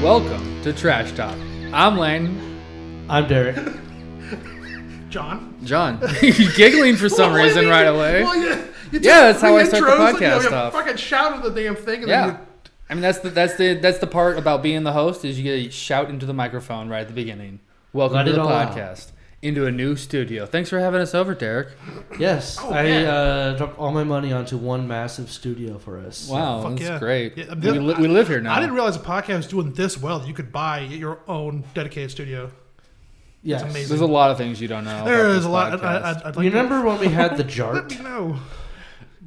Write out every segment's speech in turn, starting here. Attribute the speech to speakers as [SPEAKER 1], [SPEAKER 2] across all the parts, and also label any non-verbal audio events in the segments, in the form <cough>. [SPEAKER 1] to Trash Talk. I'm Lane.
[SPEAKER 2] I'm Derek.
[SPEAKER 3] <laughs> John. <laughs>
[SPEAKER 1] John, <laughs> you're giggling for some
[SPEAKER 3] Well, I
[SPEAKER 1] reason
[SPEAKER 3] mean,
[SPEAKER 1] right
[SPEAKER 3] you-
[SPEAKER 1] away.
[SPEAKER 3] Well, yeah,
[SPEAKER 1] Yeah,
[SPEAKER 3] you took
[SPEAKER 1] that's how I
[SPEAKER 3] three
[SPEAKER 1] start the
[SPEAKER 3] intros, like, you know,
[SPEAKER 1] podcast
[SPEAKER 3] you
[SPEAKER 1] off.
[SPEAKER 3] Fucking shout at the damn thing. And
[SPEAKER 1] Yeah.
[SPEAKER 3] Then you,
[SPEAKER 1] I mean that's the that's the that's the part about being the host is you get to shout into the microphone right at the beginning. Welcome
[SPEAKER 2] Let
[SPEAKER 1] to
[SPEAKER 2] it
[SPEAKER 1] the
[SPEAKER 2] all out.
[SPEAKER 1] podcast. Into a new studio. Thanks for having us over, Derek.
[SPEAKER 2] Yes,
[SPEAKER 3] Oh,
[SPEAKER 2] I
[SPEAKER 3] yeah.
[SPEAKER 2] uh, dropped all my money onto one massive studio for us.
[SPEAKER 1] Wow,
[SPEAKER 3] Fuck
[SPEAKER 1] that's
[SPEAKER 3] yeah.
[SPEAKER 1] great.
[SPEAKER 3] Yeah, I
[SPEAKER 1] we,
[SPEAKER 3] mean,
[SPEAKER 1] li-
[SPEAKER 3] I-
[SPEAKER 1] we live here now.
[SPEAKER 3] I didn't realize a podcast was doing this well. That you could buy your own dedicated studio.
[SPEAKER 2] Yes.
[SPEAKER 3] It's amazing.
[SPEAKER 1] There's a lot of things you don't know. about
[SPEAKER 3] there
[SPEAKER 1] this
[SPEAKER 3] is a lot. I, I,
[SPEAKER 1] podcast.
[SPEAKER 3] I'd like
[SPEAKER 2] You remember when we
[SPEAKER 3] <laughs>
[SPEAKER 2] had the jart?
[SPEAKER 3] To, no,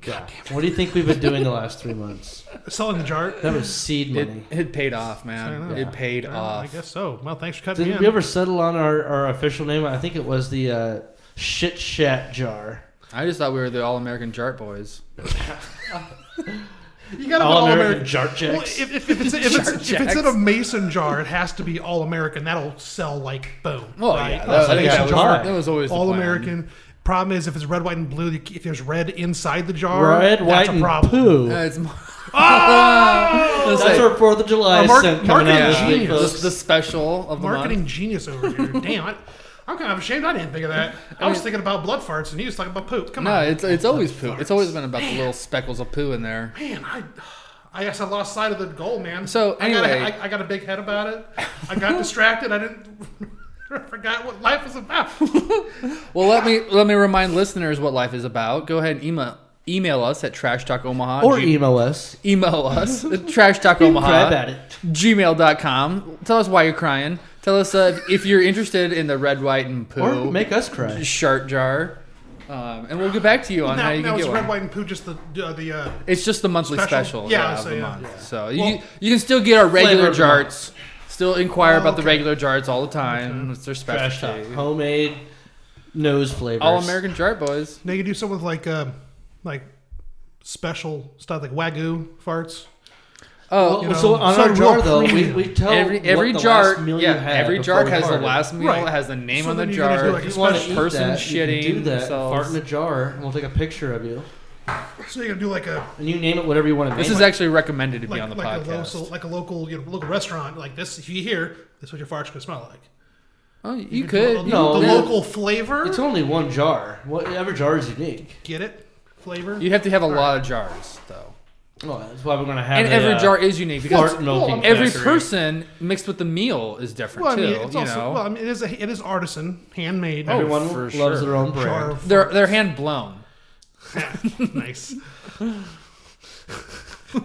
[SPEAKER 2] Yeah. What do you think we've been doing the last three months?
[SPEAKER 3] selling the jar.
[SPEAKER 2] That was seed
[SPEAKER 1] it,
[SPEAKER 2] money.
[SPEAKER 1] it paid off,
[SPEAKER 3] Fair
[SPEAKER 1] man.
[SPEAKER 3] enough.
[SPEAKER 1] It paid
[SPEAKER 3] Well,
[SPEAKER 1] off.
[SPEAKER 3] I guess so. Well, thanks for cutting
[SPEAKER 2] Didn't
[SPEAKER 3] me
[SPEAKER 2] we
[SPEAKER 3] in.
[SPEAKER 2] ever settle on our, our official name? I think it was the uh, shit shat jar.
[SPEAKER 1] I just thought we were the All American Jart Boys.
[SPEAKER 3] you got to
[SPEAKER 2] all
[SPEAKER 3] all
[SPEAKER 2] American
[SPEAKER 3] American.
[SPEAKER 2] jart
[SPEAKER 3] Well,
[SPEAKER 2] checks.
[SPEAKER 3] if, if, if, it's, if, it's, if it's in a
[SPEAKER 1] Jacks.
[SPEAKER 3] mason jar, it has to be all American. That'll sell like boom.
[SPEAKER 1] Well,
[SPEAKER 3] right?
[SPEAKER 1] yeah,
[SPEAKER 3] A
[SPEAKER 1] that, I
[SPEAKER 2] like
[SPEAKER 1] think
[SPEAKER 2] a
[SPEAKER 1] that was,
[SPEAKER 2] jar.
[SPEAKER 1] that was always the
[SPEAKER 3] all
[SPEAKER 1] plan.
[SPEAKER 3] American. Problem is, if it's red, white, and blue, you, if there's red inside the jar,
[SPEAKER 2] Red,
[SPEAKER 3] that's
[SPEAKER 2] white,
[SPEAKER 3] a
[SPEAKER 2] and
[SPEAKER 3] problem.
[SPEAKER 2] poo.
[SPEAKER 1] Uh, it's <laughs> more,
[SPEAKER 3] Oh!
[SPEAKER 1] It's
[SPEAKER 2] That's
[SPEAKER 1] like-
[SPEAKER 2] our Fourth of July
[SPEAKER 3] Uh, mark-
[SPEAKER 2] scent coming out
[SPEAKER 3] marketing
[SPEAKER 2] this week,
[SPEAKER 3] genius.
[SPEAKER 2] folks.
[SPEAKER 1] the, the special of the
[SPEAKER 3] Marketing
[SPEAKER 1] month.
[SPEAKER 3] genius
[SPEAKER 1] <laughs>
[SPEAKER 3] over here. Damn, I, I'm kind of ashamed I didn't think of that. I, was thinking about blood farts, and you was talking about poop. Come
[SPEAKER 1] No,
[SPEAKER 3] on,
[SPEAKER 1] it's it's always poo.
[SPEAKER 3] Blood
[SPEAKER 1] It's
[SPEAKER 3] farts.
[SPEAKER 1] always been about the little speckles of poo in there.
[SPEAKER 3] man. I, I guess I lost sight of the goal, man.
[SPEAKER 1] So,
[SPEAKER 3] I
[SPEAKER 1] anyway.
[SPEAKER 3] got a, I, I got a big head about it.
[SPEAKER 1] <laughs>
[SPEAKER 3] I got distracted. I didn't. <laughs> I forgot what life
[SPEAKER 1] <laughs>
[SPEAKER 3] was about.
[SPEAKER 1] Well, let me let me remind listeners what life is about. Go ahead and email email us at trash talk omaha
[SPEAKER 2] Or
[SPEAKER 3] e-
[SPEAKER 2] email us.
[SPEAKER 3] <laughs>
[SPEAKER 1] email us at trash talk
[SPEAKER 2] Grab
[SPEAKER 1] omaha
[SPEAKER 2] at it.
[SPEAKER 1] gmail.com tell us why you're crying tell us uh, if you're interested in the red white and poo
[SPEAKER 2] Or make us cry.
[SPEAKER 1] shart jar um, and we'll get back to you on how
[SPEAKER 3] now,
[SPEAKER 1] you
[SPEAKER 3] now
[SPEAKER 1] can
[SPEAKER 3] it's
[SPEAKER 1] get
[SPEAKER 3] red,
[SPEAKER 1] one
[SPEAKER 3] white, and poo. Just the uh, the. Uh,
[SPEAKER 1] It's just the monthly
[SPEAKER 3] Special?
[SPEAKER 1] special,
[SPEAKER 3] Yeah,
[SPEAKER 1] yeah, of
[SPEAKER 3] so
[SPEAKER 1] the
[SPEAKER 3] yeah,
[SPEAKER 1] month.
[SPEAKER 3] yeah.
[SPEAKER 1] So you
[SPEAKER 3] Well-
[SPEAKER 1] you can still get our regular
[SPEAKER 2] of the month.
[SPEAKER 1] jarts. Still inquire
[SPEAKER 3] Oh,
[SPEAKER 1] about the
[SPEAKER 3] okay.
[SPEAKER 1] regular jarts all the time. It's their
[SPEAKER 2] Trash
[SPEAKER 1] special.
[SPEAKER 2] talk. uh, Homemade nose flavors.
[SPEAKER 1] All American Jart Boys.
[SPEAKER 3] Now you do something with like um, like special stuff like wagyu farts.
[SPEAKER 1] Oh,
[SPEAKER 2] Well,
[SPEAKER 3] you
[SPEAKER 2] so
[SPEAKER 3] know,
[SPEAKER 2] on
[SPEAKER 3] so
[SPEAKER 2] our jar
[SPEAKER 3] real
[SPEAKER 2] though, we,
[SPEAKER 3] premium.
[SPEAKER 2] we tell
[SPEAKER 1] every every
[SPEAKER 2] what the last meal
[SPEAKER 1] jart,
[SPEAKER 2] you
[SPEAKER 1] yeah,
[SPEAKER 2] had
[SPEAKER 1] every
[SPEAKER 2] before
[SPEAKER 1] jart
[SPEAKER 2] you
[SPEAKER 1] has the
[SPEAKER 2] farted.
[SPEAKER 1] last meal.
[SPEAKER 3] Right.
[SPEAKER 1] It has the name
[SPEAKER 3] So
[SPEAKER 1] on the
[SPEAKER 3] then you're gonna do,
[SPEAKER 1] jar.
[SPEAKER 3] like,
[SPEAKER 2] If
[SPEAKER 3] a
[SPEAKER 2] you want to
[SPEAKER 3] special
[SPEAKER 2] eat
[SPEAKER 1] person
[SPEAKER 2] that, you can
[SPEAKER 1] shitting
[SPEAKER 2] do that.
[SPEAKER 1] themselves.
[SPEAKER 2] Fart in a jar, and we'll take a picture of you,
[SPEAKER 3] So you're gonna do like a
[SPEAKER 2] and you name it whatever you want to
[SPEAKER 1] This
[SPEAKER 2] name
[SPEAKER 1] is
[SPEAKER 2] it.
[SPEAKER 1] actually recommended to be
[SPEAKER 3] like,
[SPEAKER 1] on the
[SPEAKER 3] like a
[SPEAKER 1] podcast.
[SPEAKER 3] local like a local you know, local restaurant like this. If you hear this, is what your farts gonna smell like?
[SPEAKER 1] oh, you
[SPEAKER 3] do
[SPEAKER 1] could.
[SPEAKER 3] a-
[SPEAKER 1] you
[SPEAKER 2] No,
[SPEAKER 3] the
[SPEAKER 1] could.
[SPEAKER 2] no.
[SPEAKER 3] local flavor.
[SPEAKER 2] It's only one jar. Whatever jar is unique.
[SPEAKER 3] Get it? Flavor.
[SPEAKER 1] You'd have to have a lot of jars though,
[SPEAKER 2] Well, that's why we're gonna have
[SPEAKER 1] and
[SPEAKER 2] a,
[SPEAKER 1] every
[SPEAKER 2] uh,
[SPEAKER 1] jar is unique because
[SPEAKER 2] fart milking
[SPEAKER 1] every
[SPEAKER 2] factory.
[SPEAKER 1] person mixed with the meal is different
[SPEAKER 3] well, I
[SPEAKER 1] too.
[SPEAKER 3] mean, it's
[SPEAKER 1] you
[SPEAKER 3] also
[SPEAKER 1] know,
[SPEAKER 3] well, I mean, it is a, it is artisan, handmade. Oh,
[SPEAKER 2] Everyone
[SPEAKER 1] Oh, for
[SPEAKER 2] loves
[SPEAKER 1] sure.
[SPEAKER 2] their own brand.
[SPEAKER 3] jar of <laughs>
[SPEAKER 1] they're they're hand blown. <laughs>
[SPEAKER 3] nice.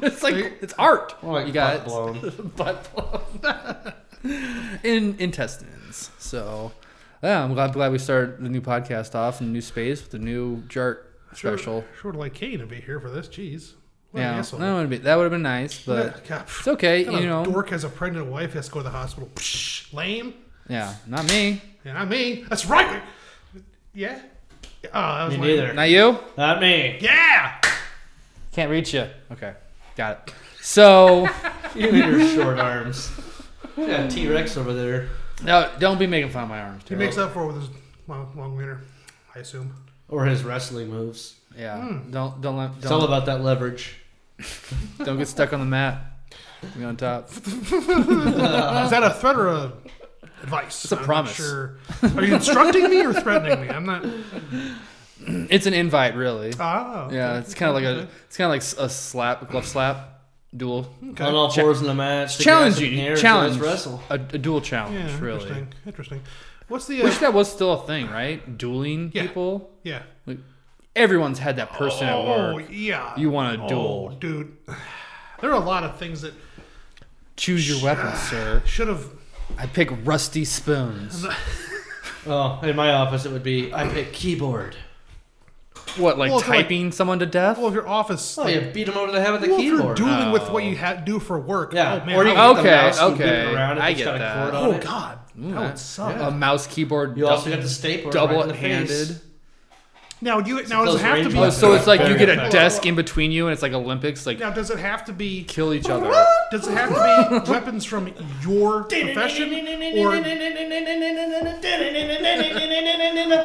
[SPEAKER 1] it's like it's art.
[SPEAKER 2] Well, like
[SPEAKER 1] you got
[SPEAKER 2] butt blown.
[SPEAKER 1] <laughs> butt blown. <laughs> in intestines. So yeah, I'm glad glad we started the new podcast off in a new space with the new jart
[SPEAKER 3] Sure-
[SPEAKER 1] special.
[SPEAKER 3] Sure, would like Kane to be here for this. Jeez. What an
[SPEAKER 1] Yeah,
[SPEAKER 3] asshole.
[SPEAKER 1] that would be that would have been nice, but
[SPEAKER 3] God,
[SPEAKER 1] it's okay.
[SPEAKER 3] Kind
[SPEAKER 1] You
[SPEAKER 3] of
[SPEAKER 1] know,
[SPEAKER 3] dork has a pregnant wife has to go to the hospital. Psh, lame.
[SPEAKER 1] yeah, not me,
[SPEAKER 3] Yeah, I mean, that's right. Yeah. Oh, that was
[SPEAKER 2] Me
[SPEAKER 3] lame.
[SPEAKER 2] neither.
[SPEAKER 1] not you.
[SPEAKER 2] Not me.
[SPEAKER 3] Yeah.
[SPEAKER 1] Can't reach you. Okay, got it.
[SPEAKER 3] <laughs>
[SPEAKER 1] So
[SPEAKER 2] You and your short arms. Yeah, T Rex over there,
[SPEAKER 1] no, don't be making fun of my arms.
[SPEAKER 3] He
[SPEAKER 1] Too.
[SPEAKER 3] makes up for it with his long, long wiener, I assume.
[SPEAKER 2] or his wrestling moves.
[SPEAKER 1] Yeah,
[SPEAKER 3] Hmm.
[SPEAKER 1] don't don't let
[SPEAKER 2] It's all
[SPEAKER 1] don't,
[SPEAKER 2] about that leverage.
[SPEAKER 1] don't get stuck on the mat. Be on top.
[SPEAKER 3] Is that a threat or a advice? It's
[SPEAKER 1] Uh-huh. a promise.
[SPEAKER 3] Sure. Are you instructing me or threatening me? I'm not.
[SPEAKER 1] It's an invite, really.
[SPEAKER 3] Oh.
[SPEAKER 1] Yeah, it's kind of like a it's kind of like s- a slap, a glove slap, duel.
[SPEAKER 3] Okay.
[SPEAKER 2] On all
[SPEAKER 1] Cha-
[SPEAKER 2] fours in the match. stick your
[SPEAKER 1] Challenge
[SPEAKER 2] ass up in the air,
[SPEAKER 1] you,
[SPEAKER 2] so
[SPEAKER 1] challenge,
[SPEAKER 2] let's wrestle.
[SPEAKER 1] a, a dual challenge,
[SPEAKER 3] Yeah,
[SPEAKER 1] really.
[SPEAKER 3] Interesting. Interesting. What's the. Uh,
[SPEAKER 1] Wish that was still a thing, right? Dueling
[SPEAKER 3] Yeah.
[SPEAKER 1] people.
[SPEAKER 3] yeah.
[SPEAKER 1] Like, everyone's had that person at
[SPEAKER 3] Oh,
[SPEAKER 1] work.
[SPEAKER 3] yeah.
[SPEAKER 1] You want a
[SPEAKER 3] Oh,
[SPEAKER 1] duel?
[SPEAKER 3] dude. <sighs> There are a lot of things that
[SPEAKER 1] Choose your weapon, sir.
[SPEAKER 3] should have.
[SPEAKER 1] I pick rusty spoons.
[SPEAKER 2] Oh, in my office it would be I pick keyboard.
[SPEAKER 1] What, like
[SPEAKER 3] Well, it's like-
[SPEAKER 1] typing someone to death?
[SPEAKER 3] Well, if your office.
[SPEAKER 2] Oh,
[SPEAKER 3] like,
[SPEAKER 2] you beat him over the head with the
[SPEAKER 3] Well, if you're
[SPEAKER 2] keyboard.
[SPEAKER 3] dueling with what
[SPEAKER 1] Oh.
[SPEAKER 3] you ha- do for work,
[SPEAKER 2] Yeah,
[SPEAKER 3] oh man,
[SPEAKER 2] or you
[SPEAKER 3] I
[SPEAKER 2] can
[SPEAKER 3] would-
[SPEAKER 2] get
[SPEAKER 1] Okay,
[SPEAKER 2] the mouse and whip
[SPEAKER 1] okay.
[SPEAKER 2] it around if
[SPEAKER 1] I
[SPEAKER 2] it's
[SPEAKER 1] get
[SPEAKER 2] got a
[SPEAKER 1] that.
[SPEAKER 2] cord on
[SPEAKER 3] oh
[SPEAKER 2] it.
[SPEAKER 3] god,
[SPEAKER 1] Ooh,
[SPEAKER 3] that
[SPEAKER 1] Mm. yeah. Um,
[SPEAKER 3] would suck.
[SPEAKER 1] A mouse keyboard.
[SPEAKER 2] You also got the staple
[SPEAKER 1] double
[SPEAKER 2] right in the face.
[SPEAKER 1] handed.
[SPEAKER 3] Now, do you, now
[SPEAKER 2] those
[SPEAKER 3] does it have to
[SPEAKER 2] range
[SPEAKER 3] be?
[SPEAKER 1] Oh, so it's like you
[SPEAKER 2] Very
[SPEAKER 1] get a
[SPEAKER 2] effective.
[SPEAKER 1] desk in between you, and it's like Olympics. Like
[SPEAKER 3] Now, does it have to be?
[SPEAKER 1] kill each other. <laughs>
[SPEAKER 3] Does it have to be weapons from your profession,
[SPEAKER 2] <laughs>
[SPEAKER 3] or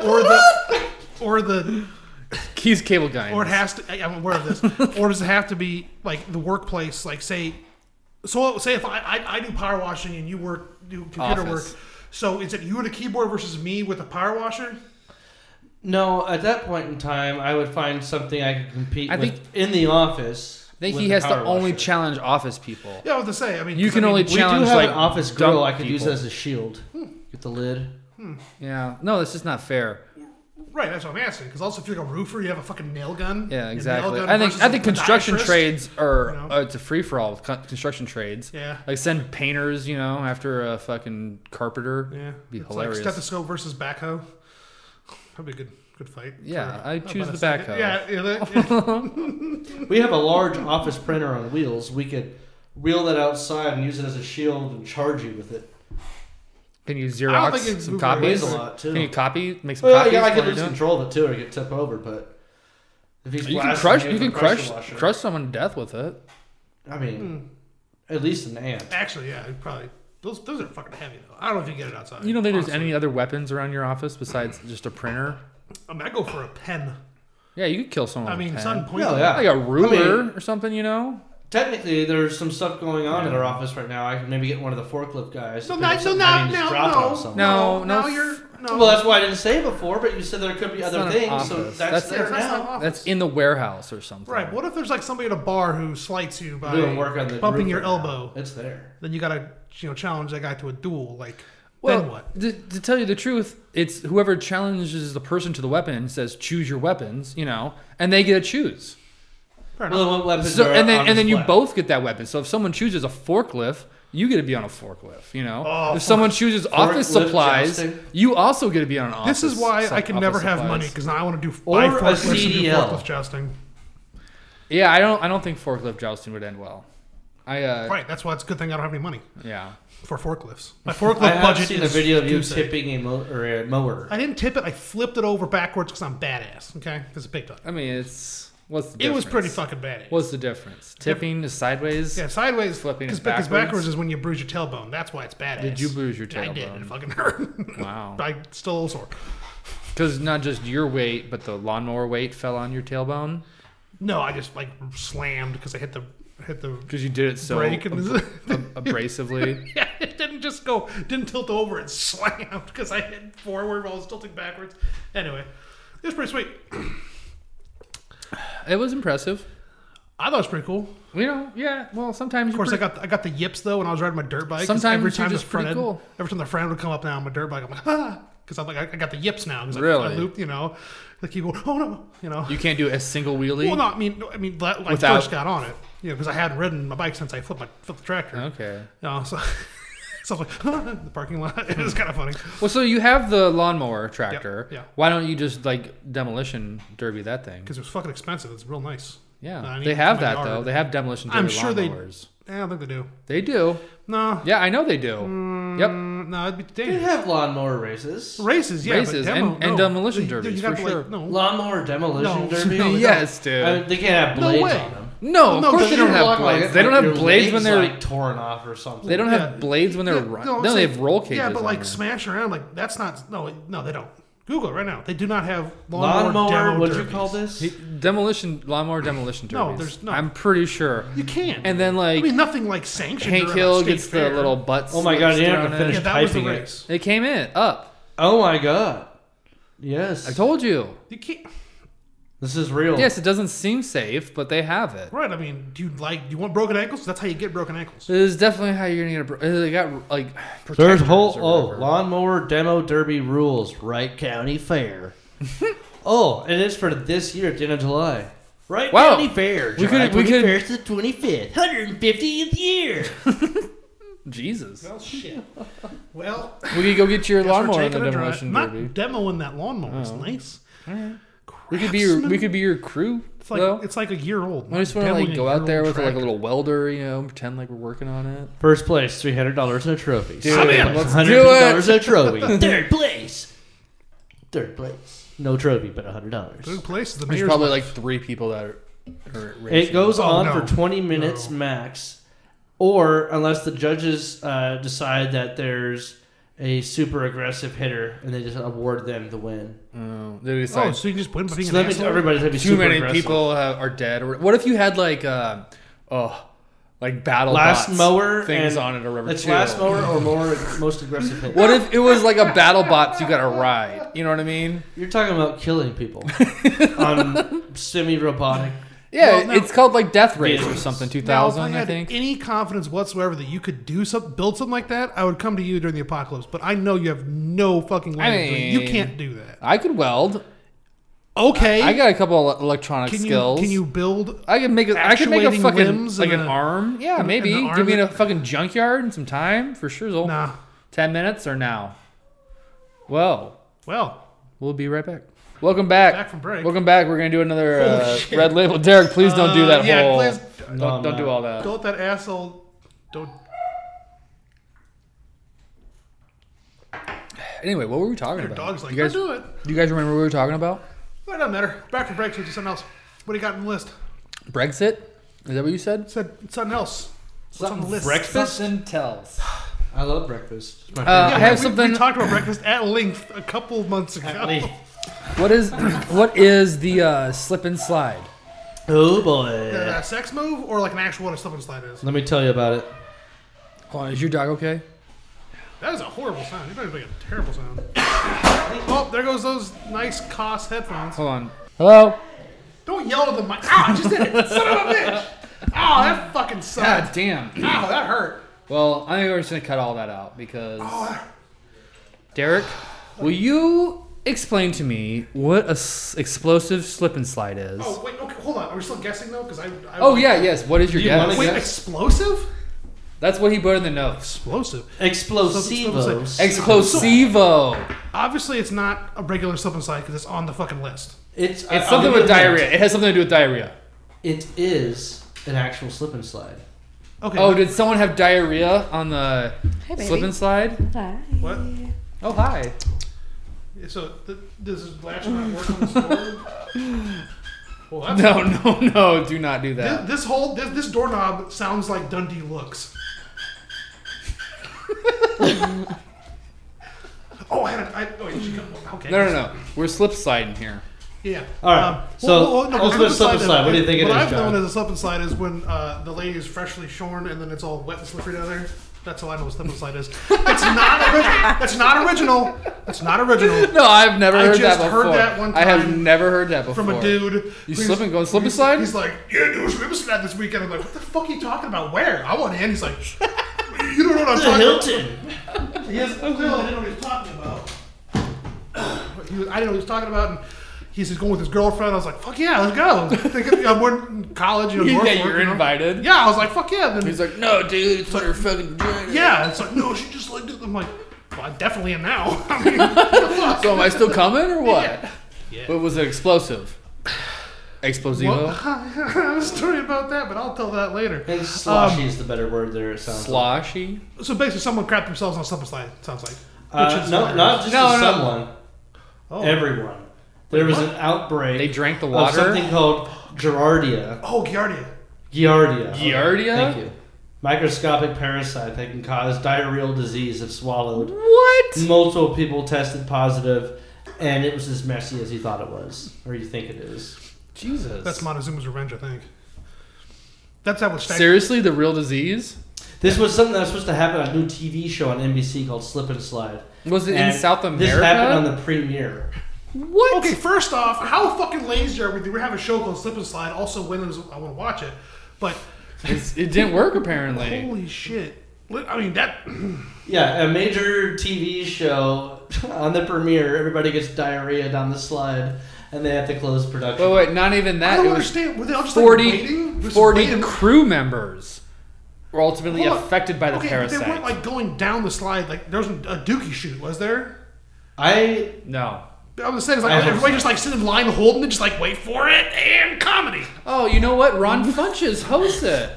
[SPEAKER 3] or the or the
[SPEAKER 1] He's cable guy.
[SPEAKER 3] or it has to? I- I'm aware of this. Or does it have to be like the workplace? Like say, So say if I, I I do power washing and you work do computer
[SPEAKER 1] Office.
[SPEAKER 3] work. So is it you and a keyboard versus me with a power washer?
[SPEAKER 2] No, at that point in time, I would find something I could compete
[SPEAKER 1] I
[SPEAKER 2] with
[SPEAKER 1] think-
[SPEAKER 2] in the office.
[SPEAKER 1] I think
[SPEAKER 2] with
[SPEAKER 1] he
[SPEAKER 2] the
[SPEAKER 1] has to
[SPEAKER 2] power
[SPEAKER 1] only
[SPEAKER 2] washer.
[SPEAKER 1] challenge office people.
[SPEAKER 3] Yeah, I was to say. I mean,
[SPEAKER 1] You
[SPEAKER 3] 'cause I
[SPEAKER 1] can
[SPEAKER 3] mean,
[SPEAKER 1] only
[SPEAKER 2] We do
[SPEAKER 1] challenge,
[SPEAKER 2] have
[SPEAKER 1] like,
[SPEAKER 2] an office
[SPEAKER 1] dumb
[SPEAKER 2] grill. I could use it
[SPEAKER 1] people. Hmm.
[SPEAKER 2] as a shield. Get the lid.
[SPEAKER 1] Yeah. No, that's just not fair.
[SPEAKER 3] Right, that's what I'm asking. Because also, if you're like a roofer, you have a fucking nail gun. Your
[SPEAKER 1] Yeah,
[SPEAKER 3] nail
[SPEAKER 1] exactly.
[SPEAKER 3] gun
[SPEAKER 1] I think
[SPEAKER 3] versus
[SPEAKER 1] I
[SPEAKER 3] a
[SPEAKER 1] think construction
[SPEAKER 3] podiatrist.
[SPEAKER 1] trades are
[SPEAKER 3] you know?
[SPEAKER 1] uh, it's a free for all with con- construction trades.
[SPEAKER 3] Yeah,
[SPEAKER 1] Like send painters, you know, after a fucking carpenter.
[SPEAKER 3] yeah.
[SPEAKER 1] Be
[SPEAKER 3] it's
[SPEAKER 1] hilarious.
[SPEAKER 3] like stethoscope versus backhoe. That'd be a good, good fight.
[SPEAKER 1] Yeah,
[SPEAKER 3] For-
[SPEAKER 1] I
[SPEAKER 3] about
[SPEAKER 1] choose
[SPEAKER 3] a
[SPEAKER 1] the
[SPEAKER 3] second-
[SPEAKER 1] backhoe.
[SPEAKER 3] Yeah, yeah, that-
[SPEAKER 2] We have a large office printer on wheels. We could reel that outside and use it as a shield and charge you with it.
[SPEAKER 1] Can you
[SPEAKER 3] don't
[SPEAKER 1] Xerox
[SPEAKER 3] think it's
[SPEAKER 1] some
[SPEAKER 3] moving
[SPEAKER 2] It weighs
[SPEAKER 1] copies?
[SPEAKER 2] a lot too.
[SPEAKER 1] Can you copy? Make some
[SPEAKER 2] well,
[SPEAKER 1] copies.
[SPEAKER 2] yeah, I
[SPEAKER 1] while
[SPEAKER 2] could
[SPEAKER 1] you're
[SPEAKER 2] lose
[SPEAKER 1] doing-
[SPEAKER 2] control of it too, or get tip over. But if he's
[SPEAKER 1] You can
[SPEAKER 2] blasting
[SPEAKER 1] crush. You
[SPEAKER 2] with
[SPEAKER 1] can
[SPEAKER 2] a pressure
[SPEAKER 1] crush.
[SPEAKER 2] washer-
[SPEAKER 1] Crush someone to death with it.
[SPEAKER 2] I mean,
[SPEAKER 3] Hmm.
[SPEAKER 2] at least an ant. <laughs>
[SPEAKER 3] Actually, yeah, it'd probably. Those, those are fucking heavy though. I don't know if you get it outside.
[SPEAKER 1] You don't think there's any
[SPEAKER 3] honestly.
[SPEAKER 1] other weapons around your office besides just a printer?
[SPEAKER 3] I mean, I go for a pen.
[SPEAKER 1] Yeah, you could kill someone.
[SPEAKER 3] I mean,
[SPEAKER 1] with a
[SPEAKER 3] it's
[SPEAKER 1] pen.
[SPEAKER 3] unpointed.
[SPEAKER 2] Hell, Oh, yeah.
[SPEAKER 1] like a ruler
[SPEAKER 2] I mean-
[SPEAKER 1] or something, you know?
[SPEAKER 2] Technically, there's some stuff going on in our office right now. I could maybe get one of the forklift guys. to
[SPEAKER 3] No,
[SPEAKER 2] pick
[SPEAKER 3] no,
[SPEAKER 2] up something.
[SPEAKER 3] no,
[SPEAKER 2] I mean, just
[SPEAKER 3] no,
[SPEAKER 2] drop it
[SPEAKER 3] no.
[SPEAKER 2] off somewhere.
[SPEAKER 1] No,
[SPEAKER 3] no,
[SPEAKER 1] no.
[SPEAKER 3] you're no.
[SPEAKER 2] Well, that's why I didn't say before, but you said there could be
[SPEAKER 1] not
[SPEAKER 2] other
[SPEAKER 1] an
[SPEAKER 2] things, so
[SPEAKER 1] office.
[SPEAKER 2] that's,
[SPEAKER 1] That's-
[SPEAKER 2] there
[SPEAKER 3] Yeah, that's
[SPEAKER 2] now.
[SPEAKER 3] not office.
[SPEAKER 1] That's in the warehouse or something.
[SPEAKER 3] Right. What if there's like somebody at a bar who slights you by
[SPEAKER 2] Doing work on the
[SPEAKER 3] bumping
[SPEAKER 2] roof
[SPEAKER 3] your
[SPEAKER 2] right now.
[SPEAKER 3] elbow?
[SPEAKER 2] It's there.
[SPEAKER 3] Then you gotta you know challenge that guy to a duel. Like
[SPEAKER 1] Well,
[SPEAKER 3] then what?
[SPEAKER 1] To, to tell you the truth, it's whoever challenges the person to the weapon and says choose your weapons, you know, and they get to choose.
[SPEAKER 3] Fair enough.
[SPEAKER 2] Well, what weapons
[SPEAKER 1] So
[SPEAKER 2] are
[SPEAKER 1] and then
[SPEAKER 2] on
[SPEAKER 1] and then you
[SPEAKER 2] display?
[SPEAKER 1] both get that weapon. So if someone chooses a forklift, you get to be on a forklift, you know.
[SPEAKER 3] Oh,
[SPEAKER 1] if someone chooses office
[SPEAKER 2] forklift
[SPEAKER 1] supplies,
[SPEAKER 2] jousting.
[SPEAKER 1] you also get to be on an office.
[SPEAKER 3] This is why I
[SPEAKER 1] sup-
[SPEAKER 3] can
[SPEAKER 1] office
[SPEAKER 3] never have
[SPEAKER 1] supplies.
[SPEAKER 3] money because now I want to do
[SPEAKER 2] Or
[SPEAKER 3] buy
[SPEAKER 2] a
[SPEAKER 3] forklifts and do
[SPEAKER 2] CDL.
[SPEAKER 3] forklift jousting.
[SPEAKER 1] Yeah, I don't I don't think forklift jousting would end well. I uh
[SPEAKER 3] Right, that's why it's a good thing I don't have any money
[SPEAKER 1] yeah.
[SPEAKER 3] for forklifts. My
[SPEAKER 2] I
[SPEAKER 3] forklift
[SPEAKER 2] have
[SPEAKER 3] budget
[SPEAKER 2] seen a
[SPEAKER 3] is
[SPEAKER 2] video of you
[SPEAKER 3] goose egg.
[SPEAKER 2] tipping a, mo- or a mower.
[SPEAKER 3] I didn't tip it. I flipped it over backwards because I'm badass. Okay, it's a big time.
[SPEAKER 1] I mean, it's what's the
[SPEAKER 3] It was
[SPEAKER 1] difference?
[SPEAKER 3] pretty fucking badass.
[SPEAKER 1] What's the difference? Tipping is sideways.
[SPEAKER 3] yeah, sideways
[SPEAKER 1] Flipping
[SPEAKER 3] because
[SPEAKER 1] it
[SPEAKER 3] because
[SPEAKER 1] backwards?
[SPEAKER 3] backwards is when you bruise your tailbone. That's why it's badass.
[SPEAKER 1] Did you bruise your
[SPEAKER 3] I did. It
[SPEAKER 1] tailbone?
[SPEAKER 3] fucking hurt. <laughs>
[SPEAKER 1] Wow.
[SPEAKER 3] I still sore.
[SPEAKER 1] Because not just your weight, but the lawnmower weight fell on your tailbone
[SPEAKER 3] No, I just like slammed because I hit the hit the
[SPEAKER 1] because you did it so
[SPEAKER 3] brake and <laughs>
[SPEAKER 1] ab- ab- abrasively.
[SPEAKER 3] yeah, it didn't just go didn't tilt over. <laughs> It slammed because I hit forward while I was tilting backwards. Anyway, it was pretty sweet.
[SPEAKER 1] It was impressive.
[SPEAKER 3] I thought it was pretty cool.
[SPEAKER 1] You know, yeah. Well, sometimes
[SPEAKER 3] Of course, I got I got the yips though when I was riding my dirt bike. 'cause
[SPEAKER 1] Sometimes
[SPEAKER 3] every
[SPEAKER 1] you're
[SPEAKER 3] time
[SPEAKER 1] just
[SPEAKER 3] the friend,
[SPEAKER 1] pretty cool.
[SPEAKER 3] every time the friend would come up now on my dirt bike, I'm like <laughs> ah, because I'm like I, I got the yips now because I, I
[SPEAKER 1] Really?
[SPEAKER 3] looped, you know, like you go oh no, you know.
[SPEAKER 1] you can't do a single wheelie.
[SPEAKER 3] well, no, I mean, I mean, la- when I
[SPEAKER 1] Without-
[SPEAKER 3] first got on it, you know, because I hadn't ridden my bike since I flipped my flipped the tractor.
[SPEAKER 1] Okay.
[SPEAKER 3] You know, so, <laughs> so I was like <laughs> the parking lot. It was kind of funny.
[SPEAKER 1] Well, so you have the lawnmower tractor.
[SPEAKER 3] yeah.
[SPEAKER 1] Why don't you just like demolition derby that thing?
[SPEAKER 3] because it was fucking expensive. It's real nice.
[SPEAKER 1] Yeah,
[SPEAKER 3] I need
[SPEAKER 1] they
[SPEAKER 3] it
[SPEAKER 1] have
[SPEAKER 3] for my
[SPEAKER 1] that though.
[SPEAKER 3] yard.
[SPEAKER 1] They have demolition derby
[SPEAKER 3] I'm sure they-
[SPEAKER 1] lawnmowers.
[SPEAKER 3] Eh, I don't think they do.
[SPEAKER 1] They... do.
[SPEAKER 3] No,
[SPEAKER 1] Yeah, I know they do. yep.
[SPEAKER 3] mm, no, it'd be
[SPEAKER 2] They
[SPEAKER 3] dangerous.
[SPEAKER 2] have lawnmower races,
[SPEAKER 3] Races, yeah,
[SPEAKER 1] Races
[SPEAKER 3] but demo,
[SPEAKER 1] and- and
[SPEAKER 3] no.
[SPEAKER 1] demolition
[SPEAKER 3] Dude,
[SPEAKER 1] derbies,
[SPEAKER 3] you got
[SPEAKER 1] for
[SPEAKER 3] to, like,
[SPEAKER 1] sure.
[SPEAKER 3] No,
[SPEAKER 2] lawnmower
[SPEAKER 1] <laughs>
[SPEAKER 2] demolition
[SPEAKER 3] No.
[SPEAKER 2] derby.
[SPEAKER 3] <laughs> No, yeah.
[SPEAKER 1] yes, dude.
[SPEAKER 2] I mean, they can't have
[SPEAKER 3] No
[SPEAKER 2] blades
[SPEAKER 3] way.
[SPEAKER 2] on them.
[SPEAKER 1] no,
[SPEAKER 3] Well,
[SPEAKER 1] of
[SPEAKER 3] no,
[SPEAKER 1] course
[SPEAKER 3] but
[SPEAKER 1] they don't
[SPEAKER 2] You walk
[SPEAKER 1] have
[SPEAKER 2] like
[SPEAKER 1] blades.
[SPEAKER 2] it,
[SPEAKER 1] they don't
[SPEAKER 2] like
[SPEAKER 1] have
[SPEAKER 2] your
[SPEAKER 1] blades when
[SPEAKER 2] leg's,
[SPEAKER 1] they're.
[SPEAKER 2] like torn off or something.
[SPEAKER 1] They don't
[SPEAKER 3] Yeah.
[SPEAKER 1] have blades when they're
[SPEAKER 3] Yeah,
[SPEAKER 1] run.
[SPEAKER 3] no,
[SPEAKER 1] No,
[SPEAKER 3] I'm
[SPEAKER 1] they
[SPEAKER 3] saying-
[SPEAKER 1] have roll cages.
[SPEAKER 3] yeah, but
[SPEAKER 1] on
[SPEAKER 3] like
[SPEAKER 1] there.
[SPEAKER 3] smash around, like that's not. No, no, they don't. Google it right now. They do not have lawnmower.
[SPEAKER 2] lawnmower.
[SPEAKER 3] demo
[SPEAKER 2] What'd you
[SPEAKER 3] derbies.
[SPEAKER 2] call this?
[SPEAKER 1] He- demolition lawnmower demolition derbies.
[SPEAKER 3] No, there's no-
[SPEAKER 1] I'm pretty sure.
[SPEAKER 3] You can't.
[SPEAKER 1] And then
[SPEAKER 3] I
[SPEAKER 1] like
[SPEAKER 3] mean, nothing like sanctioned.
[SPEAKER 1] Hank
[SPEAKER 3] or at a
[SPEAKER 1] Hill
[SPEAKER 3] state
[SPEAKER 1] gets
[SPEAKER 3] fair.
[SPEAKER 1] the little butt.
[SPEAKER 2] Oh my God,
[SPEAKER 1] slips
[SPEAKER 2] you didn't
[SPEAKER 1] thrown
[SPEAKER 2] have to
[SPEAKER 1] in.
[SPEAKER 3] Yeah,
[SPEAKER 2] finish.
[SPEAKER 3] that was the
[SPEAKER 2] typing it.
[SPEAKER 3] race.
[SPEAKER 1] They came in up.
[SPEAKER 2] Oh my god! Yes,
[SPEAKER 1] I told you.
[SPEAKER 3] You can't.
[SPEAKER 2] this is real.
[SPEAKER 1] Yes, it doesn't seem safe, but they have it.
[SPEAKER 3] Right. I mean, do you like? Do you want broken ankles? That's how you get broken ankles.
[SPEAKER 1] This is definitely how you're gonna get a. bro- They got like
[SPEAKER 2] There's
[SPEAKER 1] protectors
[SPEAKER 2] whole
[SPEAKER 1] or
[SPEAKER 2] oh
[SPEAKER 1] whatever.
[SPEAKER 2] lawnmower demo derby rules Wright
[SPEAKER 1] <laughs>
[SPEAKER 2] County Fair. oh, and it's for this year, at the end of July. Wright
[SPEAKER 1] Wow.
[SPEAKER 2] County Fair.
[SPEAKER 1] We
[SPEAKER 2] July
[SPEAKER 1] could- we could-
[SPEAKER 2] 21st to the twenty fifth, hundred and
[SPEAKER 1] <laughs>
[SPEAKER 2] fiftieth year.
[SPEAKER 1] Jesus.
[SPEAKER 3] Well, shit. Well,
[SPEAKER 1] We could go get your
[SPEAKER 3] guess we're
[SPEAKER 1] lawnmower in
[SPEAKER 3] taking
[SPEAKER 1] the
[SPEAKER 3] a drive.
[SPEAKER 1] demolition
[SPEAKER 3] Not
[SPEAKER 1] derby. Oh.
[SPEAKER 3] demoing that lawnmower. It's nice.
[SPEAKER 1] We could be your,
[SPEAKER 3] Craftsman?
[SPEAKER 1] we could be your crew
[SPEAKER 3] It's like
[SPEAKER 1] though.
[SPEAKER 3] it's like a year old.
[SPEAKER 1] I just want to
[SPEAKER 3] Demoing
[SPEAKER 1] like go
[SPEAKER 3] a
[SPEAKER 1] out there
[SPEAKER 3] year-old
[SPEAKER 1] with like a
[SPEAKER 3] tractor.
[SPEAKER 1] little welder, you know, pretend like we're working on it.
[SPEAKER 2] First place, three hundred dollars in a trophy.
[SPEAKER 1] Dude,
[SPEAKER 2] Second
[SPEAKER 1] let's
[SPEAKER 2] place, $150
[SPEAKER 1] do it.
[SPEAKER 2] in a trophy.
[SPEAKER 1] <laughs>
[SPEAKER 2] Third place. Third place. No trophy, but hundred dollars.
[SPEAKER 3] Third place is the
[SPEAKER 1] There's
[SPEAKER 3] mayor's.
[SPEAKER 1] probably like three people that are. are
[SPEAKER 2] It
[SPEAKER 1] racing.
[SPEAKER 2] goes
[SPEAKER 3] Oh,
[SPEAKER 2] on
[SPEAKER 3] no.
[SPEAKER 2] for 20 minutes
[SPEAKER 3] No.
[SPEAKER 2] max, or unless the judges uh, decide that there's a super aggressive hitter and they just award them the win.
[SPEAKER 1] Oh, they decide
[SPEAKER 3] Oh, so you just win by
[SPEAKER 2] So
[SPEAKER 3] being an
[SPEAKER 2] that means
[SPEAKER 3] asshole?
[SPEAKER 2] everybody's gonna be
[SPEAKER 1] too
[SPEAKER 2] super
[SPEAKER 1] many
[SPEAKER 2] aggressive.
[SPEAKER 1] people have, are dead. Or what if you had like, uh, oh, like battle
[SPEAKER 2] Last
[SPEAKER 1] bots
[SPEAKER 2] mower
[SPEAKER 1] things
[SPEAKER 2] and-
[SPEAKER 1] on it or whatever.
[SPEAKER 2] It's
[SPEAKER 1] too.
[SPEAKER 2] last mower or more most aggressive hit.
[SPEAKER 1] What if it was like a battle bots you gotta ride? You know what I mean?
[SPEAKER 2] You're talking about
[SPEAKER 1] <laughs>
[SPEAKER 2] killing people on semi-robotic.
[SPEAKER 1] Yeah,
[SPEAKER 3] Well, no.
[SPEAKER 1] it's called like Death Race or
[SPEAKER 2] Yeah.
[SPEAKER 1] something. Two
[SPEAKER 3] Now, if
[SPEAKER 1] thousand,
[SPEAKER 3] I
[SPEAKER 1] I
[SPEAKER 3] had
[SPEAKER 1] think.
[SPEAKER 3] any confidence whatsoever that you could do some, build something like that, I would come to you during the apocalypse. But I know you have no fucking way.
[SPEAKER 1] I
[SPEAKER 3] of doing it. you
[SPEAKER 1] mean-
[SPEAKER 3] can't do that.
[SPEAKER 1] I could weld.
[SPEAKER 3] Okay.
[SPEAKER 1] I got a couple of electronic
[SPEAKER 3] can
[SPEAKER 1] skills.
[SPEAKER 3] You, can you build?
[SPEAKER 1] I could make a, I could make a
[SPEAKER 3] Actuating
[SPEAKER 1] fucking
[SPEAKER 3] limbs
[SPEAKER 1] like an
[SPEAKER 3] and a-
[SPEAKER 1] arm. Yeah,
[SPEAKER 3] and-
[SPEAKER 1] maybe.
[SPEAKER 3] and an
[SPEAKER 1] Give me
[SPEAKER 3] arm
[SPEAKER 1] a fucking junkyard and some time for sure. Zol.
[SPEAKER 3] Nah.
[SPEAKER 1] Ten minutes or now. Well,
[SPEAKER 3] Well,
[SPEAKER 1] we'll be right back. Welcome back.
[SPEAKER 3] back from break.
[SPEAKER 1] Welcome back. We're gonna do another
[SPEAKER 3] Holy
[SPEAKER 1] uh,
[SPEAKER 3] shit.
[SPEAKER 1] red label. Derek, please don't do
[SPEAKER 3] Uh,
[SPEAKER 1] that
[SPEAKER 3] yeah,
[SPEAKER 1] whole.
[SPEAKER 3] please-
[SPEAKER 1] don't don't
[SPEAKER 2] No, no.
[SPEAKER 1] do all that.
[SPEAKER 3] Don't let that asshole. Don't.
[SPEAKER 1] Anyway, what were we talking
[SPEAKER 3] Your
[SPEAKER 1] about?
[SPEAKER 3] dog's like.
[SPEAKER 1] you guys,
[SPEAKER 3] "Don't do it.
[SPEAKER 1] do you guys remember what we were talking about?
[SPEAKER 3] But it doesn't matter. Back from break. So do something else. What do you got in the list?
[SPEAKER 1] Brexit? Is that what you said?
[SPEAKER 3] Said something else. What's on the list?
[SPEAKER 2] breakfast.
[SPEAKER 1] tells.
[SPEAKER 2] I love breakfast. It's my
[SPEAKER 1] Uh, I
[SPEAKER 3] Yeah,
[SPEAKER 1] have
[SPEAKER 3] we,
[SPEAKER 1] something.
[SPEAKER 3] We talked about breakfast at length a couple months ago. <laughs>
[SPEAKER 2] favorite.
[SPEAKER 1] what is <coughs> what is the uh, slip and slide?
[SPEAKER 2] Oh
[SPEAKER 3] Uh,
[SPEAKER 2] boy.
[SPEAKER 3] a sex move or like an actual what a slip and slide is?
[SPEAKER 2] Let me tell you about it.
[SPEAKER 1] Hold on, is your dog okay?
[SPEAKER 3] That is a horrible sound. You're making a
[SPEAKER 2] <coughs>
[SPEAKER 3] terrible sound. Oh, there goes those nice cost headphones.
[SPEAKER 1] Hold on. Hello.
[SPEAKER 3] Don't yell at the mic. Ah, I just did it. Son of a bitch. Ah, that fucking
[SPEAKER 1] God
[SPEAKER 3] sucked.
[SPEAKER 1] damn.
[SPEAKER 3] Ah, that hurt.
[SPEAKER 1] Well, I think we're just gonna cut all that out because
[SPEAKER 3] Oh.
[SPEAKER 1] Derek, will you explain to me what a s- explosive slip and slide is?
[SPEAKER 3] Oh, wait, okay, hold on. Are we still guessing though? Because I, I.
[SPEAKER 1] Oh yeah, yes. What is your
[SPEAKER 2] Do you
[SPEAKER 1] guess?
[SPEAKER 2] wanna
[SPEAKER 3] Wait,
[SPEAKER 2] guess?
[SPEAKER 3] explosive?
[SPEAKER 1] That's what he put in the
[SPEAKER 3] <laughs>
[SPEAKER 1] notes.
[SPEAKER 3] Explosive.
[SPEAKER 2] Explosivos.
[SPEAKER 1] Explosivo.
[SPEAKER 3] Obviously, it's not a regular slip and slide because it's on the fucking list.
[SPEAKER 2] It's, I- I'll
[SPEAKER 1] It's something
[SPEAKER 2] give you
[SPEAKER 1] with
[SPEAKER 2] a hint.
[SPEAKER 1] diarrhea. It has something to do with diarrhea.
[SPEAKER 2] It is an actual slip and slide.
[SPEAKER 3] Okay.
[SPEAKER 1] Oh, did someone have diarrhea on the
[SPEAKER 4] Hey, baby.
[SPEAKER 1] slip and slide?
[SPEAKER 4] Hi.
[SPEAKER 3] What?
[SPEAKER 1] Oh hi. <laughs>
[SPEAKER 3] So th- does this latch not
[SPEAKER 2] <laughs>
[SPEAKER 3] work on this door? Well, that's
[SPEAKER 1] No, no, no! Do not do
[SPEAKER 3] This,
[SPEAKER 1] that.
[SPEAKER 3] this whole this, this doorknob sounds like
[SPEAKER 2] <laughs>
[SPEAKER 3] Dundee looks. oh, I had a, I, oh, wait, she got- okay.
[SPEAKER 1] No, no, no. We're slip sliding here.
[SPEAKER 3] Yeah. Um,
[SPEAKER 2] All right, so ultimate
[SPEAKER 3] I'm
[SPEAKER 2] slip and
[SPEAKER 3] sliding-
[SPEAKER 2] slide, what do you think it
[SPEAKER 3] what
[SPEAKER 2] is,
[SPEAKER 3] I've
[SPEAKER 2] John?
[SPEAKER 3] known as a slip and slide is when uh, the lady is freshly shorn and then it's all wet and slippery down there. That's all I know what slip and slide is. It's not original. That's not original. That's not original.
[SPEAKER 1] No, I've never
[SPEAKER 3] I
[SPEAKER 1] heard
[SPEAKER 3] just
[SPEAKER 1] that
[SPEAKER 3] heard
[SPEAKER 1] before.
[SPEAKER 3] that one
[SPEAKER 1] I have
[SPEAKER 3] time
[SPEAKER 1] never heard that before.
[SPEAKER 3] From a dude.
[SPEAKER 1] You
[SPEAKER 3] who's-
[SPEAKER 1] slip and go and slip and slide?
[SPEAKER 3] He's like, yeah, dude, slip and slide this weekend. I'm like, what the fuck are you talking about? Where? I want in. He's like, you don't know what I'm talking about. He has
[SPEAKER 1] Oh,
[SPEAKER 3] clearly didn't know what he was talking about. He was- I didn't know what he was talking about. And he's just going with his girlfriend. I was like, fuck yeah, let's go. Thinking, yeah, we're in college. You
[SPEAKER 1] <laughs>
[SPEAKER 3] know,
[SPEAKER 1] Yeah,
[SPEAKER 3] Norfolk,
[SPEAKER 1] you're
[SPEAKER 3] you know.
[SPEAKER 1] invited.
[SPEAKER 3] Yeah, I was like, fuck yeah. Then,
[SPEAKER 1] He's like, no, dude, it's what you're fucking doing.
[SPEAKER 3] yeah. It's like, no, she just liked it. I'm like, well, I definitely am now. <laughs> I mean, what
[SPEAKER 1] <laughs>
[SPEAKER 3] the fuck?
[SPEAKER 1] So am I still coming or what?
[SPEAKER 3] Yeah. Yeah.
[SPEAKER 1] But was it explosive? Explosivo?
[SPEAKER 3] Well, <laughs> I have a story about that, but I'll tell that later.
[SPEAKER 2] I think sloshy is the better word there. It sounds. like.
[SPEAKER 1] Sloshy?
[SPEAKER 3] So basically, someone crapped themselves on slip and slide. it Sounds like.
[SPEAKER 2] Uh,
[SPEAKER 3] is
[SPEAKER 2] no,
[SPEAKER 3] hilarious.
[SPEAKER 2] not just
[SPEAKER 1] No,
[SPEAKER 2] to
[SPEAKER 1] no.
[SPEAKER 2] someone.
[SPEAKER 3] Oh.
[SPEAKER 2] Everyone. There was an outbreak
[SPEAKER 1] They drank the
[SPEAKER 2] of
[SPEAKER 1] water?
[SPEAKER 2] something called Giardia.
[SPEAKER 3] Oh, Giardia.
[SPEAKER 2] Giardia.
[SPEAKER 1] Giardia?
[SPEAKER 2] Thank you. Microscopic parasite that can cause diarrheal disease if swallowed.
[SPEAKER 1] What?
[SPEAKER 2] Multiple people tested positive, and it was as messy as you thought it was, or you think it is.
[SPEAKER 1] Jesus.
[SPEAKER 3] That's Montezuma's revenge, I think. That's how it was.
[SPEAKER 1] Seriously, the real disease?
[SPEAKER 2] This was something that was supposed to happen on a new TV show on NBC called Slip and Slide.
[SPEAKER 1] Was it
[SPEAKER 2] And
[SPEAKER 1] in South
[SPEAKER 2] This
[SPEAKER 1] America?
[SPEAKER 2] happened on the premiere.
[SPEAKER 1] what?
[SPEAKER 3] Okay, first off, how fucking lazy are we? We have a show called Slip and Slide. Also, when it was, I want to watch it, but
[SPEAKER 1] It's- it didn't work apparently.
[SPEAKER 3] holy shit! Li- I mean that.
[SPEAKER 2] Yeah, a major TV show <laughs> on the premiere, everybody gets diarrhea down the slide, and they have to close production.
[SPEAKER 1] Wait, wait, not even
[SPEAKER 3] I
[SPEAKER 1] that.
[SPEAKER 3] don't
[SPEAKER 1] It was
[SPEAKER 3] understand. Were they all just
[SPEAKER 1] 40,
[SPEAKER 3] like waiting? Just
[SPEAKER 1] 40
[SPEAKER 3] waiting?
[SPEAKER 1] crew members were ultimately
[SPEAKER 3] Hold on.
[SPEAKER 1] affected by the
[SPEAKER 3] okay, but
[SPEAKER 1] parasite.
[SPEAKER 3] They weren't like going down the slide. Like there was not a dookie shoot, was there?
[SPEAKER 2] I
[SPEAKER 1] no.
[SPEAKER 3] I'm just saying, it's like
[SPEAKER 2] I hope
[SPEAKER 3] everybody
[SPEAKER 2] so.
[SPEAKER 3] just like sit in line holding it, just like wait for it and comedy.
[SPEAKER 1] Oh, you know what?
[SPEAKER 3] <laughs>
[SPEAKER 1] Ron Funches hosts it.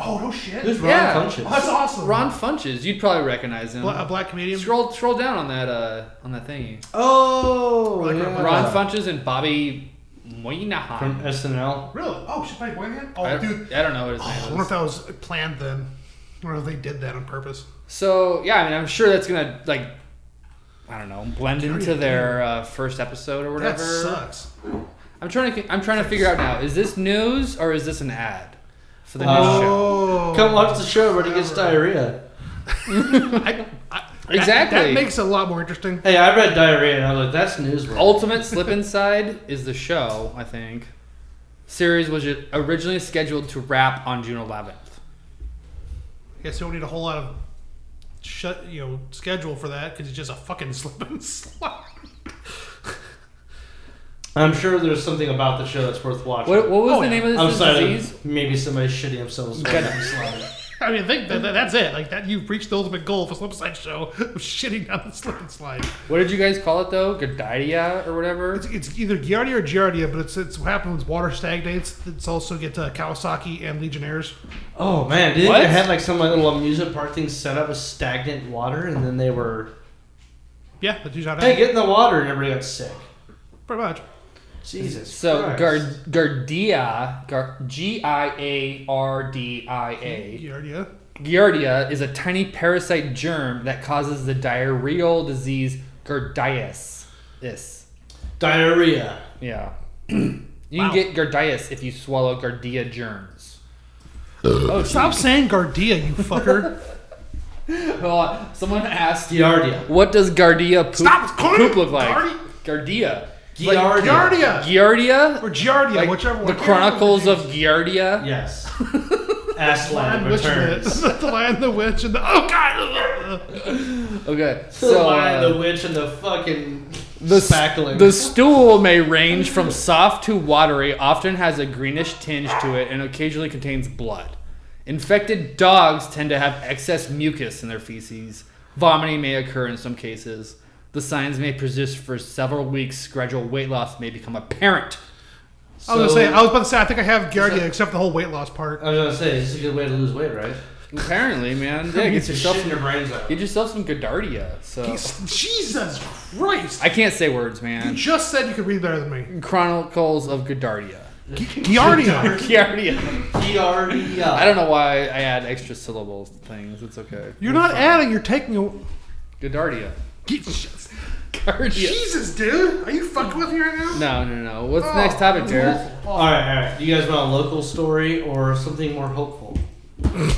[SPEAKER 3] Oh no shit!
[SPEAKER 2] it was wrong
[SPEAKER 1] Yeah.
[SPEAKER 2] conscience.
[SPEAKER 3] Oh, that's awesome.
[SPEAKER 1] Ron Funches, you'd probably recognize him.
[SPEAKER 3] Bla- a black comedian.
[SPEAKER 1] Scroll, scroll down on that, uh, on that thingy.
[SPEAKER 2] Oh,
[SPEAKER 3] Like
[SPEAKER 2] yeah.
[SPEAKER 1] Ron Funches and Bobby Moynihan.
[SPEAKER 2] from SNL.
[SPEAKER 3] Really? Oh, she's playing Boyhan. Oh,
[SPEAKER 1] I,
[SPEAKER 3] dude.
[SPEAKER 1] I don't know what his
[SPEAKER 3] Oh, I
[SPEAKER 1] name
[SPEAKER 3] wonder if
[SPEAKER 1] is.
[SPEAKER 3] that was planned then. I wonder if they did that on purpose.
[SPEAKER 1] So yeah, I mean, I'm sure that's gonna like, I don't know, blend into their uh, first episode or whatever.
[SPEAKER 3] That sucks.
[SPEAKER 1] I'm trying to, I'm trying to figure out now. Is this news or is this an ad for the next show.
[SPEAKER 3] Oh.
[SPEAKER 2] Come watch the show where he gets
[SPEAKER 3] Whatever.
[SPEAKER 2] diarrhea.
[SPEAKER 3] I, I, that-
[SPEAKER 1] Exactly.
[SPEAKER 3] That, makes it a lot more interesting.
[SPEAKER 2] Hey, I read diarrhea and I was like, that's newsworthy.
[SPEAKER 1] Ultimate Slip Inside is the show, I think. Series was originally scheduled to wrap on June 11th.
[SPEAKER 3] Yeah, so we need a whole lot of shut, you know, schedule for that because it's just a fucking <laughs> slip and slide.
[SPEAKER 2] I'm sure there's something about the show that's worth watching.
[SPEAKER 1] What, what was
[SPEAKER 3] Oh,
[SPEAKER 1] the
[SPEAKER 3] yeah.
[SPEAKER 1] name of this
[SPEAKER 2] Outside
[SPEAKER 1] disease?
[SPEAKER 2] of maybe somebody shitting themselves.
[SPEAKER 1] Got it.
[SPEAKER 2] I'm sorry.
[SPEAKER 3] I mean, I think that, that- that's it. Like that, you've reached the ultimate goal for slip and slide show of shitting down the slip and slide.
[SPEAKER 1] What did you guys call it though? Godidia or whatever?
[SPEAKER 3] It's, it's either Giardia or Giardia, but it's it's what happens when water stagnates. It's also get uh, Kawasaki and Legionnaires.
[SPEAKER 2] Oh man, did they
[SPEAKER 1] What?
[SPEAKER 2] had like some like, little amusement park thing set up with stagnant water, and then they were
[SPEAKER 3] Yeah, that's usually how it
[SPEAKER 2] hey,
[SPEAKER 3] happens.
[SPEAKER 2] get in the water, and everybody got sick.
[SPEAKER 3] Pretty much.
[SPEAKER 2] Jesus.
[SPEAKER 1] So
[SPEAKER 2] Christ.
[SPEAKER 1] Gar- Gardia, Gar- G I A R D I A.
[SPEAKER 3] Giardia.
[SPEAKER 1] Giardia is a tiny parasite germ that causes the diarrheal disease Giardiasis. This.
[SPEAKER 2] diarrhea.
[SPEAKER 1] Yeah. <clears throat> you
[SPEAKER 3] Wow.
[SPEAKER 1] can get Giardias if you swallow Giardia germs. oh,
[SPEAKER 3] Stop saying Gardia,
[SPEAKER 1] <laughs>
[SPEAKER 3] you fucker.
[SPEAKER 1] Hold on. Uh, Someone asked you,
[SPEAKER 2] Giardia.
[SPEAKER 1] what does Giardia poop,
[SPEAKER 3] Stop calling
[SPEAKER 1] poop
[SPEAKER 3] it
[SPEAKER 1] look like?
[SPEAKER 3] Giardi-
[SPEAKER 1] Giardia.
[SPEAKER 2] Giardia.
[SPEAKER 3] Giardia
[SPEAKER 1] Giardia?
[SPEAKER 3] or Giardia,
[SPEAKER 1] Like,
[SPEAKER 3] whichever one.
[SPEAKER 1] The Chronicles of Giardia?
[SPEAKER 2] Yes.
[SPEAKER 1] <laughs>
[SPEAKER 3] Lion
[SPEAKER 2] Aslan
[SPEAKER 3] Witch and
[SPEAKER 2] returns.
[SPEAKER 3] <laughs> the, the Lion, the Witch, and the oh god.
[SPEAKER 1] Okay, <laughs>
[SPEAKER 2] So, the
[SPEAKER 1] so
[SPEAKER 2] lion,
[SPEAKER 1] uh,
[SPEAKER 2] the witch, and the fucking
[SPEAKER 1] the, s-
[SPEAKER 2] spackling.
[SPEAKER 1] the stool may range from soft to watery, often has a greenish tinge to it, and occasionally contains blood. Infected dogs tend to have excess mucus in their feces. Vomiting may occur in some cases. The signs may persist for several weeks. Gradual weight loss may become apparent.
[SPEAKER 3] I was gonna
[SPEAKER 2] So-
[SPEAKER 3] say, I was about to say, I think I have Giardia except the whole weight loss part.
[SPEAKER 2] I was gonna say, this is a good way to lose weight, right?
[SPEAKER 1] Apparently,
[SPEAKER 2] <laughs>
[SPEAKER 1] man. Yeah, get
[SPEAKER 2] Just
[SPEAKER 1] yourself
[SPEAKER 2] shitting your brains out.
[SPEAKER 1] get yourself some Godardia. So
[SPEAKER 3] Jesus Christ!
[SPEAKER 1] I can't say words,
[SPEAKER 3] You
[SPEAKER 1] man.
[SPEAKER 3] just said you could read better than me.
[SPEAKER 1] Chronicles of Godardia. <laughs>
[SPEAKER 3] Giardia,
[SPEAKER 1] Giardia.
[SPEAKER 2] Giardia.
[SPEAKER 1] I don't know why I add extra syllables to things. It's okay.
[SPEAKER 3] you're not adding, you're taking. A...
[SPEAKER 1] Godardia.
[SPEAKER 3] Ge- Jesus,
[SPEAKER 1] Godardia.
[SPEAKER 3] Jesus, dude, are you fucked with me right now?
[SPEAKER 1] No, no, no. What's the
[SPEAKER 3] Oh,
[SPEAKER 1] next topic,
[SPEAKER 3] that's
[SPEAKER 1] Derek?
[SPEAKER 3] awful.
[SPEAKER 2] All right, all right. You guys want a local story or something more hopeful?
[SPEAKER 3] <laughs>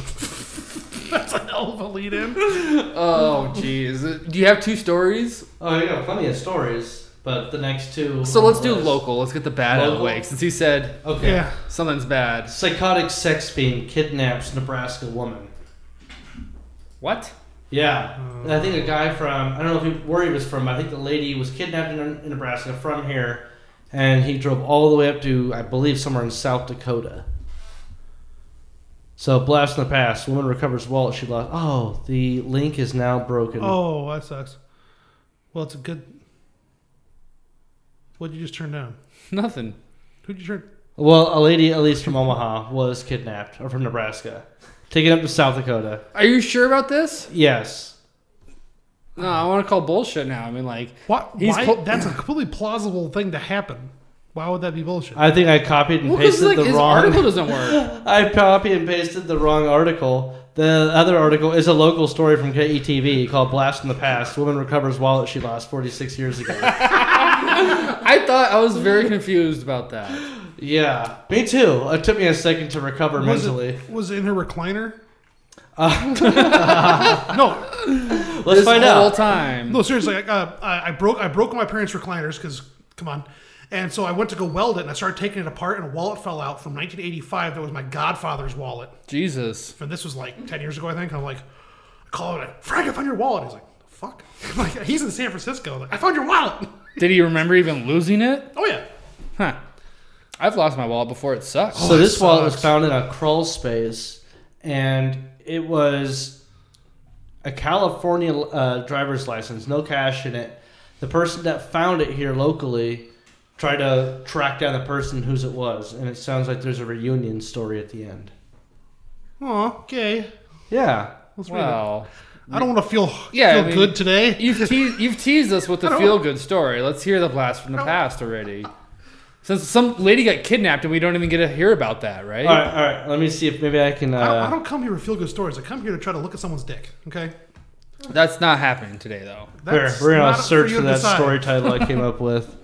[SPEAKER 3] That's a hell of a lead in.
[SPEAKER 1] Oh, jeez. Do you have two stories?
[SPEAKER 2] Oh, I got plenty of stories, but the next two.
[SPEAKER 1] So let's do
[SPEAKER 2] was-
[SPEAKER 1] local. Let's get the bad out of the
[SPEAKER 2] Local?
[SPEAKER 1] way. Since he said
[SPEAKER 2] Okay.
[SPEAKER 3] Yeah.
[SPEAKER 1] something's bad.
[SPEAKER 2] Psychotic sex fiend kidnaps Nebraska woman.
[SPEAKER 1] What?
[SPEAKER 2] Yeah, And I think a guy from I don't know if he, where he was from. But I think the lady was kidnapped in, in Nebraska from here, and he drove all the way up to I believe somewhere in South Dakota. So blast in the past. Woman recovers wallet she lost. Oh, the link is now broken.
[SPEAKER 3] Oh, that sucks. Well, it's a good. What'd you just turn down?
[SPEAKER 1] Nothing.
[SPEAKER 3] Who'd you turn?
[SPEAKER 2] Well, a lady at least from Omaha was kidnapped or from Nebraska, taken up to South Dakota.
[SPEAKER 1] Are you sure about this?
[SPEAKER 2] Yes.
[SPEAKER 1] No, I want to call bullshit now. I mean, like,
[SPEAKER 3] What?
[SPEAKER 1] He's
[SPEAKER 3] why?
[SPEAKER 1] pl-
[SPEAKER 3] That's a completely plausible thing to happen. Why would that be bullshit?
[SPEAKER 2] I think I copied and
[SPEAKER 1] well, because
[SPEAKER 2] pasted
[SPEAKER 1] like
[SPEAKER 2] the
[SPEAKER 1] his
[SPEAKER 2] wrong
[SPEAKER 1] article doesn't work.
[SPEAKER 2] <laughs> I copy and pasted the wrong article. The other article is a local story from KETV called Blast in the Past. Woman recovers wallet she lost 46
[SPEAKER 1] <laughs>
[SPEAKER 2] years ago.
[SPEAKER 1] I thought I was very confused about that.
[SPEAKER 2] yeah, me too. It took me a second to recover
[SPEAKER 3] was
[SPEAKER 2] mentally.
[SPEAKER 3] it was it in her recliner? no,
[SPEAKER 2] Let's
[SPEAKER 1] this
[SPEAKER 2] find
[SPEAKER 1] whole
[SPEAKER 2] out.
[SPEAKER 1] time.
[SPEAKER 3] no, seriously. Like, uh, I, I broke I broke my parents' recliners because come on, and so I went to go weld it, and I started taking it apart, and a wallet fell out from 1985 that was my godfather's wallet,
[SPEAKER 1] Jesus.
[SPEAKER 3] and this was like 10 years ago, I think. I'm like, I call him, like, Frank, I found your wallet. He's like, fuck, <laughs> I'm like he's in San Francisco. I'm like, I found your wallet. <laughs>
[SPEAKER 1] Did he remember even losing it?
[SPEAKER 3] oh yeah,
[SPEAKER 1] Huh. I've lost my wallet before. It sucks.
[SPEAKER 2] So this wallet was
[SPEAKER 3] Oh, sucks.
[SPEAKER 2] found in a crawl space, and it was a California uh, driver's license, no cash in it. The person that found it here locally tried to track down the person whose it was, and it sounds like there's a reunion story at the end.
[SPEAKER 3] oh okay.
[SPEAKER 2] Yeah.
[SPEAKER 3] Let's read it.
[SPEAKER 1] Wow.
[SPEAKER 3] I don't want to feel
[SPEAKER 1] Yeah,
[SPEAKER 3] feel
[SPEAKER 1] I mean-
[SPEAKER 3] good today.
[SPEAKER 1] You've, te- you've teased us with the
[SPEAKER 3] I don't-
[SPEAKER 1] feel good story. Let's hear the blast from the
[SPEAKER 3] I don't-
[SPEAKER 1] past already. Since some lady got kidnapped and we don't even get to hear about that, right?
[SPEAKER 2] All right, all right. Let me see if maybe I can. Uh,
[SPEAKER 3] I don't, I don't come here to feel good stories. I come here to try to look at someone's dick. Okay,
[SPEAKER 1] That's not happening today, though.
[SPEAKER 2] we're,
[SPEAKER 3] That's
[SPEAKER 2] uh, we're
[SPEAKER 3] not
[SPEAKER 2] gonna
[SPEAKER 3] up
[SPEAKER 2] search
[SPEAKER 3] you
[SPEAKER 2] for
[SPEAKER 3] to <laughs>
[SPEAKER 2] that
[SPEAKER 3] decide.
[SPEAKER 2] story title I came up with.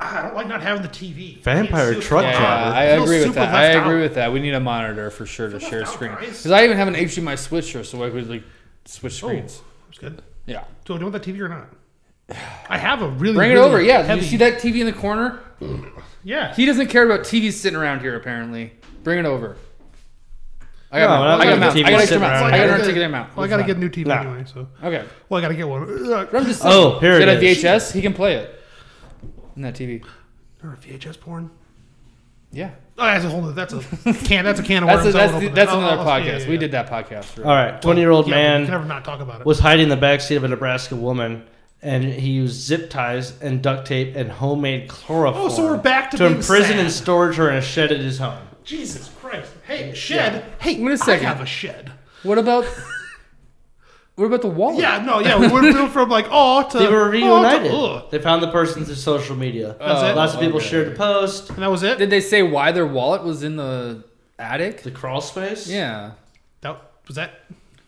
[SPEAKER 3] I don't like not having the TV.
[SPEAKER 2] Vampire
[SPEAKER 3] It's
[SPEAKER 2] truck
[SPEAKER 3] super-
[SPEAKER 1] Yeah,
[SPEAKER 2] driver.
[SPEAKER 1] I
[SPEAKER 3] Feels
[SPEAKER 1] agree with
[SPEAKER 3] super
[SPEAKER 1] that. I
[SPEAKER 3] left out.
[SPEAKER 1] agree with that. We need a monitor for sure to
[SPEAKER 3] Feel
[SPEAKER 1] share
[SPEAKER 3] left out,
[SPEAKER 1] screen.
[SPEAKER 3] guys.
[SPEAKER 1] Because I even have an HDMI switcher, so I could like switch
[SPEAKER 3] Oh.
[SPEAKER 1] screens.
[SPEAKER 3] It's good.
[SPEAKER 1] Yeah,
[SPEAKER 3] Do I do want that TV or not? I have a really
[SPEAKER 1] bring it
[SPEAKER 3] really
[SPEAKER 1] over. Yeah,
[SPEAKER 3] heavy,
[SPEAKER 1] you see that TV in the corner?
[SPEAKER 3] Yeah,
[SPEAKER 1] He doesn't care about TVs sitting around here. Apparently, bring it over. I got
[SPEAKER 2] No,
[SPEAKER 1] mount.
[SPEAKER 2] I
[SPEAKER 1] I got
[SPEAKER 2] like
[SPEAKER 1] mount.
[SPEAKER 2] the
[SPEAKER 1] I
[SPEAKER 2] TV
[SPEAKER 1] got extra
[SPEAKER 2] sitting
[SPEAKER 1] mount.
[SPEAKER 2] around
[SPEAKER 1] I got
[SPEAKER 2] here.
[SPEAKER 1] an articulated mount.
[SPEAKER 3] Well, I gotta
[SPEAKER 1] It's
[SPEAKER 3] get a new TV
[SPEAKER 2] Nah.
[SPEAKER 3] anyway, so
[SPEAKER 1] fine. Okay.
[SPEAKER 3] well, I gotta get one. Uh, Ugh.
[SPEAKER 1] But I'm just saying,
[SPEAKER 2] Oh, here
[SPEAKER 1] get
[SPEAKER 2] it
[SPEAKER 1] a
[SPEAKER 2] is.
[SPEAKER 1] VHS. He can play it. In that TV.
[SPEAKER 3] Or VHS porn.
[SPEAKER 1] Yeah.
[SPEAKER 3] Oh, that's a whole. nother- That's a can. That's a can of
[SPEAKER 1] That's, a,
[SPEAKER 3] worms. I
[SPEAKER 1] that's,
[SPEAKER 3] won't
[SPEAKER 1] the,
[SPEAKER 3] open
[SPEAKER 1] that's
[SPEAKER 3] that.
[SPEAKER 1] another
[SPEAKER 3] I'll- I'll-
[SPEAKER 1] podcast.
[SPEAKER 3] Oh, yeah, yeah, Uh,
[SPEAKER 1] We
[SPEAKER 3] yeah.
[SPEAKER 1] did that podcast. For
[SPEAKER 2] All right, 20 year old
[SPEAKER 3] Yeah, we
[SPEAKER 2] man
[SPEAKER 3] can never not talk about it.
[SPEAKER 2] was hiding in the backseat of a Nebraska woman, and he used zip ties and duct tape and homemade chloroform.
[SPEAKER 3] Oh, so we're back to
[SPEAKER 2] to
[SPEAKER 3] being
[SPEAKER 2] imprison
[SPEAKER 3] sad.
[SPEAKER 2] and storage her in a shed at his home.
[SPEAKER 3] Jesus Christ! Hey, shed. Hey,
[SPEAKER 1] Wait a second.
[SPEAKER 3] I have a shed.
[SPEAKER 1] What about? what about the wallet?
[SPEAKER 3] Yeah, no, yeah. We're we're from like oh to
[SPEAKER 2] They were
[SPEAKER 3] aw to,
[SPEAKER 2] reunited.
[SPEAKER 3] ugh.
[SPEAKER 2] they found the person through social media.
[SPEAKER 3] That's it? Oh,
[SPEAKER 2] Lots of people
[SPEAKER 1] okay.
[SPEAKER 2] shared the post.
[SPEAKER 3] and that was it.
[SPEAKER 1] Did they say why their wallet was in the attic?
[SPEAKER 2] The crawl space.
[SPEAKER 1] Yeah.
[SPEAKER 3] That was that.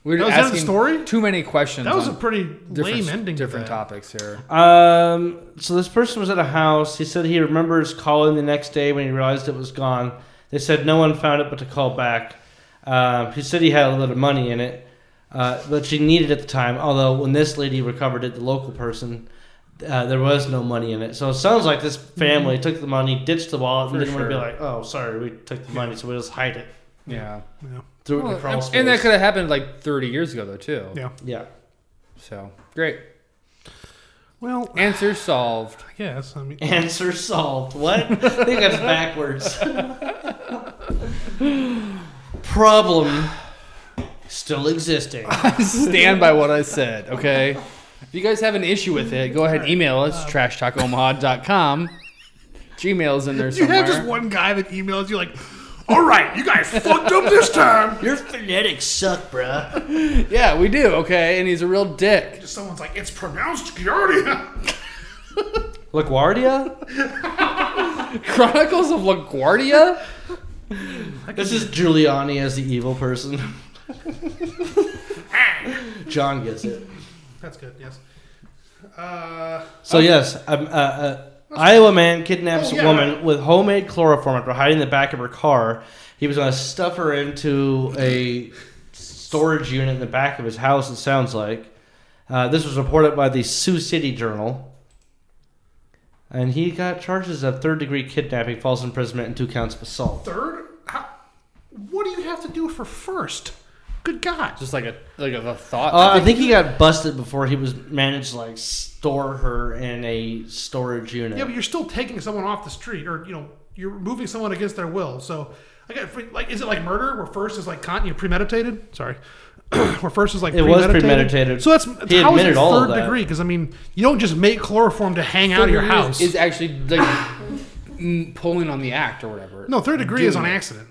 [SPEAKER 1] We were
[SPEAKER 3] That was the end of
[SPEAKER 1] asking
[SPEAKER 3] the story?
[SPEAKER 1] too many questions.
[SPEAKER 3] That was a
[SPEAKER 1] on
[SPEAKER 3] pretty
[SPEAKER 1] different,
[SPEAKER 3] lame ending. to
[SPEAKER 1] different
[SPEAKER 3] that.
[SPEAKER 1] topics here.
[SPEAKER 2] Um. So this person was at a house. He said he remembers calling the next day when he realized it was gone. They said no one found it, but to call back. Um, he said he had a lot of money in it, uh, but she needed at the time. Although when this lady recovered it, the local person, uh, there was no money in it. So it sounds like this family took the money, ditched the wallet, and
[SPEAKER 1] Mm-hmm. For
[SPEAKER 2] didn't want to be
[SPEAKER 1] sure.
[SPEAKER 2] like, "Oh, sorry, we took the money, so we just hide it,
[SPEAKER 1] Yeah.
[SPEAKER 3] Yeah.
[SPEAKER 2] threw it in
[SPEAKER 1] Well,
[SPEAKER 2] the crawl
[SPEAKER 1] and,
[SPEAKER 2] space."
[SPEAKER 1] and that could have happened like 30 years ago though too.
[SPEAKER 3] Yeah.
[SPEAKER 2] yeah.
[SPEAKER 1] So great.
[SPEAKER 3] Well,
[SPEAKER 1] Answer solved.
[SPEAKER 3] I guess. I mean,
[SPEAKER 2] Answer solved. What? <laughs> I think that's backwards. Problem still existing.
[SPEAKER 1] <laughs> I stand by what I said. Okay. If you guys have an issue with it, go ahead and email us trashtalkomaha.com. Gmail's in there
[SPEAKER 3] <laughs> you
[SPEAKER 1] somewhere.
[SPEAKER 3] have just one guy that emails you like, "All right, you guys <laughs> fucked up this time."
[SPEAKER 2] Your phonetics suck, bruh.
[SPEAKER 1] yeah, we do. Okay, and he's a real dick. <laughs>
[SPEAKER 3] Someone's like, "It's pronounced Giardia." <laughs>
[SPEAKER 2] LaGuardia?
[SPEAKER 1] Chronicles of LaGuardia.
[SPEAKER 2] <laughs> This is Giuliani as the evil person. <laughs> John gets it.
[SPEAKER 3] That's good. Yes. Uh,
[SPEAKER 2] So, yes, um, uh, uh, Iowa man kidnaps
[SPEAKER 3] Oh, yeah.
[SPEAKER 2] a woman with homemade chloroform after hiding in the back of her car. He was going to stuff her into a storage unit in the back of his house, it sounds like. Uh, this was reported by the Sioux City Journal. And he got charges of third degree kidnapping, false imprisonment, and two counts of assault.
[SPEAKER 3] third. How, what do you have to do for first? Good God.
[SPEAKER 1] Just like a like a, a thought.
[SPEAKER 2] Uh, I think he got busted before he was managed to like store her in a storage unit.
[SPEAKER 3] yeah, but you're still taking someone off the street, or you know, you're moving someone against their will. So, I got like, is it like murder, where first is like con- you know, premeditated? Sorry, <clears throat> where first is like
[SPEAKER 2] It was premeditated.
[SPEAKER 3] So that's
[SPEAKER 2] He
[SPEAKER 3] how is it
[SPEAKER 2] admitted all of
[SPEAKER 3] third
[SPEAKER 2] that.
[SPEAKER 3] degree? Because I mean, you don't just make chloroform to hang out of your house.
[SPEAKER 1] is actually like mm, pulling on the act or whatever.
[SPEAKER 3] No, third degree is on accident.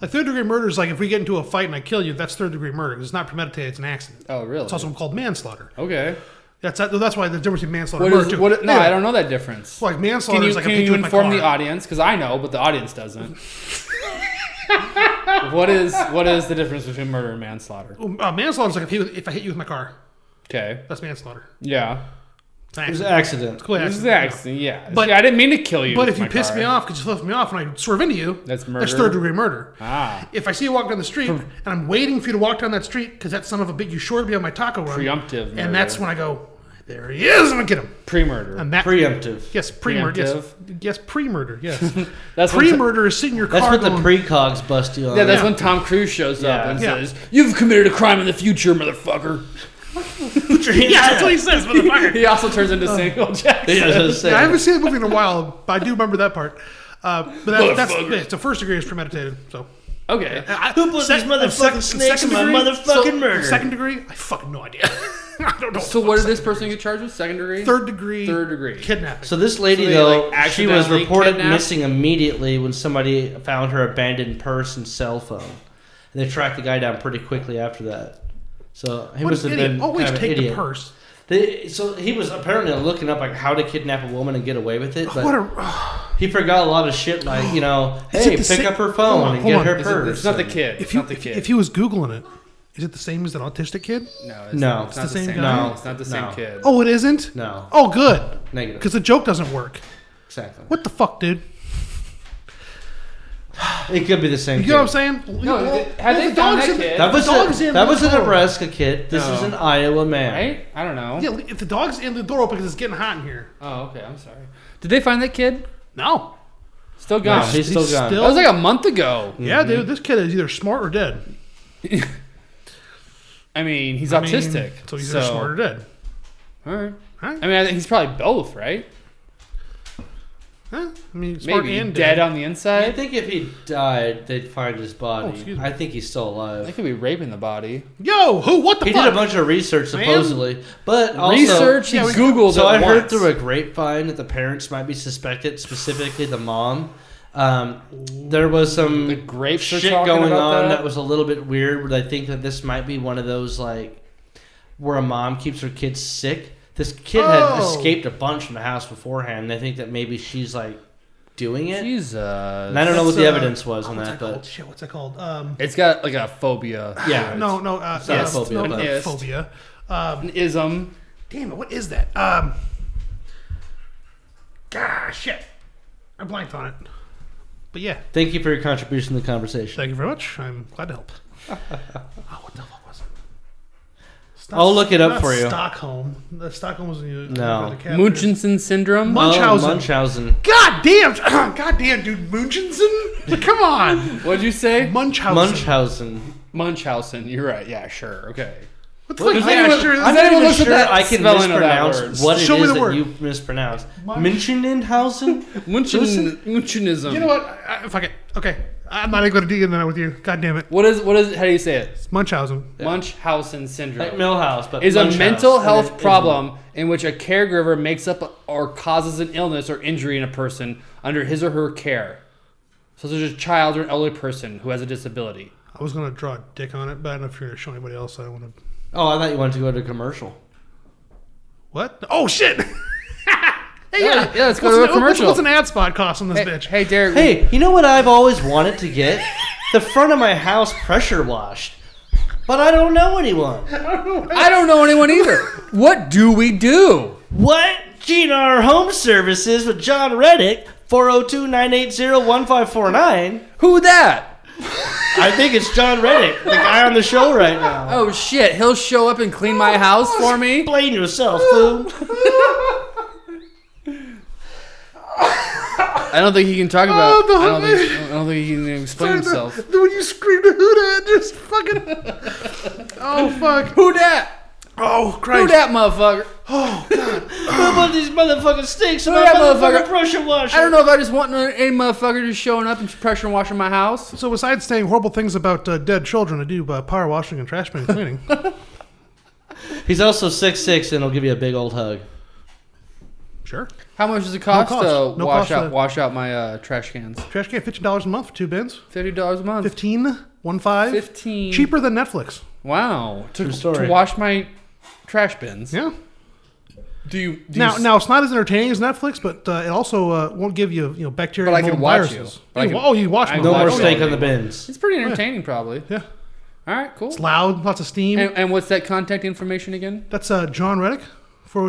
[SPEAKER 3] Like third degree murder is like if we get into a fight and I kill you, that's third degree murder. 'cause It's not premeditated; it's an accident.
[SPEAKER 1] Oh, really?
[SPEAKER 3] It's also called manslaughter.
[SPEAKER 1] okay.
[SPEAKER 3] That's that's why the difference between manslaughter
[SPEAKER 1] What
[SPEAKER 3] and murder
[SPEAKER 1] is
[SPEAKER 3] too.
[SPEAKER 1] what? No,
[SPEAKER 3] Anyway,
[SPEAKER 1] I don't know that difference.
[SPEAKER 3] Like manslaughter
[SPEAKER 1] Can you
[SPEAKER 3] is like I
[SPEAKER 1] can
[SPEAKER 3] beat
[SPEAKER 1] you
[SPEAKER 3] you with my
[SPEAKER 1] inform
[SPEAKER 3] car.
[SPEAKER 1] the audience? Because I know, but the audience
[SPEAKER 3] <laughs>
[SPEAKER 1] doesn't. what is what is the difference between murder and manslaughter?
[SPEAKER 3] Um, Uh, manslaughter is like if, he, if I hit you with my car,
[SPEAKER 1] Okay.
[SPEAKER 3] that's manslaughter.
[SPEAKER 1] Yeah.
[SPEAKER 3] It's an
[SPEAKER 2] It was
[SPEAKER 3] accident.
[SPEAKER 2] an accident.
[SPEAKER 3] It's clearly an
[SPEAKER 1] This is
[SPEAKER 3] accident, you know.
[SPEAKER 1] accident. Yeah.
[SPEAKER 3] But-
[SPEAKER 1] But I didn't mean to kill you.
[SPEAKER 3] But
[SPEAKER 1] with
[SPEAKER 3] if you
[SPEAKER 1] my
[SPEAKER 3] piss
[SPEAKER 1] car.
[SPEAKER 3] me off because you flipped me off and I swerve into you,
[SPEAKER 1] That's
[SPEAKER 3] That's
[SPEAKER 1] murder.
[SPEAKER 3] third degree murder.
[SPEAKER 1] ah,
[SPEAKER 3] If I see you walk down the street and I'm waiting for you to walk down that street because that son of a bitch, you sure to be on my taco run.
[SPEAKER 1] preemptive. Murder.
[SPEAKER 3] And that's when I go, there he is, and I get him.
[SPEAKER 1] pre-murder.
[SPEAKER 3] And that
[SPEAKER 2] Preemptive.
[SPEAKER 3] Yes, pre-murder. Yes, yes, pre-murder. Yes,
[SPEAKER 1] <laughs> that's when-
[SPEAKER 3] pre-murder is sitting in your car.
[SPEAKER 2] That's what the
[SPEAKER 3] going,
[SPEAKER 2] precogs bust you on.
[SPEAKER 1] Yeah, that's
[SPEAKER 3] Yeah.
[SPEAKER 1] when Tom Cruise shows up
[SPEAKER 2] Yeah.
[SPEAKER 1] and
[SPEAKER 3] Yeah.
[SPEAKER 1] says, "You've committed a crime in the future, motherfucker."
[SPEAKER 3] <laughs> yeah, that's what he says,
[SPEAKER 1] <laughs>
[SPEAKER 3] motherfucker. Uh,
[SPEAKER 1] He also turns into Samuel <laughs> Jackson.
[SPEAKER 2] <laughs> Yeah, I was gonna say.
[SPEAKER 3] Yeah, I haven't seen the movie in a while, but I do remember that part. Uh, but that, that's
[SPEAKER 1] Motherfucker.
[SPEAKER 3] yeah, so first degree is premeditated. So
[SPEAKER 1] Okay.
[SPEAKER 3] I, who
[SPEAKER 2] put these motherfucking snakes in my motherfucking murder?
[SPEAKER 3] Second degree? I fucking no idea. <laughs> I don't know.
[SPEAKER 1] So what
[SPEAKER 3] Fuck,
[SPEAKER 1] did this
[SPEAKER 3] second-
[SPEAKER 1] person get charged with? Second degree.
[SPEAKER 3] Third degree.
[SPEAKER 1] Third degree.
[SPEAKER 3] kidnapping.
[SPEAKER 2] So this lady
[SPEAKER 1] So they,
[SPEAKER 2] though,
[SPEAKER 1] like,
[SPEAKER 2] she was
[SPEAKER 1] accidentally
[SPEAKER 2] reported
[SPEAKER 1] kidnapped?
[SPEAKER 2] missing immediately when somebody found her abandoned purse and cell phone. And they tracked the guy down pretty quickly after that. So he
[SPEAKER 3] what
[SPEAKER 2] must
[SPEAKER 3] an
[SPEAKER 2] have
[SPEAKER 3] idiot.
[SPEAKER 2] been
[SPEAKER 3] Always
[SPEAKER 2] kind of an
[SPEAKER 3] take
[SPEAKER 2] idiot.
[SPEAKER 3] the purse.
[SPEAKER 2] They, so he was apparently looking up like how to kidnap a woman and get away with it, but
[SPEAKER 3] What a
[SPEAKER 2] he forgot a lot of shit. Like you know,
[SPEAKER 3] <gasps> Is
[SPEAKER 2] hey,
[SPEAKER 3] it
[SPEAKER 2] pick
[SPEAKER 3] the same-
[SPEAKER 2] up her
[SPEAKER 3] Hold
[SPEAKER 2] phone
[SPEAKER 3] on,
[SPEAKER 2] and
[SPEAKER 3] hold
[SPEAKER 2] get
[SPEAKER 3] on.
[SPEAKER 2] her
[SPEAKER 3] Is
[SPEAKER 1] It's,
[SPEAKER 2] purse.
[SPEAKER 1] it's not the
[SPEAKER 2] and-
[SPEAKER 1] kid. It's
[SPEAKER 3] if you
[SPEAKER 1] not the
[SPEAKER 3] if,
[SPEAKER 1] kid.
[SPEAKER 3] if he was googling it, Is it the same as an autistic kid?
[SPEAKER 1] No, it's,
[SPEAKER 2] No.
[SPEAKER 1] it's not
[SPEAKER 3] It's
[SPEAKER 1] the
[SPEAKER 3] the
[SPEAKER 1] same.
[SPEAKER 3] same
[SPEAKER 2] guy?
[SPEAKER 1] No, it's not the same
[SPEAKER 2] No.
[SPEAKER 1] kid.
[SPEAKER 3] Oh, it isn't.
[SPEAKER 2] No,
[SPEAKER 3] Oh, good.
[SPEAKER 2] negative.
[SPEAKER 3] Because the joke doesn't work.
[SPEAKER 2] Exactly.
[SPEAKER 3] What the fuck, dude?
[SPEAKER 2] It could be the same.
[SPEAKER 3] You
[SPEAKER 2] kid.
[SPEAKER 3] know what I'm saying?
[SPEAKER 1] No, had they
[SPEAKER 3] the
[SPEAKER 1] found
[SPEAKER 3] dog's
[SPEAKER 1] that
[SPEAKER 3] in-
[SPEAKER 1] kid-
[SPEAKER 2] That was
[SPEAKER 3] the dog's
[SPEAKER 2] a,
[SPEAKER 3] in
[SPEAKER 2] that
[SPEAKER 3] the
[SPEAKER 2] was a
[SPEAKER 3] door.
[SPEAKER 2] Nebraska kid. This
[SPEAKER 1] No.
[SPEAKER 2] is an Iowa man.
[SPEAKER 1] Right? I don't know.
[SPEAKER 3] Yeah, if the dog's in the door open because it's getting hot in here.
[SPEAKER 1] Oh, okay. I'm sorry. Did they find that kid?
[SPEAKER 3] No.
[SPEAKER 1] Still
[SPEAKER 2] No,
[SPEAKER 1] gone.
[SPEAKER 2] he's still
[SPEAKER 3] He's
[SPEAKER 2] gone.
[SPEAKER 1] that
[SPEAKER 3] still-
[SPEAKER 1] was like a month ago.
[SPEAKER 3] Yeah, dude, this kid is either smart or dead.
[SPEAKER 1] I mean, he's
[SPEAKER 3] I mean,
[SPEAKER 1] autistic.
[SPEAKER 3] so he's either smart or dead.
[SPEAKER 1] All right.
[SPEAKER 3] Huh?
[SPEAKER 1] I mean, I think he's probably both, right?
[SPEAKER 3] Huh? I mean, smart
[SPEAKER 1] Maybe
[SPEAKER 3] and
[SPEAKER 1] dead
[SPEAKER 3] dead.
[SPEAKER 1] on the
[SPEAKER 2] I
[SPEAKER 1] inside.
[SPEAKER 2] think if he died, they'd find his
[SPEAKER 3] Oh,
[SPEAKER 2] body.
[SPEAKER 3] excuse me.
[SPEAKER 2] I think he's still alive.
[SPEAKER 1] They could be raping the body.
[SPEAKER 3] Yo, who? What the
[SPEAKER 2] He
[SPEAKER 3] fuck?
[SPEAKER 2] did a bunch of research
[SPEAKER 3] Man.
[SPEAKER 2] supposedly, but also
[SPEAKER 1] Research. He
[SPEAKER 3] Yeah, we-
[SPEAKER 1] Googled
[SPEAKER 2] So
[SPEAKER 1] it
[SPEAKER 2] I heard
[SPEAKER 1] once.
[SPEAKER 2] through a grapevine that the parents might be suspected, specifically the mom. Um, there was some
[SPEAKER 1] The grapes are
[SPEAKER 2] shit
[SPEAKER 1] talking
[SPEAKER 2] going
[SPEAKER 1] about
[SPEAKER 2] on
[SPEAKER 1] that?
[SPEAKER 2] that? was a little bit weird. Where they think that this might be one of those like where a mom keeps her kids sick. This kid had
[SPEAKER 3] Oh.
[SPEAKER 2] escaped a bunch from the house beforehand, and they think that maybe she's like doing it.
[SPEAKER 1] Jesus.
[SPEAKER 2] And I don't know what
[SPEAKER 3] That's,
[SPEAKER 2] the
[SPEAKER 3] uh,
[SPEAKER 2] evidence was
[SPEAKER 3] oh,
[SPEAKER 2] on
[SPEAKER 3] what's
[SPEAKER 2] that,
[SPEAKER 3] called?
[SPEAKER 2] but
[SPEAKER 3] Shit, what's that called? Um,
[SPEAKER 1] It's got like a phobia.
[SPEAKER 2] Yeah.
[SPEAKER 1] to it.
[SPEAKER 3] no, no, uh,
[SPEAKER 2] It's not
[SPEAKER 3] yeah,
[SPEAKER 2] a
[SPEAKER 3] it's
[SPEAKER 2] phobia,
[SPEAKER 3] no,
[SPEAKER 2] but-
[SPEAKER 3] not
[SPEAKER 1] Yes.
[SPEAKER 3] phobia. Um,
[SPEAKER 1] An ism.
[SPEAKER 3] damn it, what is that? Um, gosh, shit. I blanked on it. But yeah,
[SPEAKER 2] thank you for your contribution to the conversation.
[SPEAKER 3] thank you very much. I'm glad
[SPEAKER 2] <laughs>
[SPEAKER 3] to help. oh, what the fuck was it? It's
[SPEAKER 2] I'll look it up
[SPEAKER 3] not
[SPEAKER 2] for you.
[SPEAKER 3] Stockholm. The Stockholm was in the
[SPEAKER 2] No.
[SPEAKER 1] Munchausen syndrome.
[SPEAKER 3] Mun- Munchausen.
[SPEAKER 2] Oh, Munchausen.
[SPEAKER 3] God damn, <clears throat> God damn, dude, Munchausen?
[SPEAKER 2] <laughs>
[SPEAKER 3] Come on,
[SPEAKER 1] Oh. What'd you say?
[SPEAKER 3] Munchausen.
[SPEAKER 2] Munchausen.
[SPEAKER 1] Munchausen. You're right. Yeah, sure. Okay.
[SPEAKER 3] What the fuck?
[SPEAKER 1] Does
[SPEAKER 3] Yeah,
[SPEAKER 1] anyone-
[SPEAKER 3] sure,
[SPEAKER 1] I'm
[SPEAKER 3] this-
[SPEAKER 1] not
[SPEAKER 2] I'm
[SPEAKER 1] even
[SPEAKER 2] even
[SPEAKER 1] looked at
[SPEAKER 2] sure
[SPEAKER 1] that
[SPEAKER 2] I can
[SPEAKER 1] spelling of that
[SPEAKER 2] mispronounce
[SPEAKER 1] word.
[SPEAKER 2] what it is
[SPEAKER 3] Show me the
[SPEAKER 2] that
[SPEAKER 3] word.
[SPEAKER 2] you mispronounce.
[SPEAKER 3] Munch-
[SPEAKER 2] Muncheninhausen? <laughs>
[SPEAKER 1] Munchen, Munchenism.
[SPEAKER 3] You know what? I, I- fuck it. Okay, I'm not even going to dig in that with you. God damn it,
[SPEAKER 1] What is what is how do you say it?
[SPEAKER 3] it's Munchausen.
[SPEAKER 1] Munchausen
[SPEAKER 2] like
[SPEAKER 1] syndrome
[SPEAKER 2] Millhouse, but
[SPEAKER 1] is a
[SPEAKER 2] Munchhouse.
[SPEAKER 1] mental
[SPEAKER 2] And
[SPEAKER 1] health
[SPEAKER 2] it isn't.
[SPEAKER 1] problem in which a caregiver makes up or causes an illness or injury in a person under his or her care. So there's a child or an elderly person who has a disability.
[SPEAKER 3] I was going to draw a dick on it, but I don't know if you're going to show anybody else. I don't want to.
[SPEAKER 2] Oh, I thought you wanted to go to commercial.
[SPEAKER 3] What? Oh shit! <laughs> hey, yeah,
[SPEAKER 1] yeah, let's go
[SPEAKER 3] What's
[SPEAKER 1] to a
[SPEAKER 3] an-
[SPEAKER 1] commercial.
[SPEAKER 3] What's, what's an ad spot cost on this
[SPEAKER 1] Hey,
[SPEAKER 3] bitch?
[SPEAKER 1] hey Derek.
[SPEAKER 2] Hey, you know what I've always wanted to <laughs> get? the front of my house pressure washed. But I don't know anyone.
[SPEAKER 1] I don't know anyone either. what do we do?
[SPEAKER 2] What? GNR Home Services with John Reddick, 402 980 1549.
[SPEAKER 1] Who that?
[SPEAKER 2] I think it's John Reddick, the guy on the show right now.
[SPEAKER 1] Oh shit, he'll show up and clean my house for me?
[SPEAKER 2] Explain yourself, fool.
[SPEAKER 1] I don't think he can talk about
[SPEAKER 3] Oh, no,
[SPEAKER 1] I, don't think,
[SPEAKER 3] man.
[SPEAKER 1] I don't think he can explain
[SPEAKER 3] Sorry, the-
[SPEAKER 1] himself.
[SPEAKER 3] <laughs> the- when you screamed Huda, it just fucking. <laughs> oh fuck!
[SPEAKER 1] Who that?
[SPEAKER 3] Oh
[SPEAKER 1] Who
[SPEAKER 3] Christ!
[SPEAKER 1] that motherfucker?
[SPEAKER 2] Who put these motherfucking stinks in
[SPEAKER 1] Look
[SPEAKER 2] my
[SPEAKER 1] at that
[SPEAKER 2] motherfucking
[SPEAKER 1] motherfucker.
[SPEAKER 2] pressure washer?
[SPEAKER 1] I don't know if I just want any motherfucker just showing up and pressure washing my house.
[SPEAKER 3] So besides saying horrible things about uh, dead children, I do uh, power washing and trash bin cleaning.
[SPEAKER 1] <laughs>
[SPEAKER 2] He's also six six and he'll give you a big old hug.
[SPEAKER 3] sure.
[SPEAKER 1] How much does it cost,
[SPEAKER 3] cost.
[SPEAKER 1] to
[SPEAKER 3] No
[SPEAKER 1] wash
[SPEAKER 3] cost,
[SPEAKER 1] out
[SPEAKER 3] uh,
[SPEAKER 1] wash out my uh, trash cans?
[SPEAKER 3] Trash can fifteen dollars a month for two bins.
[SPEAKER 1] Fifty dollars a month.
[SPEAKER 3] Fifteen. One five.
[SPEAKER 1] Fifteen.
[SPEAKER 3] Cheaper than Netflix.
[SPEAKER 1] Wow. To,
[SPEAKER 2] True story.
[SPEAKER 1] to wash my trash bins.
[SPEAKER 3] Yeah.
[SPEAKER 1] Do you do
[SPEAKER 3] Now,
[SPEAKER 1] you,
[SPEAKER 3] now it's not as entertaining as Netflix, but uh, it also uh, won't give you you know bacteria
[SPEAKER 1] But I
[SPEAKER 3] and
[SPEAKER 1] can
[SPEAKER 3] mold
[SPEAKER 1] watch you.
[SPEAKER 3] viruses.
[SPEAKER 1] But I
[SPEAKER 3] You
[SPEAKER 1] can-
[SPEAKER 3] oh, you can watch
[SPEAKER 1] I
[SPEAKER 3] me.
[SPEAKER 1] can
[SPEAKER 2] No
[SPEAKER 1] watch
[SPEAKER 2] more
[SPEAKER 1] you.
[SPEAKER 3] Oh,
[SPEAKER 2] steak on the bins.
[SPEAKER 1] It's pretty entertaining, probably.
[SPEAKER 3] Yeah.
[SPEAKER 1] All right. Cool.
[SPEAKER 3] It's loud, lots of steam.
[SPEAKER 1] And, and what's that contact information again?
[SPEAKER 3] That's uh, John Reddick,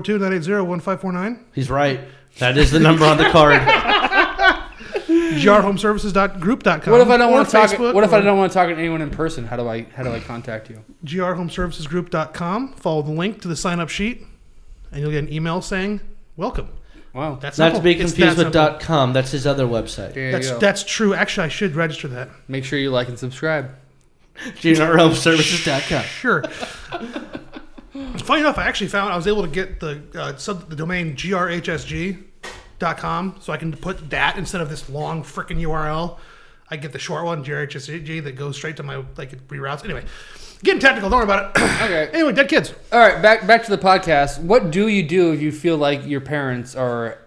[SPEAKER 3] 402-980-1549.
[SPEAKER 2] He's right. That is the number on
[SPEAKER 3] <laughs>
[SPEAKER 2] the card.
[SPEAKER 3] grhomeservices.group.com.
[SPEAKER 1] What if I don't
[SPEAKER 3] or
[SPEAKER 1] want to talk?
[SPEAKER 3] Facebook
[SPEAKER 1] What if I
[SPEAKER 3] or
[SPEAKER 1] don't want to talk to anyone in person? How do I how do I contact you?
[SPEAKER 3] grhomeservicesgroup.com. Follow the link to the sign-up sheet, and you'll get an email saying, welcome.
[SPEAKER 1] Wow.
[SPEAKER 3] That's
[SPEAKER 2] Not to be
[SPEAKER 3] It's
[SPEAKER 2] confused
[SPEAKER 3] that
[SPEAKER 2] with
[SPEAKER 3] simple.
[SPEAKER 2] .com. That's his other website.
[SPEAKER 1] There
[SPEAKER 3] That's,
[SPEAKER 1] you go.
[SPEAKER 3] that's true. Actually, I should register that.
[SPEAKER 1] Make sure you like and subscribe.
[SPEAKER 2] GNRHomeServices.com.
[SPEAKER 3] <laughs> Sure. Funny enough, I actually found I was able to get the uh, sub the domain grhsg.com, so I can put that instead of this long frickin' URL. I get the short one grhsg that goes straight to my like it reroutes. Anyway, getting technical. Don't worry about it. <clears throat>
[SPEAKER 1] Okay.
[SPEAKER 3] anyway, dead kids.
[SPEAKER 1] All right, back back to the podcast. What do you do if you feel like your parents are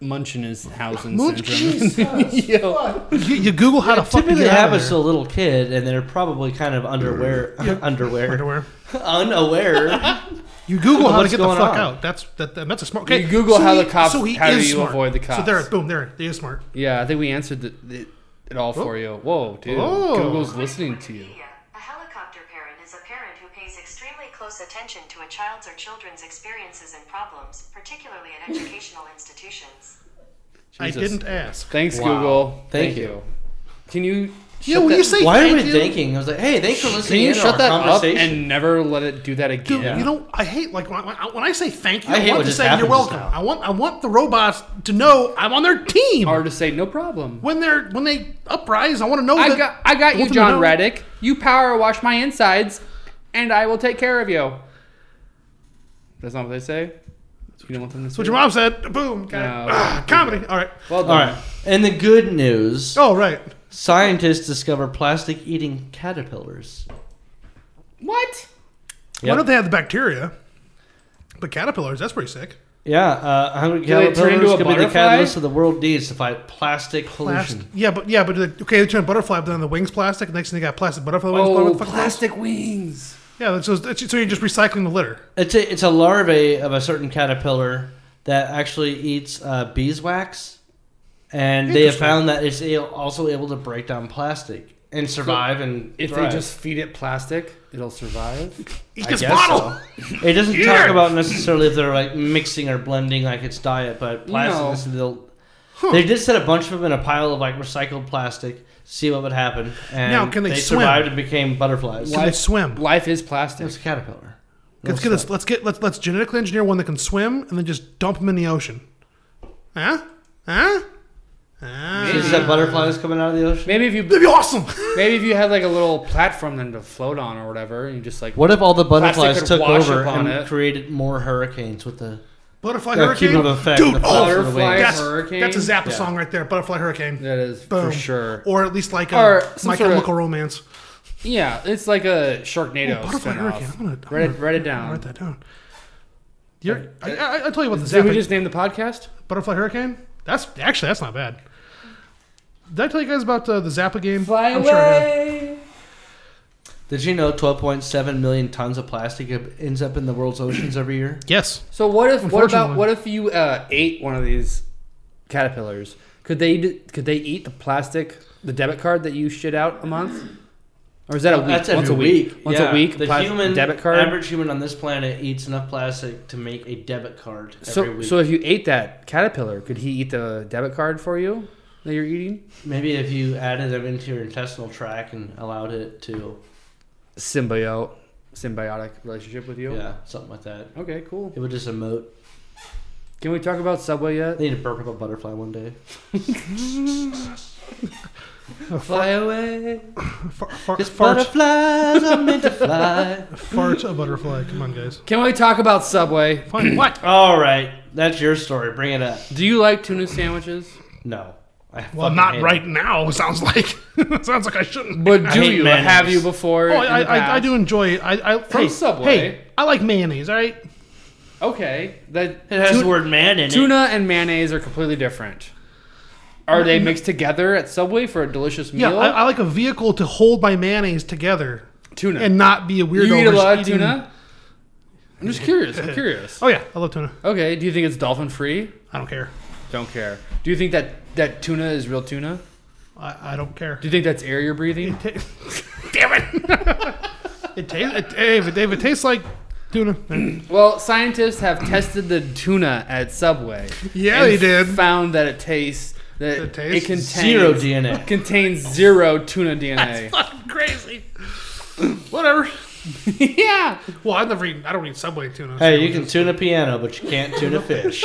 [SPEAKER 1] munching his house and
[SPEAKER 3] Munch-
[SPEAKER 1] syndrome? <laughs> Yo,
[SPEAKER 3] You, you Google how to fuck to
[SPEAKER 2] Typically
[SPEAKER 3] get out of
[SPEAKER 2] happens to
[SPEAKER 3] there.
[SPEAKER 2] a little kid, and they're probably kind of
[SPEAKER 3] <laughs>
[SPEAKER 2] underwear, underwear,
[SPEAKER 3] Underwear.
[SPEAKER 2] unaware.
[SPEAKER 3] You Google how to
[SPEAKER 2] What's
[SPEAKER 3] get the
[SPEAKER 2] going
[SPEAKER 3] fuck
[SPEAKER 2] on?
[SPEAKER 3] out. That's that, that- That's a smart. Okay.
[SPEAKER 1] You Google how the cops-
[SPEAKER 3] So he
[SPEAKER 1] how do
[SPEAKER 3] is
[SPEAKER 1] you
[SPEAKER 3] smart.
[SPEAKER 1] avoid the
[SPEAKER 3] So there,
[SPEAKER 1] cops.
[SPEAKER 3] boom, there, he is smart.
[SPEAKER 1] yeah, I think we answered the, the, it all for you. Whoa, dude,
[SPEAKER 3] Oh.
[SPEAKER 1] Google's listening to you.
[SPEAKER 4] Wikipedia. A helicopter parent is a parent close attention to a child's or children's experiences and problems, particularly at educational institutions.
[SPEAKER 3] I
[SPEAKER 2] Jesus.
[SPEAKER 3] didn't ask.
[SPEAKER 1] Thanks,
[SPEAKER 2] Wow.
[SPEAKER 1] Google.
[SPEAKER 2] Thank
[SPEAKER 1] Thank, you.
[SPEAKER 2] you.
[SPEAKER 1] Can you?
[SPEAKER 3] Yeah,
[SPEAKER 1] shut
[SPEAKER 3] when
[SPEAKER 1] that-
[SPEAKER 3] you <laughs> say
[SPEAKER 2] Why
[SPEAKER 3] thank
[SPEAKER 2] are we
[SPEAKER 3] you,
[SPEAKER 2] thinking? I was like, hey, thanks for listening.
[SPEAKER 1] Can you
[SPEAKER 2] in on
[SPEAKER 1] shut
[SPEAKER 2] our
[SPEAKER 1] that up
[SPEAKER 2] conversation.
[SPEAKER 1] and never let it do that again?
[SPEAKER 3] Dude, you know, I hate like when when I, when I say thank you.
[SPEAKER 2] I
[SPEAKER 3] I,
[SPEAKER 2] hate what
[SPEAKER 3] want to
[SPEAKER 2] just
[SPEAKER 3] say you're
[SPEAKER 2] happened just
[SPEAKER 3] welcome.
[SPEAKER 2] now.
[SPEAKER 3] I want I want the robots to know I'm on their team.
[SPEAKER 1] or to say no problem.
[SPEAKER 3] when they're when they uprise, I want to know
[SPEAKER 1] I
[SPEAKER 3] that
[SPEAKER 1] got, I got you,
[SPEAKER 3] want them to
[SPEAKER 1] John
[SPEAKER 3] know-
[SPEAKER 1] Reddick. You power wash my insides, and I will take care of you. That's not what they say. You don't want them to
[SPEAKER 3] That's what
[SPEAKER 1] say
[SPEAKER 3] your mom said. Boom. Got
[SPEAKER 1] No,
[SPEAKER 3] it. Ah, comedy. All right.
[SPEAKER 1] that? Well
[SPEAKER 2] All
[SPEAKER 1] done.
[SPEAKER 2] right. And the good news
[SPEAKER 3] Oh, right.
[SPEAKER 2] scientists discover plastic eating caterpillars.
[SPEAKER 1] What?
[SPEAKER 2] Yep.
[SPEAKER 3] Why don't they have the bacteria? But caterpillars, that's pretty sick.
[SPEAKER 2] Yeah, uh, 100
[SPEAKER 1] Do they turn into
[SPEAKER 2] caterpillars
[SPEAKER 1] a
[SPEAKER 2] could be the
[SPEAKER 1] butterfly?
[SPEAKER 2] catalyst of the world needs to fight plastic
[SPEAKER 3] Plastic.
[SPEAKER 2] pollution.
[SPEAKER 3] Yeah, but yeah, but the- okay, they turned butterfly, but then the wings plastic. Next thing they got plastic butterfly wings.
[SPEAKER 1] Oh,
[SPEAKER 3] butterfly-
[SPEAKER 1] plastic wings.
[SPEAKER 3] Yeah, that's- so, it's- so you're just recycling the litter.
[SPEAKER 2] It's a, it's a larvae of a certain caterpillar that actually eats uh, beeswax, and they have
[SPEAKER 3] Interesting.
[SPEAKER 2] found that it's a- also able to break down plastic and survive. and
[SPEAKER 1] If
[SPEAKER 2] thrive.
[SPEAKER 1] they just feed it plastic, it'll survive.
[SPEAKER 3] Eat
[SPEAKER 2] I
[SPEAKER 3] this
[SPEAKER 2] guess
[SPEAKER 3] bottle.
[SPEAKER 2] so. It doesn't
[SPEAKER 3] Yeah.
[SPEAKER 2] talk about necessarily if they're like mixing or blending like its diet, but plastic.
[SPEAKER 1] No.
[SPEAKER 2] is- They'll,
[SPEAKER 3] Huh.
[SPEAKER 2] They did set a bunch of them in a pile of like recycled plastic, see what would happen, and
[SPEAKER 3] Now, can they swim?
[SPEAKER 2] survived and became butterflies.
[SPEAKER 3] Can they swim?
[SPEAKER 1] Life is
[SPEAKER 2] It's
[SPEAKER 1] plastic.
[SPEAKER 2] a caterpillar.
[SPEAKER 3] Let's get this. Let's get let's let's genetically engineer one that can swim and then just dump them in the ocean. Huh? Huh? Huh?
[SPEAKER 2] Is that butterflies coming out of the ocean?
[SPEAKER 1] Maybe if you
[SPEAKER 3] That'd be awesome.
[SPEAKER 1] maybe if you had like a little platform then to float on or whatever, and you just like
[SPEAKER 2] What if all the butterflies
[SPEAKER 1] could
[SPEAKER 2] took
[SPEAKER 1] wash
[SPEAKER 2] over
[SPEAKER 1] upon
[SPEAKER 2] and
[SPEAKER 1] it.
[SPEAKER 2] created more hurricanes with the?
[SPEAKER 3] Butterfly
[SPEAKER 2] Yeah,
[SPEAKER 3] hurricane.
[SPEAKER 2] cumulative effect,
[SPEAKER 3] Dude,
[SPEAKER 2] the
[SPEAKER 3] oh,
[SPEAKER 2] butter-
[SPEAKER 1] butterfly
[SPEAKER 3] that's
[SPEAKER 1] hurricane?
[SPEAKER 3] that's a Zappa
[SPEAKER 2] Yeah.
[SPEAKER 3] song right there. Butterfly hurricane.
[SPEAKER 1] That is for
[SPEAKER 3] Boom.
[SPEAKER 1] sure.
[SPEAKER 3] Or at least like a
[SPEAKER 1] Or some
[SPEAKER 3] My
[SPEAKER 1] sort of-
[SPEAKER 3] Chemical Romance.
[SPEAKER 1] Yeah, it's like a Sharknado
[SPEAKER 3] Oh, Butterfly
[SPEAKER 1] spinoff.
[SPEAKER 3] hurricane. I'm gonna, I'm
[SPEAKER 1] Write it-
[SPEAKER 3] gonna-
[SPEAKER 1] write it
[SPEAKER 3] I'm gonna
[SPEAKER 1] down.
[SPEAKER 3] Write that down. You're, I, I, I tell you what, the
[SPEAKER 1] Did we
[SPEAKER 3] Zappa
[SPEAKER 1] just name the podcast?
[SPEAKER 3] Butterfly Hurricane. That's actually that's not bad. Did I tell you guys about uh, the Zappa game?
[SPEAKER 1] Fly
[SPEAKER 3] I'm sure I did.
[SPEAKER 2] Did you know 12.7 million tons of plastic ends up in the world's oceans every year?
[SPEAKER 3] Yes.
[SPEAKER 1] So what if what about
[SPEAKER 3] Unfortunately.
[SPEAKER 1] what if you uh, ate one of these caterpillars? Could they d- could they eat the plastic the debit card that you shit out a month? Or is that a week?
[SPEAKER 2] That's every
[SPEAKER 1] Once a week. Once
[SPEAKER 2] Yeah.
[SPEAKER 1] a week.
[SPEAKER 2] The
[SPEAKER 1] plas-
[SPEAKER 2] human
[SPEAKER 1] debit card.
[SPEAKER 2] average human on this planet eats enough plastic to make a debit card every
[SPEAKER 1] so
[SPEAKER 2] week.
[SPEAKER 1] so if you ate that caterpillar, could he eat the debit card for you that you're eating?
[SPEAKER 2] Maybe if you added them into your intestinal tract and allowed it to,
[SPEAKER 1] Symbiote, symbiotic relationship with you.
[SPEAKER 2] yeah, something like that,
[SPEAKER 1] Okay, cool.
[SPEAKER 2] it would just emote.
[SPEAKER 1] Can we talk about Subway yet?
[SPEAKER 2] They need to burp up a butterfly one day.
[SPEAKER 1] Fly away.
[SPEAKER 3] Far, far,
[SPEAKER 2] Because
[SPEAKER 3] fart,
[SPEAKER 2] butterflies are meant to fly.
[SPEAKER 3] fart a butterfly. Come on, guys.
[SPEAKER 1] Can we talk about Subway?
[SPEAKER 3] Fine. what?
[SPEAKER 2] <laughs> All right, that's your story. Bring it up.
[SPEAKER 1] Do you like tuna sandwiches?
[SPEAKER 2] No, I
[SPEAKER 3] Well,
[SPEAKER 2] fucking
[SPEAKER 3] not
[SPEAKER 2] hate
[SPEAKER 3] right now. <laughs> Sounds like sounds like I shouldn't.
[SPEAKER 1] But
[SPEAKER 2] I
[SPEAKER 1] do
[SPEAKER 2] hate
[SPEAKER 1] you
[SPEAKER 2] mayonnaise.
[SPEAKER 1] have you before?
[SPEAKER 3] Oh,
[SPEAKER 1] in
[SPEAKER 3] I,
[SPEAKER 1] the
[SPEAKER 3] I, I
[SPEAKER 1] past?
[SPEAKER 3] do enjoy. I, I
[SPEAKER 1] From
[SPEAKER 3] hey,
[SPEAKER 1] Subway.
[SPEAKER 3] Hey, I like mayonnaise. All right.
[SPEAKER 1] Okay, that
[SPEAKER 2] It. It has
[SPEAKER 1] tu-
[SPEAKER 2] the word man in it.
[SPEAKER 1] tuna and mayonnaise are completely different. Are they mixed together at Subway for a delicious
[SPEAKER 3] Mm, Yeah,
[SPEAKER 1] meal?
[SPEAKER 3] I, I like a vehicle to hold my mayonnaise together
[SPEAKER 1] tuna.
[SPEAKER 3] and not be a weirdo.
[SPEAKER 1] you eat a
[SPEAKER 3] who's
[SPEAKER 1] lot of
[SPEAKER 3] eating-
[SPEAKER 1] tuna. I'm just curious. I'm curious.
[SPEAKER 3] Oh yeah, I love tuna.
[SPEAKER 1] Okay, do you think it's dolphin free?
[SPEAKER 3] I don't care.
[SPEAKER 1] Don't care. Do you think that that tuna is real tuna?
[SPEAKER 3] I, I don't care.
[SPEAKER 1] Do you think that's air you're breathing? <laughs>
[SPEAKER 3] Ta- Damn it! <laughs> it tastes. It, hey, if it, if it tastes like tuna,
[SPEAKER 1] <laughs>
[SPEAKER 3] then-
[SPEAKER 1] Well, scientists have tested the tuna at Subway.
[SPEAKER 3] Yeah,
[SPEAKER 1] and
[SPEAKER 3] they did.
[SPEAKER 1] Found that it tastes that
[SPEAKER 3] It
[SPEAKER 1] it,
[SPEAKER 3] tastes
[SPEAKER 1] contains
[SPEAKER 2] Zero DNA.
[SPEAKER 1] contains zero tuna <laughs> DNA.
[SPEAKER 3] <laughs> fucking crazy. Whatever.
[SPEAKER 1] yeah,
[SPEAKER 3] Well, I never eat. I don't eat Subway tuna.
[SPEAKER 2] Hey, you can tune a piano, but you can't tune a fish.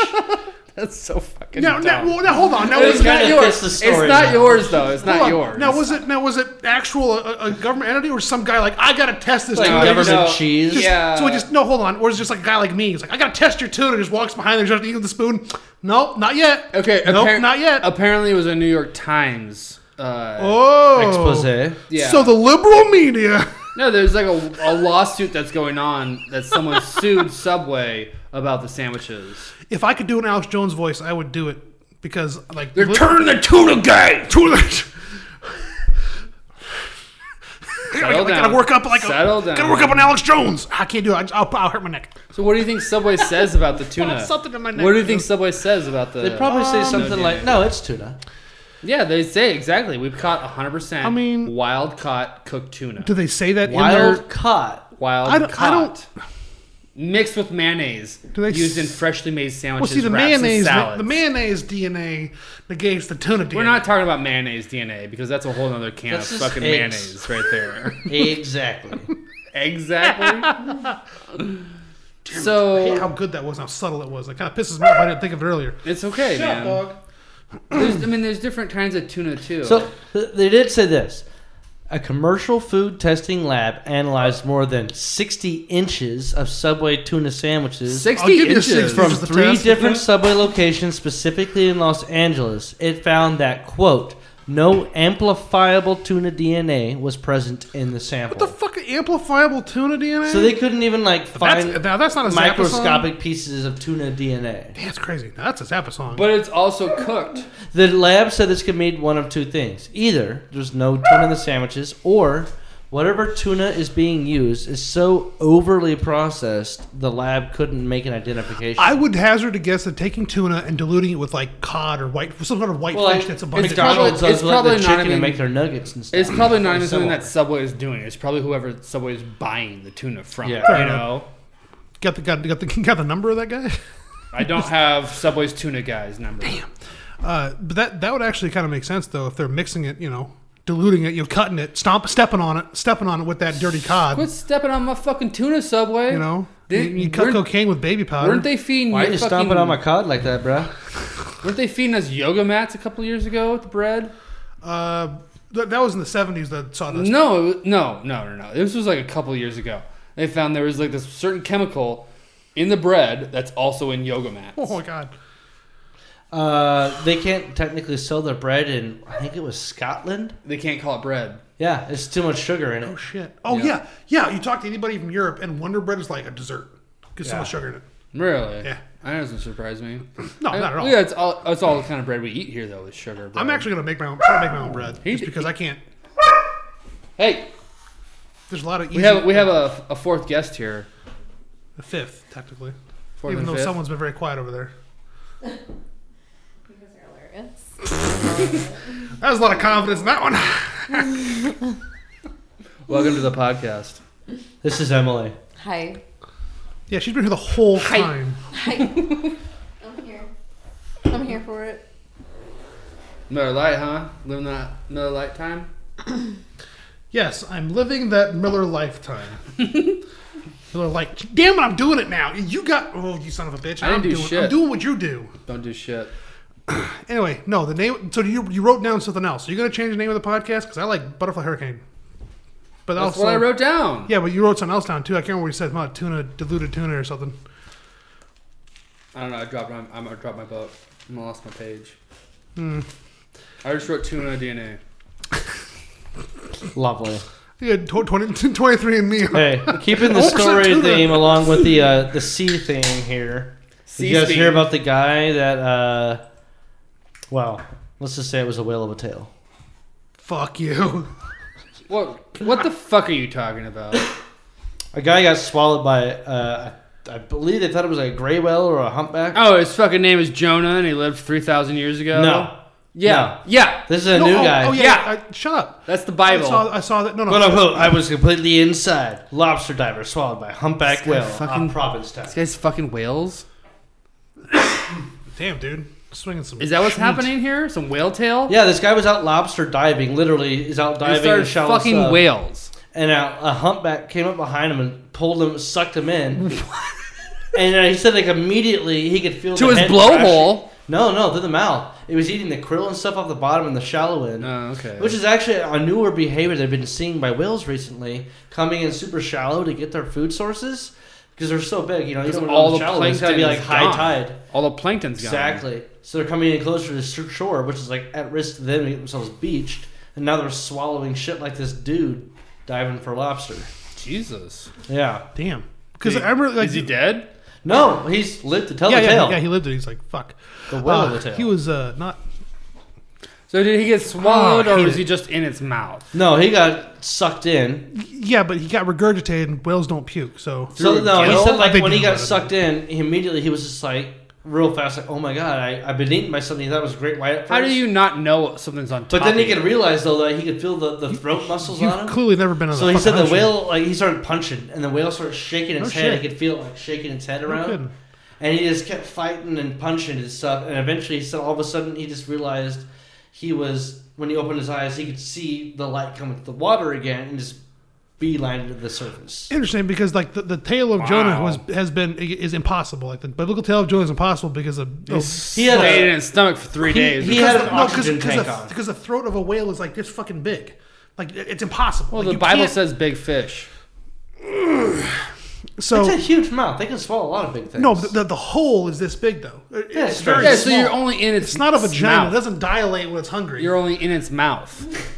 [SPEAKER 1] that's so fucking.
[SPEAKER 3] now, now,
[SPEAKER 1] dumb.
[SPEAKER 3] well, now, hold
[SPEAKER 1] <laughs>
[SPEAKER 3] on. Now,
[SPEAKER 1] it's
[SPEAKER 3] was,
[SPEAKER 2] It's
[SPEAKER 1] not
[SPEAKER 2] kinda
[SPEAKER 1] yours.
[SPEAKER 2] fits the story
[SPEAKER 1] it's not
[SPEAKER 2] now.
[SPEAKER 1] yours though. It's not
[SPEAKER 3] hold on.
[SPEAKER 1] yours.
[SPEAKER 3] Now, was it now was it actual a, a government entity or some guy like I gotta test this
[SPEAKER 2] Like
[SPEAKER 3] tuna?
[SPEAKER 2] government
[SPEAKER 1] Uh, no.
[SPEAKER 2] cheese.
[SPEAKER 3] Just-
[SPEAKER 1] yeah.
[SPEAKER 3] So I just no, hold on. Or is it just like a guy like me? He's like, I gotta test your tuna. And just walks behind there, just eating the spoon. Nope, not yet.
[SPEAKER 1] okay.
[SPEAKER 3] Nope,
[SPEAKER 1] appar-
[SPEAKER 3] not yet.
[SPEAKER 1] Apparently, it was a New York Times. Uh,
[SPEAKER 3] oh.
[SPEAKER 2] Expose.
[SPEAKER 1] yeah.
[SPEAKER 3] So the liberal media. <laughs>
[SPEAKER 1] no, there's like a, a lawsuit that's going on that
[SPEAKER 3] <laughs>
[SPEAKER 1] someone sued Subway about the sandwiches.
[SPEAKER 3] If I could do an Alex Jones voice, I would do it because like
[SPEAKER 1] They're turning the tuna guy.
[SPEAKER 3] tuna. I gotta-
[SPEAKER 1] Settle
[SPEAKER 3] I
[SPEAKER 1] down.
[SPEAKER 3] gotta work up like
[SPEAKER 1] Settle
[SPEAKER 3] a,
[SPEAKER 1] down.
[SPEAKER 3] gotta work up on Alex Jones. I can't do it. I, will I'll hurt my neck.
[SPEAKER 1] So what do you think Subway says about
[SPEAKER 3] <laughs>
[SPEAKER 1] the tuna?
[SPEAKER 3] Something in my neck.
[SPEAKER 1] What do you think Subway says about the?
[SPEAKER 2] They probably say something
[SPEAKER 1] no
[SPEAKER 2] like,
[SPEAKER 1] DNA.
[SPEAKER 2] "No, it's tuna."
[SPEAKER 1] yeah, they say exactly. We've caught 100. percent
[SPEAKER 3] I mean-
[SPEAKER 1] wild caught cooked tuna.
[SPEAKER 3] Do they say that in their?
[SPEAKER 2] Wild caught.
[SPEAKER 1] Wild
[SPEAKER 3] I don't- I
[SPEAKER 1] caught. mixed with mayonnaise
[SPEAKER 3] Do they
[SPEAKER 1] used in
[SPEAKER 3] s-
[SPEAKER 1] freshly made
[SPEAKER 3] Well,
[SPEAKER 1] sandwiches.
[SPEAKER 3] see, the
[SPEAKER 1] wraps,
[SPEAKER 3] mayonnaise,
[SPEAKER 1] and
[SPEAKER 3] the,
[SPEAKER 1] salads.
[SPEAKER 3] the mayonnaise DNA negates the tuna DNA.
[SPEAKER 1] We're not talking about mayonnaise DNA because that's a whole other can
[SPEAKER 2] That's
[SPEAKER 1] of
[SPEAKER 2] just
[SPEAKER 1] fucking
[SPEAKER 2] eggs.
[SPEAKER 1] mayonnaise right there. <laughs>
[SPEAKER 2] Exactly.
[SPEAKER 1] exactly.
[SPEAKER 3] <laughs> I hate how
[SPEAKER 1] so
[SPEAKER 3] good that was, how subtle it was. It kind of pisses me off. I didn't think of it earlier.
[SPEAKER 1] it's okay, man. There's, I mean, there's different kinds of tuna too.
[SPEAKER 2] so th- they did say this. A commercial food testing lab analyzed more than 60 inches of Subway tuna sandwiches
[SPEAKER 1] 60
[SPEAKER 3] I'll give you a
[SPEAKER 1] inches
[SPEAKER 3] six
[SPEAKER 2] from
[SPEAKER 3] Just the
[SPEAKER 2] three
[SPEAKER 3] test?
[SPEAKER 2] different subway locations, specifically in Los Angeles. It found that, quote, no amplifiable tuna DNA was present in the sample.
[SPEAKER 3] What the fuck? Amplifiable tuna DNA?
[SPEAKER 2] so they couldn't even like
[SPEAKER 3] that's,
[SPEAKER 2] find
[SPEAKER 3] now that's not a Zappa song.
[SPEAKER 2] microscopic pieces of tuna DNA.
[SPEAKER 3] That's crazy. Now, that's a Zappa song.
[SPEAKER 1] but it's also cooked.
[SPEAKER 2] The lab said this could mean one of two things. Either there's no tuna in the sandwiches, or whatever tuna is being used is so overly processed the lab couldn't make an identification.
[SPEAKER 3] I would hazard a guess that taking tuna and diluting it with like cod or white, some sort of white
[SPEAKER 2] Well,
[SPEAKER 3] fish
[SPEAKER 2] like,
[SPEAKER 3] that's abundant.
[SPEAKER 2] McDonald's McDonald's
[SPEAKER 1] probably-
[SPEAKER 2] does
[SPEAKER 1] it's
[SPEAKER 2] let
[SPEAKER 1] probably
[SPEAKER 2] the
[SPEAKER 1] not
[SPEAKER 2] chicken
[SPEAKER 1] even-
[SPEAKER 2] and make their nuggets and stuff.
[SPEAKER 1] It's probably not even
[SPEAKER 2] So
[SPEAKER 1] something
[SPEAKER 2] on.
[SPEAKER 1] that Subway is doing. It's probably whoever Subway is buying the tuna from.
[SPEAKER 2] Yeah.
[SPEAKER 3] Fair
[SPEAKER 1] You
[SPEAKER 3] enough.
[SPEAKER 1] know,
[SPEAKER 3] Got the got, got the <laughs> got the number of that guy. <laughs>
[SPEAKER 1] I don't have Subway's tuna guy's number.
[SPEAKER 3] Uh, but that that would actually kind of make sense though if they're mixing it, you know, diluting it, you know, cutting it, stomp, stepping on it, stepping on it with that dirty cod.
[SPEAKER 1] Quit stepping on my fucking tuna, Subway.
[SPEAKER 3] you know, you,
[SPEAKER 1] They-
[SPEAKER 3] you cut
[SPEAKER 1] weren't-
[SPEAKER 3] cocaine with baby powder.
[SPEAKER 1] weren't they feeding
[SPEAKER 2] Why are
[SPEAKER 1] your
[SPEAKER 2] you
[SPEAKER 1] fucking,
[SPEAKER 2] stomping on my cod like that, bro?
[SPEAKER 1] Weren't they feeding us yoga mats a couple years ago with the bread?
[SPEAKER 3] Uh, th- that was in the seventies. That sawdust.
[SPEAKER 1] No, it was- no, no, no, no. This was like a couple years ago. They found there was like this certain chemical in the bread that's also in yoga mats.
[SPEAKER 3] Oh my god.
[SPEAKER 2] Uh, they can't technically sell their bread in. I think it was Scotland.
[SPEAKER 1] They can't call it bread.
[SPEAKER 2] Yeah, it's too much sugar in
[SPEAKER 3] Oh
[SPEAKER 2] it.
[SPEAKER 3] shit. Oh
[SPEAKER 1] Yeah.
[SPEAKER 3] yeah. yeah, You talk to anybody from Europe, and Wonder Bread is like a dessert. Get so
[SPEAKER 2] Yeah.
[SPEAKER 3] much sugar in it.
[SPEAKER 1] Really?
[SPEAKER 3] Yeah.
[SPEAKER 1] That doesn't surprise me.
[SPEAKER 3] No, not at all.
[SPEAKER 1] Yeah, it's all it's all the kind of bread we eat here though is sugar bread.
[SPEAKER 3] I'm actually gonna make my own. Try to make my own bread
[SPEAKER 1] He-
[SPEAKER 3] just because I can't.
[SPEAKER 1] Hey,
[SPEAKER 3] There's a lot of. Easy,
[SPEAKER 1] we have we have a, a fourth guest here.
[SPEAKER 3] a fifth technically.
[SPEAKER 1] Fourth
[SPEAKER 3] Even
[SPEAKER 1] and
[SPEAKER 3] though
[SPEAKER 1] fifth.
[SPEAKER 3] someone's been very quiet over there.
[SPEAKER 5] You guys are hilarious.
[SPEAKER 3] That was a lot of confidence in that one. <sighs>
[SPEAKER 1] Welcome to the podcast.
[SPEAKER 2] This is Emily.
[SPEAKER 5] Hi.
[SPEAKER 3] yeah, she's been here the whole time.
[SPEAKER 5] Hi. <laughs> I'm here. I'm here for it. <laughs>
[SPEAKER 1] Miller Light, huh? Living that Miller Light time?
[SPEAKER 3] Yes, I'm living that
[SPEAKER 1] <laughs>
[SPEAKER 3] Miller lifetime. Miller like, damn it, I'm doing it now. You got, oh, you son of a bitch.
[SPEAKER 1] I didn't
[SPEAKER 3] I'm
[SPEAKER 1] do
[SPEAKER 3] doing, I'm
[SPEAKER 1] shit.
[SPEAKER 3] doing what you do.
[SPEAKER 1] Don't do shit.
[SPEAKER 3] Anyway, no, the name. So you you wrote down something else. You're gonna change the name of the podcast because I like Butterfly Hurricane. But
[SPEAKER 1] That's
[SPEAKER 3] also,
[SPEAKER 1] what I wrote down.
[SPEAKER 3] Yeah, but you wrote something else down too. I can't remember what you said about tuna, diluted tuna or something.
[SPEAKER 1] I don't know. I dropped. My, I'm, I dropped my boat. I lost my page.
[SPEAKER 2] Hmm.
[SPEAKER 1] I just wrote tuna DNA.
[SPEAKER 2] Lovely.
[SPEAKER 3] Yeah, tw- <laughs> 20, 23 and me.
[SPEAKER 2] Hey, <laughs> keeping the
[SPEAKER 3] 100%
[SPEAKER 2] story
[SPEAKER 3] tuna.
[SPEAKER 2] theme along with the uh, the sea theme here. Did you guys
[SPEAKER 1] Sea
[SPEAKER 2] hear
[SPEAKER 1] theme.
[SPEAKER 2] about the guy that? Uh, well, let's just say it was a whale of a tail.
[SPEAKER 3] Fuck you.
[SPEAKER 1] what? What the fuck are you talking about?
[SPEAKER 2] A guy got swallowed by. Uh, I I believe they thought it was a gray whale or a humpback.
[SPEAKER 1] Oh, his fucking name is Jonah, and he lived three thousand years ago.
[SPEAKER 2] No,
[SPEAKER 1] Yeah.
[SPEAKER 2] No.
[SPEAKER 1] Yeah.
[SPEAKER 2] this is a
[SPEAKER 3] No,
[SPEAKER 2] new
[SPEAKER 3] oh,
[SPEAKER 2] guy.
[SPEAKER 3] Oh yeah,
[SPEAKER 1] Yeah.
[SPEAKER 3] I- shut up.
[SPEAKER 1] That's the
[SPEAKER 3] I
[SPEAKER 1] Bible.
[SPEAKER 3] saw, I saw that. No, no.
[SPEAKER 2] Quote unquote, I was completely inside. Lobster diver swallowed by humpback
[SPEAKER 1] guy
[SPEAKER 2] whale
[SPEAKER 1] fucking-
[SPEAKER 2] off Provincetown.
[SPEAKER 1] This guy's fucking whales.
[SPEAKER 3] Damn, dude, swinging some.
[SPEAKER 1] Is that what's
[SPEAKER 3] shit.
[SPEAKER 1] happening here? Some whale tail?
[SPEAKER 2] Yeah, this guy was out lobster diving. Literally, is out
[SPEAKER 1] They
[SPEAKER 2] diving
[SPEAKER 1] started
[SPEAKER 2] and shallow
[SPEAKER 1] fucking
[SPEAKER 2] sub,
[SPEAKER 1] whales.
[SPEAKER 2] And a, a humpback came up behind him and pulled him, sucked him in. and uh, he said like immediately he could feel
[SPEAKER 1] To
[SPEAKER 2] the
[SPEAKER 1] his
[SPEAKER 2] head
[SPEAKER 1] blowhole?
[SPEAKER 2] crashing. No, no, through the mouth. It was eating the krill and stuff off the bottom and the shallow end.
[SPEAKER 1] Oh, okay.
[SPEAKER 2] Which is actually a newer behavior they've been seeing by whales recently, coming in super shallow to get their food sources because they're so big. You know, you
[SPEAKER 1] Because
[SPEAKER 2] don't
[SPEAKER 1] all
[SPEAKER 2] all the
[SPEAKER 1] the
[SPEAKER 2] shallow. It's got to be like
[SPEAKER 1] plankton's
[SPEAKER 2] high
[SPEAKER 1] gone.
[SPEAKER 2] tide.
[SPEAKER 1] All the plankton's gone.
[SPEAKER 2] Exactly. So they're coming in closer to the sh- shore, which is like at risk to them to get themselves beached, and now they're swallowing shit like this dude diving for lobster.
[SPEAKER 1] Jesus.
[SPEAKER 2] Yeah.
[SPEAKER 3] Damn. Because I remember, like,
[SPEAKER 1] Is he dead?
[SPEAKER 2] No, he's lived to tell
[SPEAKER 3] Yeah,
[SPEAKER 2] the
[SPEAKER 3] yeah,
[SPEAKER 2] tale.
[SPEAKER 3] yeah. He lived it. He's like, fuck.
[SPEAKER 2] The whale
[SPEAKER 3] Uh,
[SPEAKER 2] of the tale.
[SPEAKER 3] He was uh, not.
[SPEAKER 1] So did he get swallowed,
[SPEAKER 3] Ah, I
[SPEAKER 1] or
[SPEAKER 3] hate
[SPEAKER 1] was
[SPEAKER 3] it.
[SPEAKER 1] he just in its mouth?
[SPEAKER 2] no, he got sucked in.
[SPEAKER 3] Yeah, but he got regurgitated, and whales don't puke. So
[SPEAKER 2] So
[SPEAKER 1] Through a
[SPEAKER 2] no, he
[SPEAKER 1] gill?
[SPEAKER 2] said like
[SPEAKER 3] They
[SPEAKER 2] when he
[SPEAKER 3] do,
[SPEAKER 2] got
[SPEAKER 3] but-
[SPEAKER 2] sucked in, he immediately he was just like, real fast, like, oh my god, I, I've been eaten by something that was great white at first.
[SPEAKER 1] How do you not know something's on top?
[SPEAKER 2] But then
[SPEAKER 1] of
[SPEAKER 2] he
[SPEAKER 1] you?
[SPEAKER 2] could realize though that he could feel the, the throat muscles on him.
[SPEAKER 3] You've clearly never been on.
[SPEAKER 2] So
[SPEAKER 3] the
[SPEAKER 2] he said the
[SPEAKER 3] fucking ocean.
[SPEAKER 2] whale, like he started punching, and the whale started shaking its
[SPEAKER 3] No
[SPEAKER 2] head.
[SPEAKER 3] shit.
[SPEAKER 2] He could feel it like shaking its head
[SPEAKER 3] No
[SPEAKER 2] around,
[SPEAKER 3] kidding.
[SPEAKER 2] and he just kept fighting and punching and stuff. And eventually, he said, all of a sudden, he just realized he was when he opened his eyes, he could see the light coming to the water again, and just beeline to the surface.
[SPEAKER 3] Interesting because like the, the tale of Jonah
[SPEAKER 1] Wow.
[SPEAKER 3] was has been is impossible. Like the biblical tale of Jonah is impossible because of oh,
[SPEAKER 1] He
[SPEAKER 2] He had a-
[SPEAKER 1] stayed in his stomach for three
[SPEAKER 2] He-
[SPEAKER 1] days.
[SPEAKER 2] he had an oxygen tank
[SPEAKER 3] the,
[SPEAKER 2] on.
[SPEAKER 3] because the throat of a whale is like this fucking big. Like it- it's impossible.
[SPEAKER 1] well,
[SPEAKER 3] Like,
[SPEAKER 1] the
[SPEAKER 3] you
[SPEAKER 1] Bible
[SPEAKER 3] can't-
[SPEAKER 1] says big fish.
[SPEAKER 2] it's a
[SPEAKER 3] so.
[SPEAKER 2] huge mouth; they can swallow a lot of big things.
[SPEAKER 3] No, but the, the hole is this big though. It-
[SPEAKER 2] Yeah,
[SPEAKER 3] It's
[SPEAKER 2] it's
[SPEAKER 3] very.
[SPEAKER 2] very-
[SPEAKER 1] Yeah,
[SPEAKER 3] It's,
[SPEAKER 1] so you're only in its.
[SPEAKER 3] not a vagina. It
[SPEAKER 1] mouth.
[SPEAKER 3] doesn't dilate when it's hungry.
[SPEAKER 1] You're only in its mouth.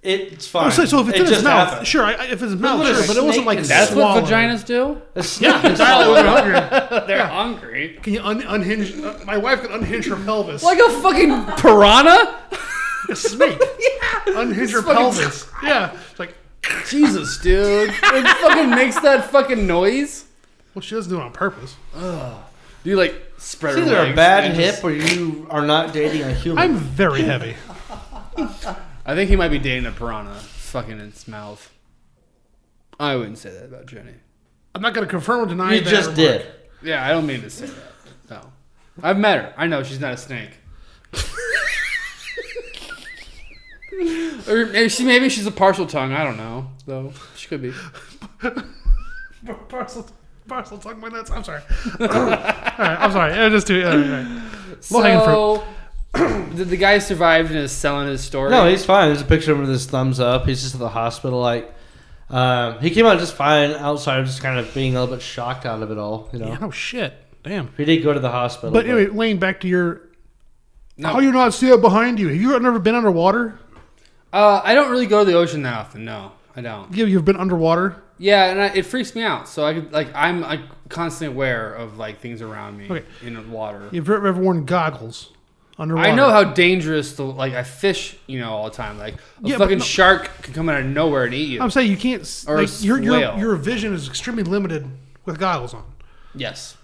[SPEAKER 2] it's fine.
[SPEAKER 3] Oh, so, so if it's
[SPEAKER 2] It
[SPEAKER 3] in its
[SPEAKER 2] just
[SPEAKER 3] mouth,
[SPEAKER 2] happened.
[SPEAKER 3] sure. I, I- if it's mouth,
[SPEAKER 2] what a
[SPEAKER 3] sure, but it
[SPEAKER 2] snake
[SPEAKER 3] wasn't like
[SPEAKER 2] is.
[SPEAKER 1] That's
[SPEAKER 3] swallowing.
[SPEAKER 1] what
[SPEAKER 3] <laughs>
[SPEAKER 1] vaginas do.
[SPEAKER 2] A snake
[SPEAKER 3] Yeah,
[SPEAKER 2] can
[SPEAKER 3] they dilate when
[SPEAKER 2] swallow.
[SPEAKER 3] they're hungry.
[SPEAKER 1] They're hungry.
[SPEAKER 3] Can you un- unhinge? Uh, my wife can unhinge her pelvis.
[SPEAKER 1] Like a fucking piranha.
[SPEAKER 3] a snake. yeah. Unhinge her
[SPEAKER 1] fucking-
[SPEAKER 3] pelvis. yeah. It's like,
[SPEAKER 1] <laughs> Jesus, dude. It fucking makes that fucking noise.
[SPEAKER 3] well, she doesn't do it on purpose.
[SPEAKER 1] Do you like spread
[SPEAKER 2] It's
[SPEAKER 1] her
[SPEAKER 2] either a
[SPEAKER 1] legs
[SPEAKER 2] bad
[SPEAKER 1] and
[SPEAKER 2] hip
[SPEAKER 1] just-
[SPEAKER 2] or you are not dating a human.
[SPEAKER 3] I'm very heavy.
[SPEAKER 1] I think he might be dating a piranha. Fucking in its mouth. I wouldn't say that about Jenny.
[SPEAKER 3] I'm not going to confirm or deny
[SPEAKER 2] you
[SPEAKER 3] that
[SPEAKER 2] just
[SPEAKER 3] remark.
[SPEAKER 2] did.
[SPEAKER 1] Yeah, I don't mean to say that. No. I've met her. I know she's not a snake. or maybe, she, maybe she's a partial tongue. I don't know. Though she could be.
[SPEAKER 3] <laughs> Parcel, parcel tongue my nuts. I'm sorry. <laughs> all right, I'm sorry. It was just too. all right, all right. Low-hanging
[SPEAKER 1] so <clears throat> the, the guy survived and is selling his story.
[SPEAKER 2] No, he's fine. There's a picture of him with his thumbs up. He's just at the hospital. Like, um, he came out just fine outside, just kind of being a little bit shocked out of it all. You know,
[SPEAKER 3] Yeah, oh shit. Damn.
[SPEAKER 2] he did go to the hospital.
[SPEAKER 3] But anyway, Lane, back to your.
[SPEAKER 1] No.
[SPEAKER 3] How you not see it behind you? Have you never been underwater?
[SPEAKER 1] uh, I don't really go to the ocean that often. No, I don't.
[SPEAKER 3] Yeah, you've been underwater.
[SPEAKER 1] Yeah, and I, it freaks me out. So I could like I'm like constantly aware of like things around me
[SPEAKER 3] Okay.
[SPEAKER 1] in the water.
[SPEAKER 3] You've ever ever worn goggles underwater?
[SPEAKER 1] I know how dangerous the like I fish, you know, all the time. Like a
[SPEAKER 3] Yeah, but
[SPEAKER 1] fucking
[SPEAKER 3] no-
[SPEAKER 1] shark could come out of nowhere and eat you.
[SPEAKER 3] I'm saying you can't. s-
[SPEAKER 1] Or a
[SPEAKER 3] Like, your, your
[SPEAKER 1] whale.
[SPEAKER 3] your vision is extremely limited with goggles on.
[SPEAKER 1] yes.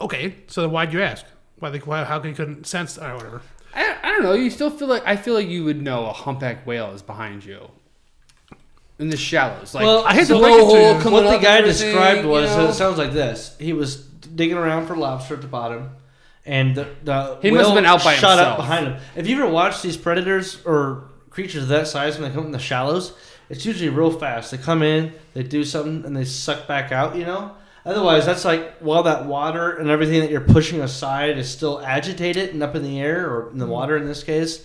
[SPEAKER 3] Okay, so then why'd you ask? Why they? Why, how you couldn't sense? Or whatever.
[SPEAKER 1] I, I don't know. You still feel like I feel like you would know a humpback whale is behind you in the shallows. Like
[SPEAKER 2] Well, I
[SPEAKER 3] hate to
[SPEAKER 1] slow
[SPEAKER 3] break it to you.
[SPEAKER 1] hole coming
[SPEAKER 2] what the
[SPEAKER 1] up and
[SPEAKER 2] guy
[SPEAKER 1] everything,
[SPEAKER 2] described
[SPEAKER 1] you
[SPEAKER 2] was
[SPEAKER 1] know?
[SPEAKER 2] it sounds like this. He was digging around for lobster at the bottom, and the, the
[SPEAKER 1] He must have
[SPEAKER 2] whale
[SPEAKER 1] been out by
[SPEAKER 2] shot
[SPEAKER 1] himself.
[SPEAKER 2] up behind him. If you ever watch these predators or creatures of that size when they come in the shallows, it's usually real fast. They come in, they do something, and they suck back out. You know. Otherwise, that's like while that water and everything that you're pushing aside is still agitated and up in the air or in the water in this case.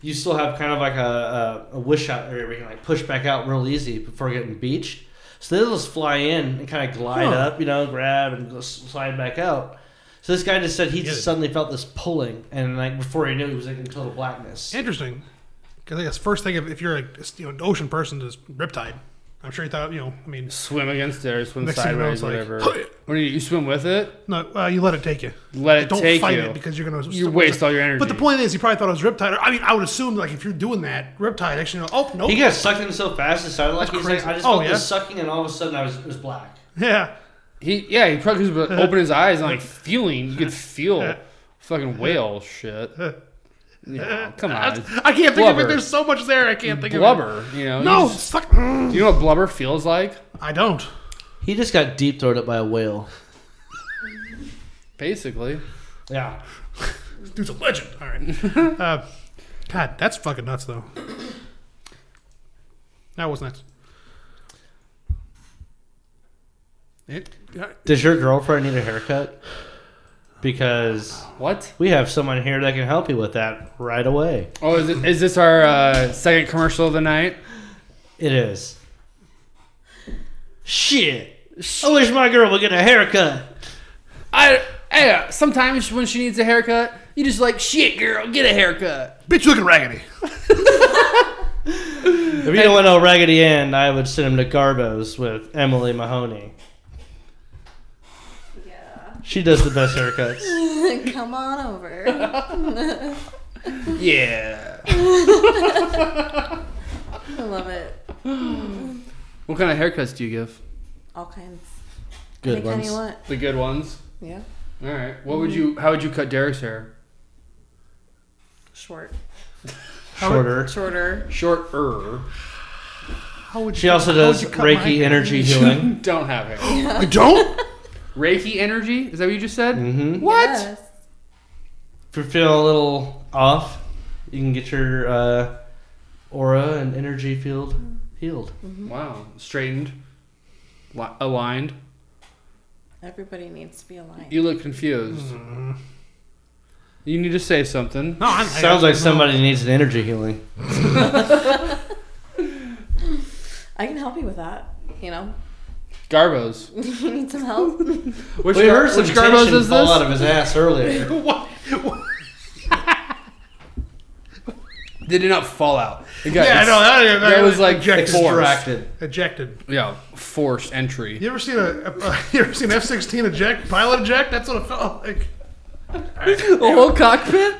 [SPEAKER 2] You still have kind of like a, a, a wish out area where you can like push back out real easy before getting beached. So they'll just fly in and kind of glide
[SPEAKER 3] Huh.
[SPEAKER 2] up, you know, grab and go s- slide back out. So this guy just said he
[SPEAKER 3] Yeah.
[SPEAKER 2] just suddenly felt this pulling, and like before he knew, he was like in total blackness.
[SPEAKER 3] Interesting. Because I guess first thing if, if you're a, you know, an ocean person is riptide. I'm sure you thought you know. I mean,
[SPEAKER 1] swim against it or swim
[SPEAKER 3] Next thing you know,
[SPEAKER 1] sideways,
[SPEAKER 3] it's like,
[SPEAKER 1] whatever. What do you, you swim with it?
[SPEAKER 3] no, uh, you let it take you.
[SPEAKER 1] Let it
[SPEAKER 3] Don't
[SPEAKER 1] take
[SPEAKER 3] fight
[SPEAKER 1] you.
[SPEAKER 3] it because you're gonna
[SPEAKER 1] You waste all your energy.
[SPEAKER 3] But the point is, you probably thought it was riptide. Or, I mean, I would assume like if you're doing that, riptide actually. you know, Oh no.
[SPEAKER 2] He got sucked in so fast, it sounded like he's like,
[SPEAKER 3] crazy.
[SPEAKER 2] I just
[SPEAKER 3] Oh,
[SPEAKER 2] felt
[SPEAKER 3] yeah?
[SPEAKER 2] this sucking, and all of a sudden I was it was black.
[SPEAKER 3] yeah.
[SPEAKER 1] He yeah, he probably just
[SPEAKER 3] <laughs>
[SPEAKER 1] would open his eyes and like feeling you could feel fucking whale
[SPEAKER 3] <laughs>
[SPEAKER 1] shit. Yeah, come on. it's
[SPEAKER 3] I can't think of
[SPEAKER 1] Blubber.
[SPEAKER 3] it. There's so much there. I can't think of
[SPEAKER 1] Blubber, you know.
[SPEAKER 3] it.
[SPEAKER 1] you
[SPEAKER 3] No,
[SPEAKER 1] just-
[SPEAKER 3] suck. mm.
[SPEAKER 1] you know what blubber feels like?
[SPEAKER 3] I don't.
[SPEAKER 2] He just got deep throated by a whale.
[SPEAKER 1] Basically.
[SPEAKER 2] Yeah,
[SPEAKER 3] This dude's a legend.
[SPEAKER 1] <laughs>
[SPEAKER 3] All right. uh, God, that's fucking nuts though. That was nuts. It, uh, yeah,
[SPEAKER 2] Does your girlfriend need a haircut? Because
[SPEAKER 1] What?
[SPEAKER 2] we have someone here that can help you with that right away.
[SPEAKER 1] Oh, is, it, is this our uh, second commercial of the night?
[SPEAKER 2] It is. Shit. I wish my girl would get a haircut.
[SPEAKER 1] I, hey, uh, sometimes when she needs a haircut, you just like shit, girl, get a haircut.
[SPEAKER 3] bitch, you looking raggedy.
[SPEAKER 2] If you don't want no Raggedy Ann, I would send him to Garbo's with Emily Mahoney.
[SPEAKER 5] Yeah.
[SPEAKER 2] She does the best
[SPEAKER 1] <laughs>
[SPEAKER 2] haircuts.
[SPEAKER 5] Come on over.
[SPEAKER 1] Yeah.
[SPEAKER 5] I love it.
[SPEAKER 1] What kind of haircuts do you give?
[SPEAKER 5] All kinds.
[SPEAKER 2] Good
[SPEAKER 5] Any kind you
[SPEAKER 2] ones.
[SPEAKER 5] want.
[SPEAKER 1] The good ones.
[SPEAKER 5] Yeah.
[SPEAKER 1] All right. What would you? How would you cut Derek's hair?
[SPEAKER 5] Short.
[SPEAKER 2] Shorter.
[SPEAKER 5] Shorter.
[SPEAKER 1] Shorter.
[SPEAKER 3] How would
[SPEAKER 2] She also does Reiki
[SPEAKER 1] <laughs>
[SPEAKER 2] energy healing.
[SPEAKER 1] Don't have hair.
[SPEAKER 2] <laughs>
[SPEAKER 3] I don't.
[SPEAKER 1] Reiki energy? Is that what you just said?
[SPEAKER 2] Mm-hmm.
[SPEAKER 1] What?
[SPEAKER 5] Yes.
[SPEAKER 2] If you're feeling a little off, you can get your uh, aura and energy field healed.
[SPEAKER 1] Wow. Straightened. Li- aligned.
[SPEAKER 5] Everybody needs to be aligned.
[SPEAKER 1] You look confused. You need to say something.
[SPEAKER 3] No, I'm,
[SPEAKER 2] Sounds like somebody needs an energy healing.
[SPEAKER 5] I can help you with that. You know,
[SPEAKER 1] Garbos.
[SPEAKER 5] you need some help.
[SPEAKER 1] Which,
[SPEAKER 2] We
[SPEAKER 1] gar-
[SPEAKER 2] heard some
[SPEAKER 1] which Garbos
[SPEAKER 2] tension
[SPEAKER 1] is
[SPEAKER 2] fall
[SPEAKER 1] this?
[SPEAKER 2] out of his ass earlier.
[SPEAKER 3] What?
[SPEAKER 1] They did not fall out. It got-
[SPEAKER 3] Yeah, I know. That,
[SPEAKER 1] that was like
[SPEAKER 3] ejected.
[SPEAKER 1] forced.
[SPEAKER 2] Extracted.
[SPEAKER 3] Ejected.
[SPEAKER 1] Yeah, forced entry.
[SPEAKER 3] You ever seen a, a, a <laughs> you ever seen F sixteen eject pilot eject? That's what it felt like.
[SPEAKER 1] The whole cockpit?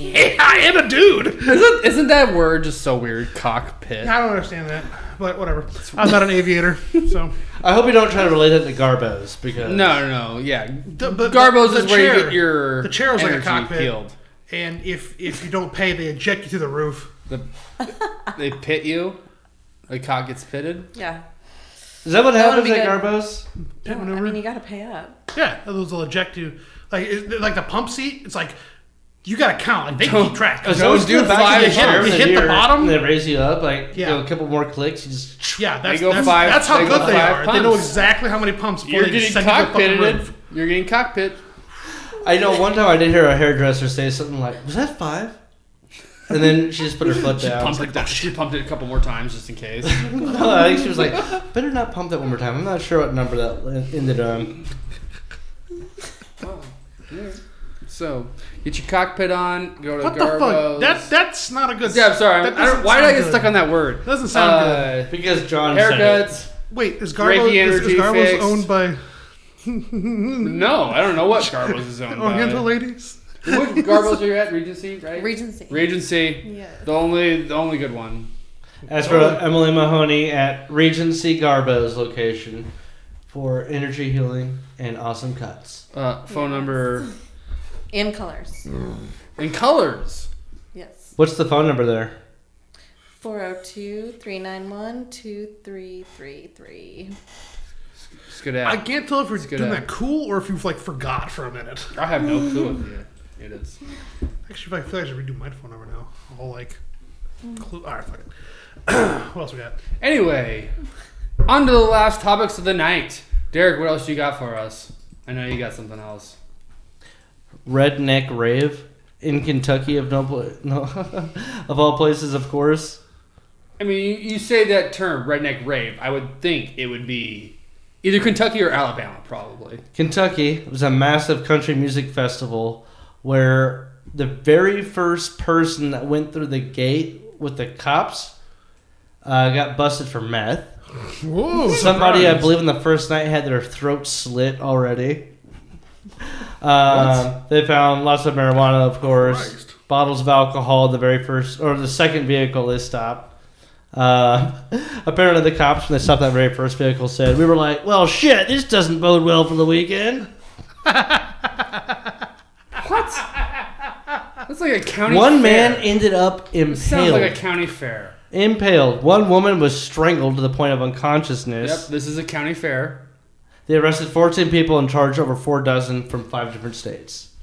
[SPEAKER 3] Yeah, I am a dude.
[SPEAKER 1] Isn't, <laughs> isn't that word just so weird? Cockpit.
[SPEAKER 3] I don't understand that, but whatever. I'm not an aviator, so.
[SPEAKER 2] I hope you don't try to relate it to Garbos because
[SPEAKER 1] No, no, no. Yeah,
[SPEAKER 3] The- but
[SPEAKER 1] Garbos
[SPEAKER 3] the
[SPEAKER 1] is where you
[SPEAKER 3] chair-
[SPEAKER 1] get your
[SPEAKER 3] the chair was like a
[SPEAKER 1] energy
[SPEAKER 3] cockpit.
[SPEAKER 1] Healed.
[SPEAKER 3] And if if you don't pay, they eject you to the roof.
[SPEAKER 1] The, they pit you. The cock gets pitted.
[SPEAKER 5] yeah.
[SPEAKER 2] is that what
[SPEAKER 5] That would
[SPEAKER 2] happens
[SPEAKER 5] be
[SPEAKER 2] at Garbos?
[SPEAKER 5] No,
[SPEAKER 3] Pit
[SPEAKER 5] I
[SPEAKER 3] maneuver.
[SPEAKER 5] mean, you gotta pay up.
[SPEAKER 3] yeah, those will eject you. Like it, like the pump seat. It's like you got to count. Like they keep track.
[SPEAKER 1] Don't Those do
[SPEAKER 2] the back of
[SPEAKER 1] five
[SPEAKER 2] the chair
[SPEAKER 1] bars.
[SPEAKER 2] when
[SPEAKER 3] Hit the
[SPEAKER 2] do it,
[SPEAKER 3] bottom?
[SPEAKER 2] and They raise you up like you
[SPEAKER 3] Yeah.
[SPEAKER 2] know, a couple more clicks. You just
[SPEAKER 3] Yeah, that's,
[SPEAKER 1] go
[SPEAKER 3] that's,
[SPEAKER 1] five-
[SPEAKER 3] that's how
[SPEAKER 1] they go
[SPEAKER 3] good they
[SPEAKER 1] five
[SPEAKER 3] are. They know
[SPEAKER 1] pumps.
[SPEAKER 3] exactly how many pumps. before
[SPEAKER 1] You're
[SPEAKER 3] they
[SPEAKER 1] getting
[SPEAKER 3] send you to the fucking
[SPEAKER 1] cockpitted.
[SPEAKER 3] roof.
[SPEAKER 1] You're getting cockpit.
[SPEAKER 2] I know one time I did hear a hairdresser say something like, "Was that five? And then she just put her foot down.
[SPEAKER 1] Pumped it. She pumped it a couple more times just in case.
[SPEAKER 2] <laughs>
[SPEAKER 1] <laughs>
[SPEAKER 2] I think she was like, "Better not pump that one more time." I'm not sure what number that ended on.
[SPEAKER 1] so get your cockpit on. Go to
[SPEAKER 3] What the
[SPEAKER 1] Garbos.
[SPEAKER 3] fuck? That that's not a good.
[SPEAKER 1] yeah, I'm sorry. I'm-
[SPEAKER 3] that
[SPEAKER 1] I
[SPEAKER 3] doesn't
[SPEAKER 1] don't, why did I
[SPEAKER 3] sound
[SPEAKER 1] get
[SPEAKER 3] good.
[SPEAKER 1] stuck on that word?
[SPEAKER 3] Doesn't sound
[SPEAKER 1] uh,
[SPEAKER 2] Because John said
[SPEAKER 1] Haircuts.
[SPEAKER 3] Wait, is
[SPEAKER 1] Reiki
[SPEAKER 3] Garbo is, is
[SPEAKER 1] energy
[SPEAKER 3] Garbo's
[SPEAKER 1] fixed.
[SPEAKER 3] owned by
[SPEAKER 1] <laughs> No, I don't know
[SPEAKER 3] <laughs>
[SPEAKER 1] what Garbos is owned
[SPEAKER 3] Oriental
[SPEAKER 1] by.
[SPEAKER 3] ladies?
[SPEAKER 1] What Garbos are you at? Regency, right?
[SPEAKER 5] Regency.
[SPEAKER 1] Regency.
[SPEAKER 5] Yes.
[SPEAKER 1] The only, the only good one.
[SPEAKER 2] it. As for Emily Mahoney at Regency Garbo's location for energy healing and awesome cuts.
[SPEAKER 1] Uh, phone number
[SPEAKER 5] In colors.
[SPEAKER 1] and colors.
[SPEAKER 5] Yes.
[SPEAKER 2] What's the phone number there?
[SPEAKER 5] 402 391 2333.
[SPEAKER 1] Skedaddle.
[SPEAKER 3] I can't tell if you're
[SPEAKER 1] good
[SPEAKER 3] doing
[SPEAKER 1] at-
[SPEAKER 3] that cool or if you've like forgot for a minute. <laughs>
[SPEAKER 1] I have no clue what the <laughs> it is.
[SPEAKER 3] Actually, I feel like I should redo my phone number now. All like, clue. All right, fuck it. <clears throat> what else we got?
[SPEAKER 1] Anyway, on to the last topics of the night. Derek, what else you got for us? I know you got something else.
[SPEAKER 2] Redneck Rave in Kentucky of no, pla- no <laughs> of all places, of course.
[SPEAKER 1] I mean, you, you say that term, redneck rave. I would think it would be either Kentucky or Alabama, probably.
[SPEAKER 2] Kentucky was a massive country music festival where the very first person that went through the gate with the cops uh, got busted for meth.
[SPEAKER 3] Whoa!
[SPEAKER 2] Somebody, I believe, on the first night had their throat slit already. Uh, they found lots of marijuana, of course,
[SPEAKER 3] Christ.
[SPEAKER 2] bottles of alcohol. The very first or the second vehicle they stopped. Uh, <laughs> apparently, the cops when they stopped that very first vehicle said, "We were like, well, shit, this doesn't bode well for the weekend."
[SPEAKER 1] That's like a county
[SPEAKER 2] One
[SPEAKER 1] fair.
[SPEAKER 2] man ended up
[SPEAKER 1] Sounds
[SPEAKER 2] impaled.
[SPEAKER 1] like a county fair.
[SPEAKER 2] impaled. One woman was strangled to the point of unconsciousness.
[SPEAKER 1] Yep, this is a county fair.
[SPEAKER 2] They arrested 14 people and charged over four dozen from five different states.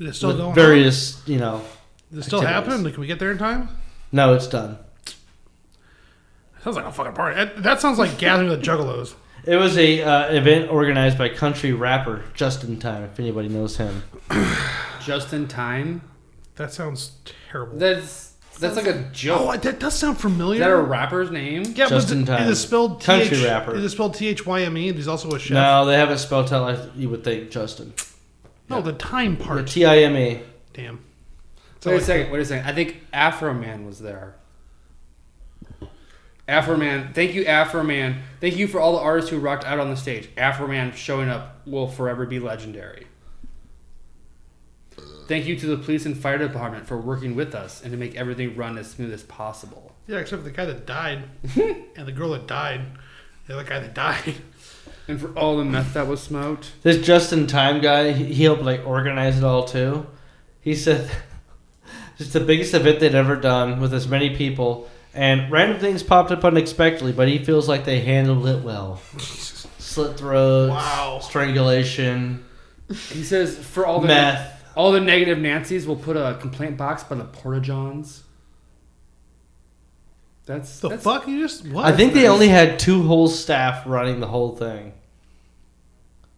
[SPEAKER 3] Is it still
[SPEAKER 2] with
[SPEAKER 3] going? on?
[SPEAKER 2] various, you know.
[SPEAKER 3] Is it still
[SPEAKER 2] activities.
[SPEAKER 3] happening? Like, can we get there in time?
[SPEAKER 2] No, it's done.
[SPEAKER 3] Sounds like a fucking party. That, that sounds like gathering the juggalos.
[SPEAKER 2] It was a uh, event organized by country rapper Justin Time, if anybody knows him.
[SPEAKER 1] Just in time.
[SPEAKER 3] That sounds terrible.
[SPEAKER 1] That's that's like a joke.
[SPEAKER 3] oh, that does sound
[SPEAKER 1] Is
[SPEAKER 3] familiar.
[SPEAKER 1] that a rapper's name?
[SPEAKER 3] yeah,
[SPEAKER 2] Just
[SPEAKER 3] but
[SPEAKER 2] in
[SPEAKER 3] is it-
[SPEAKER 2] time.
[SPEAKER 3] Is it spelled
[SPEAKER 2] Country
[SPEAKER 3] TH
[SPEAKER 2] rapper.
[SPEAKER 3] Is it spelled T H Y M E? He's also a chef.
[SPEAKER 2] No, they haven't spelled out like you would think, Justin.
[SPEAKER 3] No, the time
[SPEAKER 2] Or
[SPEAKER 3] part.
[SPEAKER 2] T I M E.
[SPEAKER 3] Damn. So
[SPEAKER 1] Wait a
[SPEAKER 3] like-
[SPEAKER 1] second. Wait a second. I think Afro Man was there. Afro Man, thank you, Afro Man. Thank you for all the artists who rocked out on the stage. Afro Man showing up will forever be legendary. Thank you to the police and fire department for working with us and to make everything run as smooth as possible.
[SPEAKER 2] <laughs>
[SPEAKER 3] Yeah, except for the guy that died <laughs> and the girl that died. The other guy that died.
[SPEAKER 1] And for all the meth that was smoked,
[SPEAKER 2] This just in time guy, he he helped like organize it all too. He said <laughs> it's the biggest event they'd ever done with as many people, and random things popped up unexpectedly, but he feels like they handled it
[SPEAKER 3] <laughs>
[SPEAKER 2] well.
[SPEAKER 3] Jesus.
[SPEAKER 2] Slit throats,
[SPEAKER 3] Wow.
[SPEAKER 2] strangulation,
[SPEAKER 1] he says for all the
[SPEAKER 2] meth.
[SPEAKER 1] all the negative Nancys will put a complaint box by the Porta Johns. That's
[SPEAKER 3] The
[SPEAKER 1] that's,
[SPEAKER 3] fuck you just? What?
[SPEAKER 2] I think they only had two whole staff running the whole thing.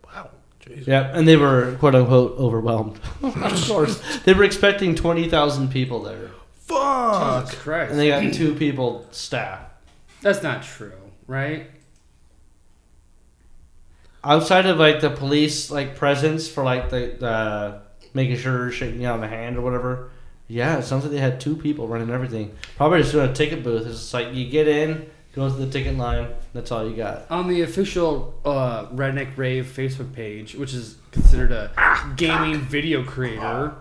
[SPEAKER 3] Wow. Jesus.
[SPEAKER 2] Yep, and they were quote unquote overwhelmed. of course, they were expecting twenty thousand people there,
[SPEAKER 3] Fuck.
[SPEAKER 1] Jesus Christ.
[SPEAKER 2] and they got two people staff.
[SPEAKER 1] that's not true, right?
[SPEAKER 2] outside of like the police like presence for like the, the making sure shaking out the hand or whatever. Yeah, it sounds like they had two people running everything. Probably just doing a ticket booth. It's just like you get in, go to the ticket line. That's all you got.
[SPEAKER 1] On the official uh, Redneck Rave Facebook page, which is considered a gaming video creator,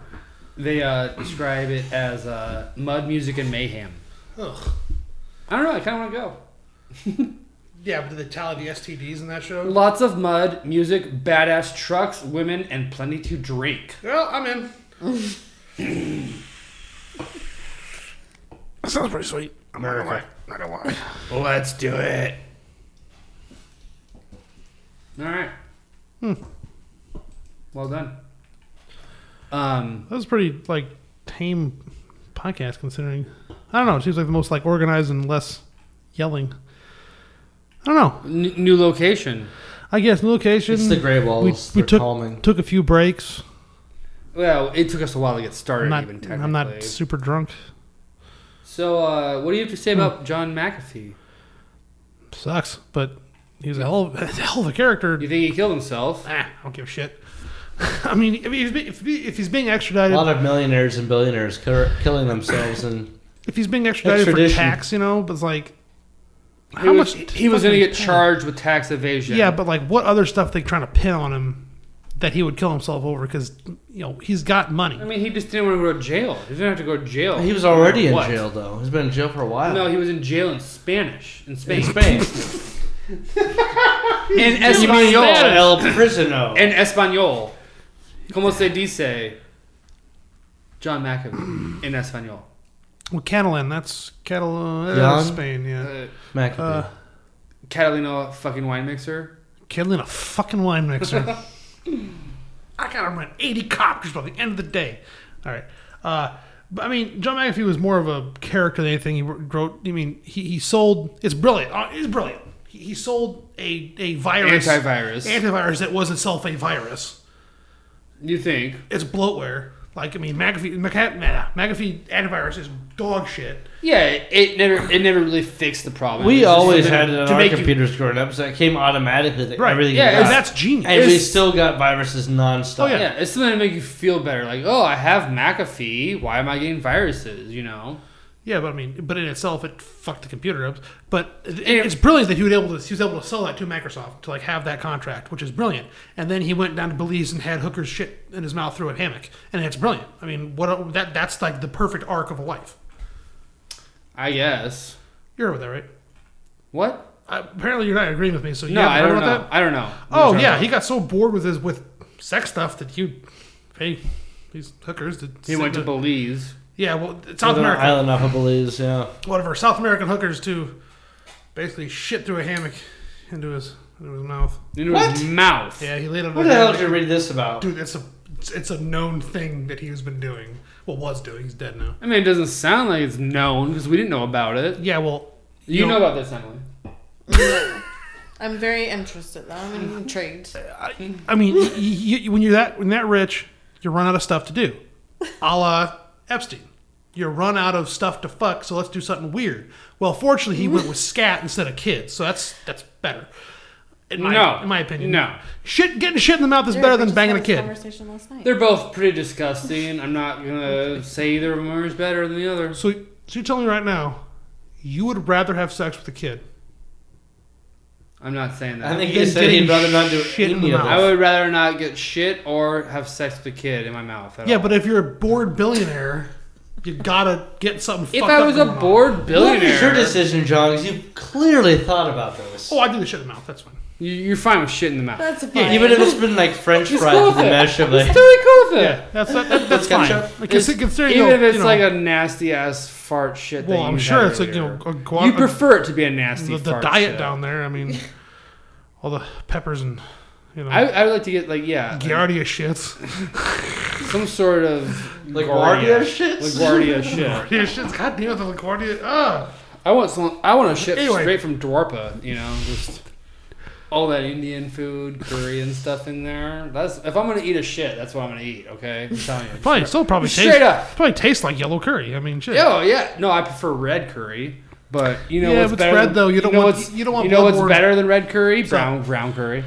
[SPEAKER 1] they uh, describe it as uh, mud music and mayhem.
[SPEAKER 3] Ugh.
[SPEAKER 1] I don't know. I kind of want to go.
[SPEAKER 3] Yeah, but did they tally the STDs in that
[SPEAKER 2] Mm.
[SPEAKER 3] show?
[SPEAKER 1] Lots of mud, music, badass trucks, women, and plenty to drink.
[SPEAKER 3] Well, I'm
[SPEAKER 2] <laughs>
[SPEAKER 3] in. that sounds pretty sweet. I'm not gonna lie. Not gonna lie.
[SPEAKER 1] Let's do it. All right. Hmm. Well done. Um,
[SPEAKER 3] That was pretty like tame podcast considering. I don't know. It seems like the most like organized and less yelling. I don't know.
[SPEAKER 1] n- new location.
[SPEAKER 3] I guess new location.
[SPEAKER 2] It's the gray walls.
[SPEAKER 3] we
[SPEAKER 2] They're
[SPEAKER 3] took-
[SPEAKER 2] calming.
[SPEAKER 3] Took a few breaks.
[SPEAKER 1] Well, it took us a while to get
[SPEAKER 3] I'm
[SPEAKER 1] started.
[SPEAKER 3] not.
[SPEAKER 1] even technically.
[SPEAKER 3] I'm not super drunk.
[SPEAKER 1] So, uh, what do you have to
[SPEAKER 3] Hmm.
[SPEAKER 1] say about John McAfee?
[SPEAKER 3] Sucks, but he's a hell of, <laughs> a hell of a character.
[SPEAKER 1] You think he killed himself?
[SPEAKER 3] Ah, I don't give a shit. <laughs> I mean, if he's, be- if he- if he's being
[SPEAKER 2] A
[SPEAKER 3] extradited,
[SPEAKER 2] lot of millionaires and billionaires cur- killing themselves, and
[SPEAKER 3] if he's being extradited
[SPEAKER 2] Extradition.
[SPEAKER 3] for tax, you know, but it's like,
[SPEAKER 1] He
[SPEAKER 3] how
[SPEAKER 1] was,
[SPEAKER 3] much
[SPEAKER 1] He was going to
[SPEAKER 3] fucking-
[SPEAKER 1] get charged with tax evasion.
[SPEAKER 3] Yeah, but like, what other stuff they trying to pin on him that he would kill himself over? Because you know he's got money.
[SPEAKER 1] I mean, he just didn't want to go to jail. He didn't have to go to jail.
[SPEAKER 2] he was already in
[SPEAKER 1] Oh, What?
[SPEAKER 2] jail though. He's been in jail for a while.
[SPEAKER 1] No, he was in jail in Spanish. In Spain.
[SPEAKER 2] in Spain.
[SPEAKER 1] <laughs> in
[SPEAKER 2] you mean you're
[SPEAKER 1] Espanol.
[SPEAKER 2] El Prisono?
[SPEAKER 1] En español. Como se dice? John McAfee in español.
[SPEAKER 3] Well, Catalan, that's Catalan, uh,
[SPEAKER 2] Jan?
[SPEAKER 3] Spain, yeah.
[SPEAKER 1] Uh,
[SPEAKER 2] McAfee.
[SPEAKER 3] Uh,
[SPEAKER 1] Catalina fucking wine mixer.
[SPEAKER 3] Catalan, a fucking wine mixer. I gotta run eighty copters by the end of the day. All right. Uh, but I mean, John McAfee was more of a character than anything. He wrote. I mean, he, he sold. It's brilliant. Uh, it's brilliant. He, he sold a a virus
[SPEAKER 1] Antivirus.
[SPEAKER 3] antivirus that was itself a virus.
[SPEAKER 1] you think?
[SPEAKER 3] it's bloatware. Like I mean, McAfee, McAfee, nah, McAfee antivirus is dog shit.
[SPEAKER 1] Yeah, it never it never really fixed the problem. It
[SPEAKER 2] we
[SPEAKER 1] was just
[SPEAKER 2] always
[SPEAKER 1] something
[SPEAKER 2] had it on
[SPEAKER 1] to
[SPEAKER 2] our
[SPEAKER 1] make you-
[SPEAKER 2] computers growing up, so it came automatically. That Everything
[SPEAKER 1] yeah,
[SPEAKER 2] you
[SPEAKER 1] it's-
[SPEAKER 2] got.
[SPEAKER 3] And that's genius.
[SPEAKER 2] And we
[SPEAKER 1] It's-
[SPEAKER 2] still got viruses nonstop.
[SPEAKER 3] Oh, yeah.
[SPEAKER 1] yeah, it's something to make you feel better. Like, oh, I have McAfee. Why am I getting viruses? You know.
[SPEAKER 3] yeah, but I mean, but in itself, it fucked the computer up. But it, it's brilliant that he was able to he was able to sell that to Microsoft to like have that contract, which is brilliant. And then he went down to Belize and had hookers shit in his mouth through a hammock, and it's brilliant. I mean, what that that's like the perfect arc of a life.
[SPEAKER 1] I guess.
[SPEAKER 3] You're over there, right?
[SPEAKER 1] What?
[SPEAKER 3] Uh, apparently, you're not agreeing with me. So you
[SPEAKER 1] No,
[SPEAKER 3] haven't
[SPEAKER 1] I
[SPEAKER 3] heard
[SPEAKER 1] don't know.
[SPEAKER 3] about that?
[SPEAKER 1] I don't know.
[SPEAKER 3] Oh yeah, he got so bored with his with sex stuff that he pay these hookers to.
[SPEAKER 1] He went to Belize.
[SPEAKER 3] yeah, well, it's
[SPEAKER 2] South
[SPEAKER 3] South America,
[SPEAKER 2] Island off of Belize, yeah.
[SPEAKER 3] whatever. South American hookers to basically shit through a hammock into his into his mouth.
[SPEAKER 1] Into
[SPEAKER 2] What?
[SPEAKER 1] his mouth.
[SPEAKER 3] Yeah, he laid on.
[SPEAKER 2] What
[SPEAKER 3] a
[SPEAKER 2] the hell
[SPEAKER 3] hammock.
[SPEAKER 2] did you read this about?
[SPEAKER 3] Dude, it's a it's, it's a known thing that he's been doing. Well, was doing. He's dead now.
[SPEAKER 1] I mean, it doesn't sound like it's known because we didn't know about it.
[SPEAKER 3] Yeah, well,
[SPEAKER 1] You, know, about this, Emily.
[SPEAKER 5] I'm very interested though. I'm intrigued.
[SPEAKER 3] I, I mean, y y y when you're that when that rich, you run out of stuff to do, a la Epstein. You run out of stuff to fuck, so let's do something weird. Well, fortunately, he went with scat instead of kids, so that's that's better. In my,
[SPEAKER 1] No.
[SPEAKER 3] in my opinion,
[SPEAKER 1] No.
[SPEAKER 3] Shit, getting shit in the mouth is better than banging a kid.
[SPEAKER 5] Conversation last night.
[SPEAKER 1] They're both pretty disgusting. I'm not gonna say either of them is better than the other.
[SPEAKER 3] So, so you're telling me right now, you would rather have sex with a kid?
[SPEAKER 1] I'm not saying that.
[SPEAKER 2] I
[SPEAKER 1] I,
[SPEAKER 2] think
[SPEAKER 3] Then
[SPEAKER 2] he said he'd
[SPEAKER 3] getting
[SPEAKER 2] rather not do
[SPEAKER 3] shit in
[SPEAKER 2] any
[SPEAKER 3] the
[SPEAKER 2] of
[SPEAKER 3] mouth.
[SPEAKER 2] it.
[SPEAKER 1] would rather not get shit or have sex with a kid in my mouth. at
[SPEAKER 3] Yeah,
[SPEAKER 1] all.
[SPEAKER 3] but if you're a bored billionaire, You gotta get something.
[SPEAKER 1] If
[SPEAKER 3] fucked
[SPEAKER 1] I
[SPEAKER 3] up
[SPEAKER 1] was a
[SPEAKER 3] going on.
[SPEAKER 1] bored
[SPEAKER 2] What
[SPEAKER 1] billionaire,
[SPEAKER 2] is your decision, John? Because you've clearly thought about this.
[SPEAKER 3] oh, I do the shit in the mouth. That's fine.
[SPEAKER 1] you- you're fine with shit in the mouth.
[SPEAKER 5] That's fine.
[SPEAKER 2] Even if it's been like French
[SPEAKER 1] He's
[SPEAKER 2] fries
[SPEAKER 1] cool with
[SPEAKER 2] to the
[SPEAKER 1] it.
[SPEAKER 2] mesh of
[SPEAKER 1] It's
[SPEAKER 2] like.
[SPEAKER 1] totally cool with it.
[SPEAKER 3] Yeah, that's that, that, that's fine.
[SPEAKER 2] Ketchup?
[SPEAKER 3] Like,
[SPEAKER 1] It's-
[SPEAKER 3] consi- considering
[SPEAKER 1] even
[SPEAKER 3] you
[SPEAKER 1] if it's
[SPEAKER 3] know,
[SPEAKER 1] like a nasty ass fart shit. that
[SPEAKER 3] well,
[SPEAKER 1] you
[SPEAKER 3] I'm
[SPEAKER 1] had
[SPEAKER 3] sure it's like you know
[SPEAKER 1] earlier.
[SPEAKER 3] a, guac-
[SPEAKER 1] you prefer it to be a nasty
[SPEAKER 3] the, the
[SPEAKER 1] fart
[SPEAKER 3] diet
[SPEAKER 1] shit.
[SPEAKER 3] down there. I <laughs> mean, all the peppers and you know
[SPEAKER 1] I, I would like to get like yeah, like,
[SPEAKER 3] Giardia shits. <laughs>
[SPEAKER 1] some sort of
[SPEAKER 2] LaGuardia shits?
[SPEAKER 1] <laughs> LaGuardia shit.
[SPEAKER 3] Giardia shits. God damn it, the LaGuardia. Ah,
[SPEAKER 1] I want some. I want a ship
[SPEAKER 3] Anyway.
[SPEAKER 1] straight from Dwarpa. You know, just all that Indian food, curry and stuff in there. That's if I'm gonna eat a shit, that's what I'm gonna eat. Okay, I'm telling you.
[SPEAKER 3] probably still probably
[SPEAKER 1] Straight
[SPEAKER 3] tastes,
[SPEAKER 1] up.
[SPEAKER 3] Probably tastes like yellow curry. I mean, shit.
[SPEAKER 1] Oh yeah, no, I prefer red curry. But you know
[SPEAKER 3] Yeah,
[SPEAKER 1] what's
[SPEAKER 3] if it's
[SPEAKER 1] better
[SPEAKER 3] red,
[SPEAKER 1] than,
[SPEAKER 3] though, you don't
[SPEAKER 1] know
[SPEAKER 3] want-
[SPEAKER 1] what's-
[SPEAKER 3] you don't want
[SPEAKER 1] you know what's
[SPEAKER 3] bloodborne-
[SPEAKER 1] better than red curry
[SPEAKER 3] So-
[SPEAKER 1] brown brown curry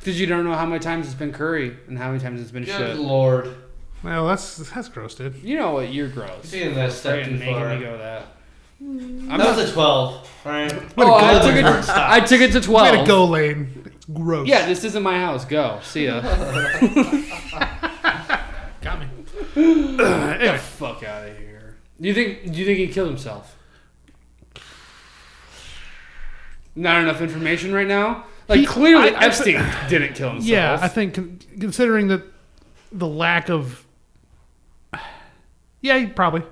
[SPEAKER 1] because you don't know how many times it's been curry and how many times it's been
[SPEAKER 2] Good
[SPEAKER 1] shit.
[SPEAKER 2] lord.
[SPEAKER 3] Well, that's that's gross, dude.
[SPEAKER 1] You know what? You're gross.
[SPEAKER 2] Seeing that step
[SPEAKER 1] Freaking
[SPEAKER 2] too
[SPEAKER 1] making
[SPEAKER 2] far.
[SPEAKER 1] me go that. I'm
[SPEAKER 2] That
[SPEAKER 1] not,
[SPEAKER 2] was a 12. Alright.
[SPEAKER 1] oh, I
[SPEAKER 2] golden
[SPEAKER 1] took it.
[SPEAKER 2] hurt stop.
[SPEAKER 1] I took it to
[SPEAKER 3] Way
[SPEAKER 1] twelve.
[SPEAKER 3] to go, Lane. It's gross.
[SPEAKER 1] Yeah, this isn't my house. Go. See
[SPEAKER 2] <laughs>
[SPEAKER 1] ya. <laughs>
[SPEAKER 3] got me. anyway,
[SPEAKER 1] Fuck out of here. Do you think? Do you think he killed himself? Not enough information right now. Like
[SPEAKER 3] He-
[SPEAKER 1] clearly,
[SPEAKER 3] I- I-
[SPEAKER 1] Epstein <laughs> didn't kill himself.
[SPEAKER 3] yeah, I think con- considering that the lack of, <sighs> yeah, he probably.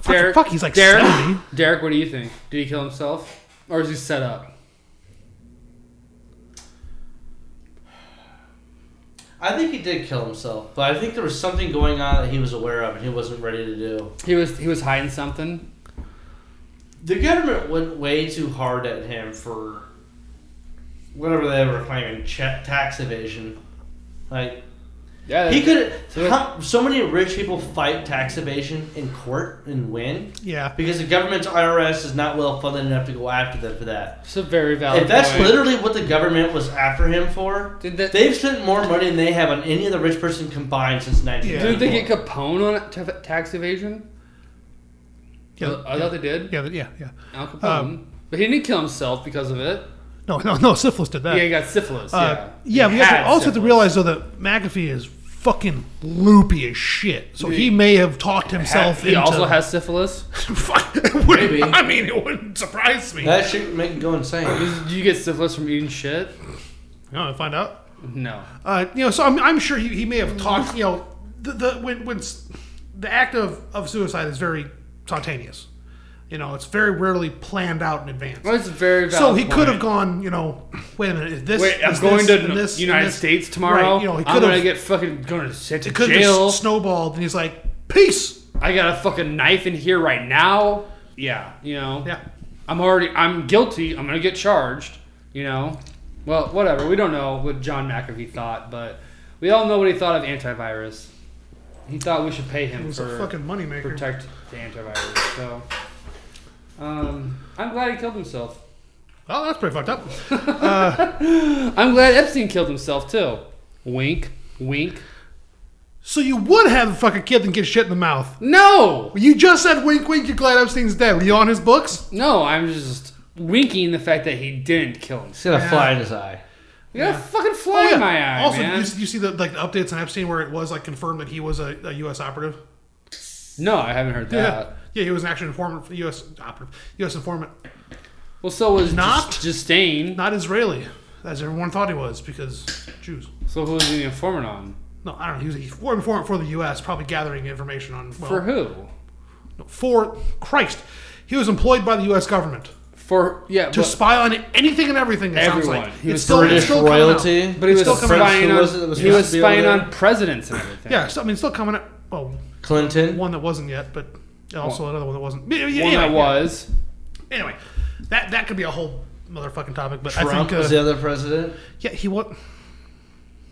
[SPEAKER 3] Fuck,
[SPEAKER 1] Derek-
[SPEAKER 3] fuck, he's like
[SPEAKER 1] Derek-
[SPEAKER 3] seventy.
[SPEAKER 1] Derek, what do you think? Did he kill himself, or is he set up?
[SPEAKER 2] I think he did kill himself, but I think there was something going on that he was aware of and he wasn't ready to do.
[SPEAKER 1] He was he was hiding something.
[SPEAKER 2] The government went way too hard at him for whatever they were claiming cha- tax evasion. Like
[SPEAKER 1] Yeah,
[SPEAKER 2] he could,
[SPEAKER 1] So-
[SPEAKER 2] how, so many rich people fight tax evasion in court and win
[SPEAKER 3] Yeah,
[SPEAKER 2] because the government's IRS is not well funded enough to go after them for that.
[SPEAKER 1] It's a very valid.
[SPEAKER 2] If that's
[SPEAKER 1] point.
[SPEAKER 2] literally what the government was after him for,
[SPEAKER 1] Did that-
[SPEAKER 2] they've spent more money than they have on any other rich person combined since 19.
[SPEAKER 3] Yeah.
[SPEAKER 1] Did they get Capone on it to- tax evasion?
[SPEAKER 3] yeah,
[SPEAKER 1] I thought they did.
[SPEAKER 3] yeah, yeah, yeah. Um,
[SPEAKER 1] Al Capone, but he didn't kill himself because of it.
[SPEAKER 3] No, no, no. Syphilis did that.
[SPEAKER 1] yeah, he got syphilis.
[SPEAKER 3] Uh,
[SPEAKER 1] yeah,
[SPEAKER 3] yeah,
[SPEAKER 1] He
[SPEAKER 3] we also,
[SPEAKER 1] had
[SPEAKER 3] also have to
[SPEAKER 1] syphilis.
[SPEAKER 3] realize though that McAfee is fucking loopy as shit. So he
[SPEAKER 1] He-
[SPEAKER 3] may have talked himself
[SPEAKER 1] He
[SPEAKER 3] into.
[SPEAKER 1] also has syphilis.
[SPEAKER 3] <laughs> Fuck, it wouldn't-
[SPEAKER 2] Maybe.
[SPEAKER 3] <laughs> I mean, it wouldn't surprise me.
[SPEAKER 2] That shit make you go insane.
[SPEAKER 1] Do you get syphilis from eating shit?
[SPEAKER 3] You know, find out.
[SPEAKER 1] No.
[SPEAKER 3] Uh, you know, so I'm, I'm sure he, he may have talked. You know, the, the when when s- the act of, of suicide is very spontaneous. You know, it's very rarely planned out in advance.
[SPEAKER 1] Well, it's a very valid.
[SPEAKER 3] So he could
[SPEAKER 1] point.
[SPEAKER 3] have gone. You know, wait a minute. Is this?
[SPEAKER 1] Wait, I'm
[SPEAKER 3] is
[SPEAKER 1] going
[SPEAKER 3] this,
[SPEAKER 1] to
[SPEAKER 3] and this,
[SPEAKER 1] the
[SPEAKER 3] and
[SPEAKER 1] United
[SPEAKER 3] this?"
[SPEAKER 1] States tomorrow.
[SPEAKER 3] Right, you know, he
[SPEAKER 1] I'm
[SPEAKER 3] could
[SPEAKER 1] gonna
[SPEAKER 3] have.
[SPEAKER 1] get fucking going to sent to
[SPEAKER 3] It could have
[SPEAKER 1] jail.
[SPEAKER 3] just snowballed, and he's like, "Peace."
[SPEAKER 1] I got a fucking knife in here right now. Yeah, you know.
[SPEAKER 3] Yeah.
[SPEAKER 1] I'm already. I'm guilty. I'm gonna get charged. You know. Well, whatever. We don't know what John McAfee thought, but we all know what he thought of antivirus. He thought we should pay
[SPEAKER 3] It
[SPEAKER 1] him
[SPEAKER 3] was
[SPEAKER 1] for
[SPEAKER 3] a fucking moneymaker.
[SPEAKER 1] protect the antivirus. So, um, I'm glad he killed himself.
[SPEAKER 3] Oh, that's pretty fucked up. <laughs> Uh,
[SPEAKER 1] I'm glad Epstein killed himself too. Wink, wink.
[SPEAKER 3] So you would have a fucking kid and get shit in the mouth.
[SPEAKER 1] No,
[SPEAKER 3] You just said wink, wink. You're glad Epstein's dead. Were you on his books?
[SPEAKER 1] no. I'm just winking the fact that he didn't kill himself.
[SPEAKER 2] It's got a fly in his eye.
[SPEAKER 1] You got a fucking fly in my eye,
[SPEAKER 3] Oh, also,
[SPEAKER 1] man.
[SPEAKER 3] You, you see the like the updates on Epstein where it was like confirmed that he was a, a U.S. operative.
[SPEAKER 1] No, I haven't heard that.
[SPEAKER 3] yeah, yeah, he was an actual informant, for the U.S. operative, U.S. informant,
[SPEAKER 1] Well, so was
[SPEAKER 3] Not-
[SPEAKER 1] not Justine.
[SPEAKER 3] not Israeli, as everyone thought he was because Jews.
[SPEAKER 1] So who was he the informant on?
[SPEAKER 3] No, I don't know. He was an informant for the U.S., probably gathering information on well,
[SPEAKER 1] For who?
[SPEAKER 3] for Christ. He was employed by the U.S. government
[SPEAKER 1] For yeah,
[SPEAKER 3] to
[SPEAKER 1] but,
[SPEAKER 3] spy on anything and everything. It sounds
[SPEAKER 1] Everyone.
[SPEAKER 3] like
[SPEAKER 1] He
[SPEAKER 3] It's
[SPEAKER 1] was
[SPEAKER 3] still, it's
[SPEAKER 2] British
[SPEAKER 3] still coming out.
[SPEAKER 2] royalty.
[SPEAKER 1] but he
[SPEAKER 3] it's
[SPEAKER 1] was
[SPEAKER 3] still coming out.
[SPEAKER 1] spying
[SPEAKER 2] Who
[SPEAKER 1] on
[SPEAKER 2] was it that was
[SPEAKER 1] he was
[SPEAKER 2] supposed to be over
[SPEAKER 1] spying
[SPEAKER 2] there?
[SPEAKER 1] on presidents and everything.
[SPEAKER 3] Yeah, so, I mean, still coming out. Well,
[SPEAKER 2] Clinton.
[SPEAKER 3] one that wasn't yet, but also another one that wasn't. Yeah, yeah,
[SPEAKER 1] one
[SPEAKER 3] anyway,
[SPEAKER 1] that was.
[SPEAKER 3] Anyway, that that could be a whole motherfucking topic. But I
[SPEAKER 2] Trump
[SPEAKER 3] think uh,
[SPEAKER 2] was the other president.
[SPEAKER 3] yeah, he was.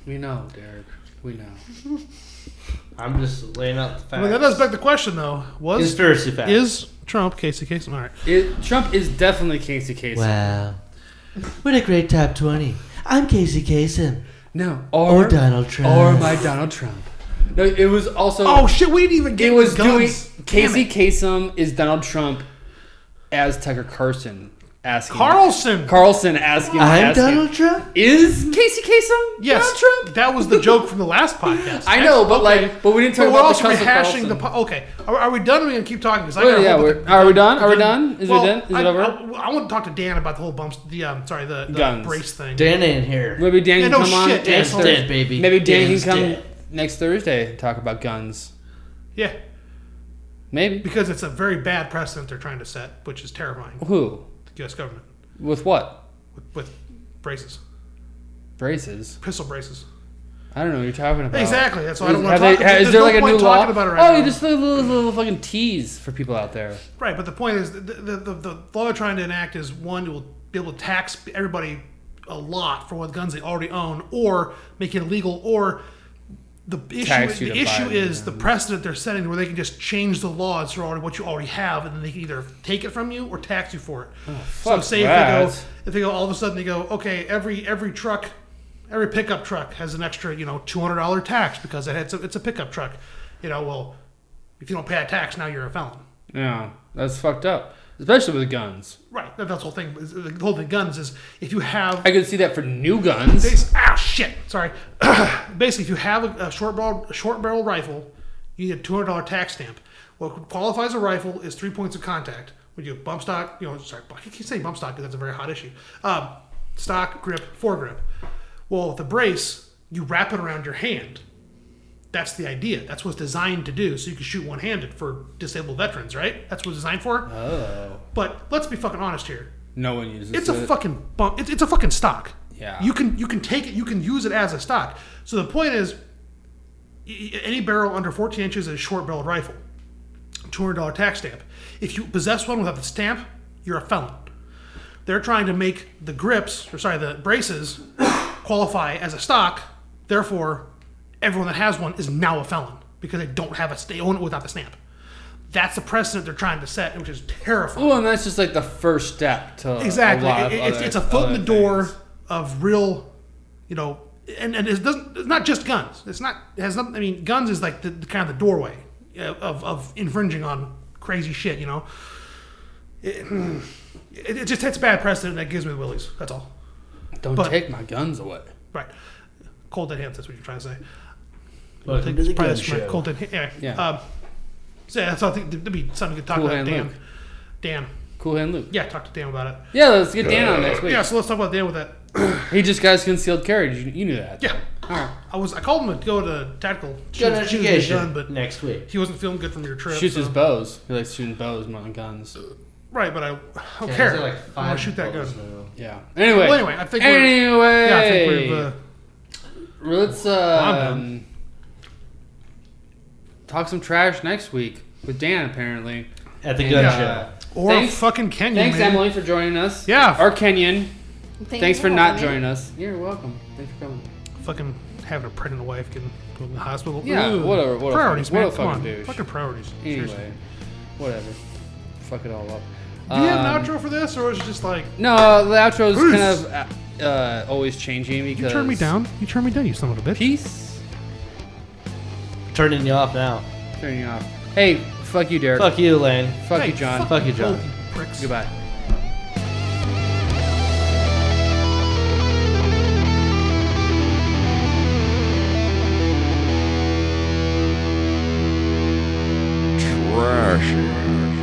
[SPEAKER 1] We know, Derek. We know.
[SPEAKER 2] I'm just laying out the facts.
[SPEAKER 3] I mean, that does beg the question though: Was
[SPEAKER 2] Conspiracy facts.
[SPEAKER 3] is Trump Casey Kasem? All right,
[SPEAKER 1] It, Trump is definitely Casey Kasem.
[SPEAKER 2] <laughs>
[SPEAKER 6] Wow. What a great top 20. I'm Casey Kasem.
[SPEAKER 1] No,
[SPEAKER 3] Oh,
[SPEAKER 1] or,
[SPEAKER 6] Or Donald Trump.
[SPEAKER 1] or my Donald Trump. No, it was also.
[SPEAKER 3] Oh shit, we didn't even get
[SPEAKER 1] it was
[SPEAKER 3] guns.
[SPEAKER 1] doing Casey Kasem is Donald Trump as Tucker Carlson asking.
[SPEAKER 3] Carlson.
[SPEAKER 1] Carlson asking.
[SPEAKER 6] I'm
[SPEAKER 1] asking,
[SPEAKER 6] Donald Trump.
[SPEAKER 1] Is Casey Kasem
[SPEAKER 3] yes,
[SPEAKER 1] Donald Trump?
[SPEAKER 3] that was the joke from the last podcast.
[SPEAKER 1] <laughs> I know, but like, but we didn't talk
[SPEAKER 3] But we're
[SPEAKER 1] about
[SPEAKER 3] also
[SPEAKER 1] the Carlson.
[SPEAKER 3] rehashing the. Po- okay, are, are we done? Or we gonna keep talking because I
[SPEAKER 1] Well,
[SPEAKER 3] gotta
[SPEAKER 1] yeah,
[SPEAKER 3] hold
[SPEAKER 1] we're-
[SPEAKER 3] the-
[SPEAKER 1] are we done? Are we
[SPEAKER 3] the-
[SPEAKER 1] done? Is it
[SPEAKER 3] well,
[SPEAKER 1] done? Is it
[SPEAKER 3] I-
[SPEAKER 1] over?
[SPEAKER 3] I, I want to talk to Dan about the whole bumps. The um, sorry, the, the
[SPEAKER 1] Guns.
[SPEAKER 3] brace thing.
[SPEAKER 2] Dan ain't here.
[SPEAKER 1] Maybe Dan
[SPEAKER 3] Yeah,
[SPEAKER 1] can
[SPEAKER 3] no
[SPEAKER 1] come on
[SPEAKER 3] shit,
[SPEAKER 1] next
[SPEAKER 3] Dan's
[SPEAKER 1] Thursday.
[SPEAKER 2] dead, baby.
[SPEAKER 1] Maybe Dan
[SPEAKER 2] Dan's
[SPEAKER 1] can come
[SPEAKER 2] dead.
[SPEAKER 1] next Thursday and talk about guns.
[SPEAKER 3] Yeah,
[SPEAKER 1] Maybe
[SPEAKER 3] because it's a very bad precedent they're trying to set, which is terrifying.
[SPEAKER 1] who
[SPEAKER 3] The U.S. government
[SPEAKER 1] with what
[SPEAKER 3] with, with braces,
[SPEAKER 1] braces?
[SPEAKER 3] pistol braces.
[SPEAKER 1] I don't know. what You're talking about
[SPEAKER 3] Exactly. That's why I don't want
[SPEAKER 1] Have
[SPEAKER 3] to
[SPEAKER 1] they-
[SPEAKER 3] talk.
[SPEAKER 1] ha- is
[SPEAKER 3] there's
[SPEAKER 1] there
[SPEAKER 3] no
[SPEAKER 1] like a
[SPEAKER 3] point
[SPEAKER 1] new law?
[SPEAKER 3] talking about it right
[SPEAKER 1] oh,
[SPEAKER 3] now.
[SPEAKER 1] you just little, little, little fucking tease for people out there.
[SPEAKER 3] Right, but the point is, the, the, the, the law they're trying to enact is one that will be able to tax everybody a lot for what guns they already own, or make it illegal, or the
[SPEAKER 1] Tax
[SPEAKER 3] issue.
[SPEAKER 1] you
[SPEAKER 3] The
[SPEAKER 1] to buy
[SPEAKER 3] issue
[SPEAKER 1] them,
[SPEAKER 3] is
[SPEAKER 1] yeah.
[SPEAKER 3] the precedent they're setting, where they can just change the laws for already, what you already have, and then they can either take it from you or tax you for it. so
[SPEAKER 1] Oh, fuck
[SPEAKER 3] say if they
[SPEAKER 1] that.
[SPEAKER 3] go, if they go, all of a sudden they go, okay, every every truck, every pickup truck has an extra, you know, two hundred dollar tax because it had, it's a pickup truck. You know, well, if you don't pay a tax, now you're a felon.
[SPEAKER 1] Yeah, that's fucked up, especially with guns.
[SPEAKER 3] Right. that- That's the whole thing. is- The whole thing guns is if you have.
[SPEAKER 1] I could see that for new guns.
[SPEAKER 3] bas- ah, shit. Sorry. <clears throat> Basically, if you have a, a short barrel, a short barrel rifle, you need a two hundred dollar tax stamp. What qualifies a rifle is three points of contact. When you have bump stock, you know, sorry, I keep saying bump stock because that's a very hot issue. Um, stock, grip, foregrip. Well, with the brace, you wrap it around your hand. That's the idea. That's what's designed to do, so you can shoot one-handed for disabled veterans, right? That's what it's designed for.
[SPEAKER 1] Oh,
[SPEAKER 3] But let's be fucking honest here.
[SPEAKER 1] no one uses
[SPEAKER 3] It's
[SPEAKER 1] it.
[SPEAKER 3] a fucking bump. It's, it's a fucking stock.
[SPEAKER 1] Yeah.
[SPEAKER 3] You can you can take it. You can use it as a stock. So the point is, y- y- any barrel under 14 inches is a short barreled rifle. $200 tax stamp. If you possess one without the stamp, you're a felon. They're trying to make the grips, or sorry, the braces, <coughs> qualify as a stock. Therefore, everyone that has one is now a felon because they don't have a they own it without the stamp. That's the precedent they're trying to set, which is terrifying.
[SPEAKER 1] Well, and that's just like the first step to
[SPEAKER 3] Exactly.
[SPEAKER 1] A lot of
[SPEAKER 3] It- it's,
[SPEAKER 1] other-
[SPEAKER 3] it's a foot in the
[SPEAKER 1] other
[SPEAKER 3] door
[SPEAKER 1] things.
[SPEAKER 3] of real, you know, and, and it doesn't. It's not just guns. It's not. It has nothing. I mean, guns is like the, the kind of the doorway uh, of, of infringing on crazy shit. You know, it, <clears throat> it, it just hits bad precedent that gives me the willies. That's all.
[SPEAKER 1] Don't
[SPEAKER 3] but-
[SPEAKER 1] take my guns away.
[SPEAKER 3] Right. Cold dead hands. That's what you're trying to say. I
[SPEAKER 2] Welcome
[SPEAKER 3] think
[SPEAKER 2] to
[SPEAKER 3] it's
[SPEAKER 2] the
[SPEAKER 3] probably
[SPEAKER 2] gun
[SPEAKER 3] that's right.
[SPEAKER 2] show.
[SPEAKER 3] Cold dead. Hand- Anyway.
[SPEAKER 1] Yeah.
[SPEAKER 3] Um, so yeah, that's all I think. That'd be something to talk
[SPEAKER 1] Cool
[SPEAKER 3] about.
[SPEAKER 1] hand
[SPEAKER 3] Dan.
[SPEAKER 1] Luke.
[SPEAKER 3] Dan.
[SPEAKER 1] Cool hand Luke.
[SPEAKER 3] Yeah, talk to Dan about it.
[SPEAKER 1] Yeah, let's get Dan on next week.
[SPEAKER 3] Yeah. So let's talk about Dan with that.
[SPEAKER 1] He just got his concealed carry. You, you knew that.
[SPEAKER 3] Yeah.
[SPEAKER 1] All right.
[SPEAKER 3] I was I called him to go to tactical
[SPEAKER 2] Gun
[SPEAKER 3] shoot- shoot his gun,
[SPEAKER 2] education.
[SPEAKER 3] but
[SPEAKER 2] next week.
[SPEAKER 3] he wasn't feeling good from your trip.
[SPEAKER 1] Shoots his
[SPEAKER 3] so-
[SPEAKER 1] bows. He likes shooting bows, more than guns.
[SPEAKER 3] Right, but I, I don't
[SPEAKER 2] Yeah,
[SPEAKER 3] care.
[SPEAKER 2] he's got, like,
[SPEAKER 3] I want
[SPEAKER 2] five
[SPEAKER 3] to shoot that gun.
[SPEAKER 2] bullets in a row.
[SPEAKER 1] Yeah. Anyway.
[SPEAKER 3] Well, anyway, I think we're-
[SPEAKER 1] Anyway.
[SPEAKER 3] Yeah, I think we've. Uh,
[SPEAKER 1] Let's
[SPEAKER 3] I'm
[SPEAKER 1] um,
[SPEAKER 3] done.
[SPEAKER 1] talk some trash next week with Dan. Apparently.
[SPEAKER 2] At the
[SPEAKER 1] And,
[SPEAKER 2] gun
[SPEAKER 1] uh,
[SPEAKER 2] show.
[SPEAKER 3] or
[SPEAKER 1] Thanks-
[SPEAKER 3] fucking Kenyan.
[SPEAKER 1] Thanks,
[SPEAKER 3] man.
[SPEAKER 1] Emily, for joining us.
[SPEAKER 3] Yeah.
[SPEAKER 1] Or Kenyon.
[SPEAKER 5] Thank
[SPEAKER 1] Thanks
[SPEAKER 5] you
[SPEAKER 1] for not
[SPEAKER 5] having me.
[SPEAKER 1] joining us. You're welcome. Thanks for coming.
[SPEAKER 3] Fucking having a pregnant wife getting put in the hospital.
[SPEAKER 1] Yeah,
[SPEAKER 3] Ooh.
[SPEAKER 1] what a- what a
[SPEAKER 3] priorities,
[SPEAKER 1] fucking- what
[SPEAKER 3] man.
[SPEAKER 1] a
[SPEAKER 3] Come
[SPEAKER 1] fucking
[SPEAKER 3] on.
[SPEAKER 1] douche.
[SPEAKER 3] Fucking priorities. Seriously.
[SPEAKER 1] Anyway, whatever. Fuck it all up.
[SPEAKER 3] Do you have
[SPEAKER 1] Um,
[SPEAKER 3] an outro for this, or is it just like
[SPEAKER 1] No, the outro is
[SPEAKER 3] Peace.
[SPEAKER 1] kind of uh, uh, always changing because.
[SPEAKER 3] you turn me down? You turn me down, you son of a bitch.
[SPEAKER 1] Peace.
[SPEAKER 2] Turning you off now.
[SPEAKER 1] Turning you off. Hey, fuck you, Derek.
[SPEAKER 2] Fuck you, Lane.
[SPEAKER 1] Fuck
[SPEAKER 3] Hey,
[SPEAKER 1] you, John.
[SPEAKER 2] Fuck you, John.
[SPEAKER 3] both you Pricks.
[SPEAKER 1] Goodbye.
[SPEAKER 7] Trashy.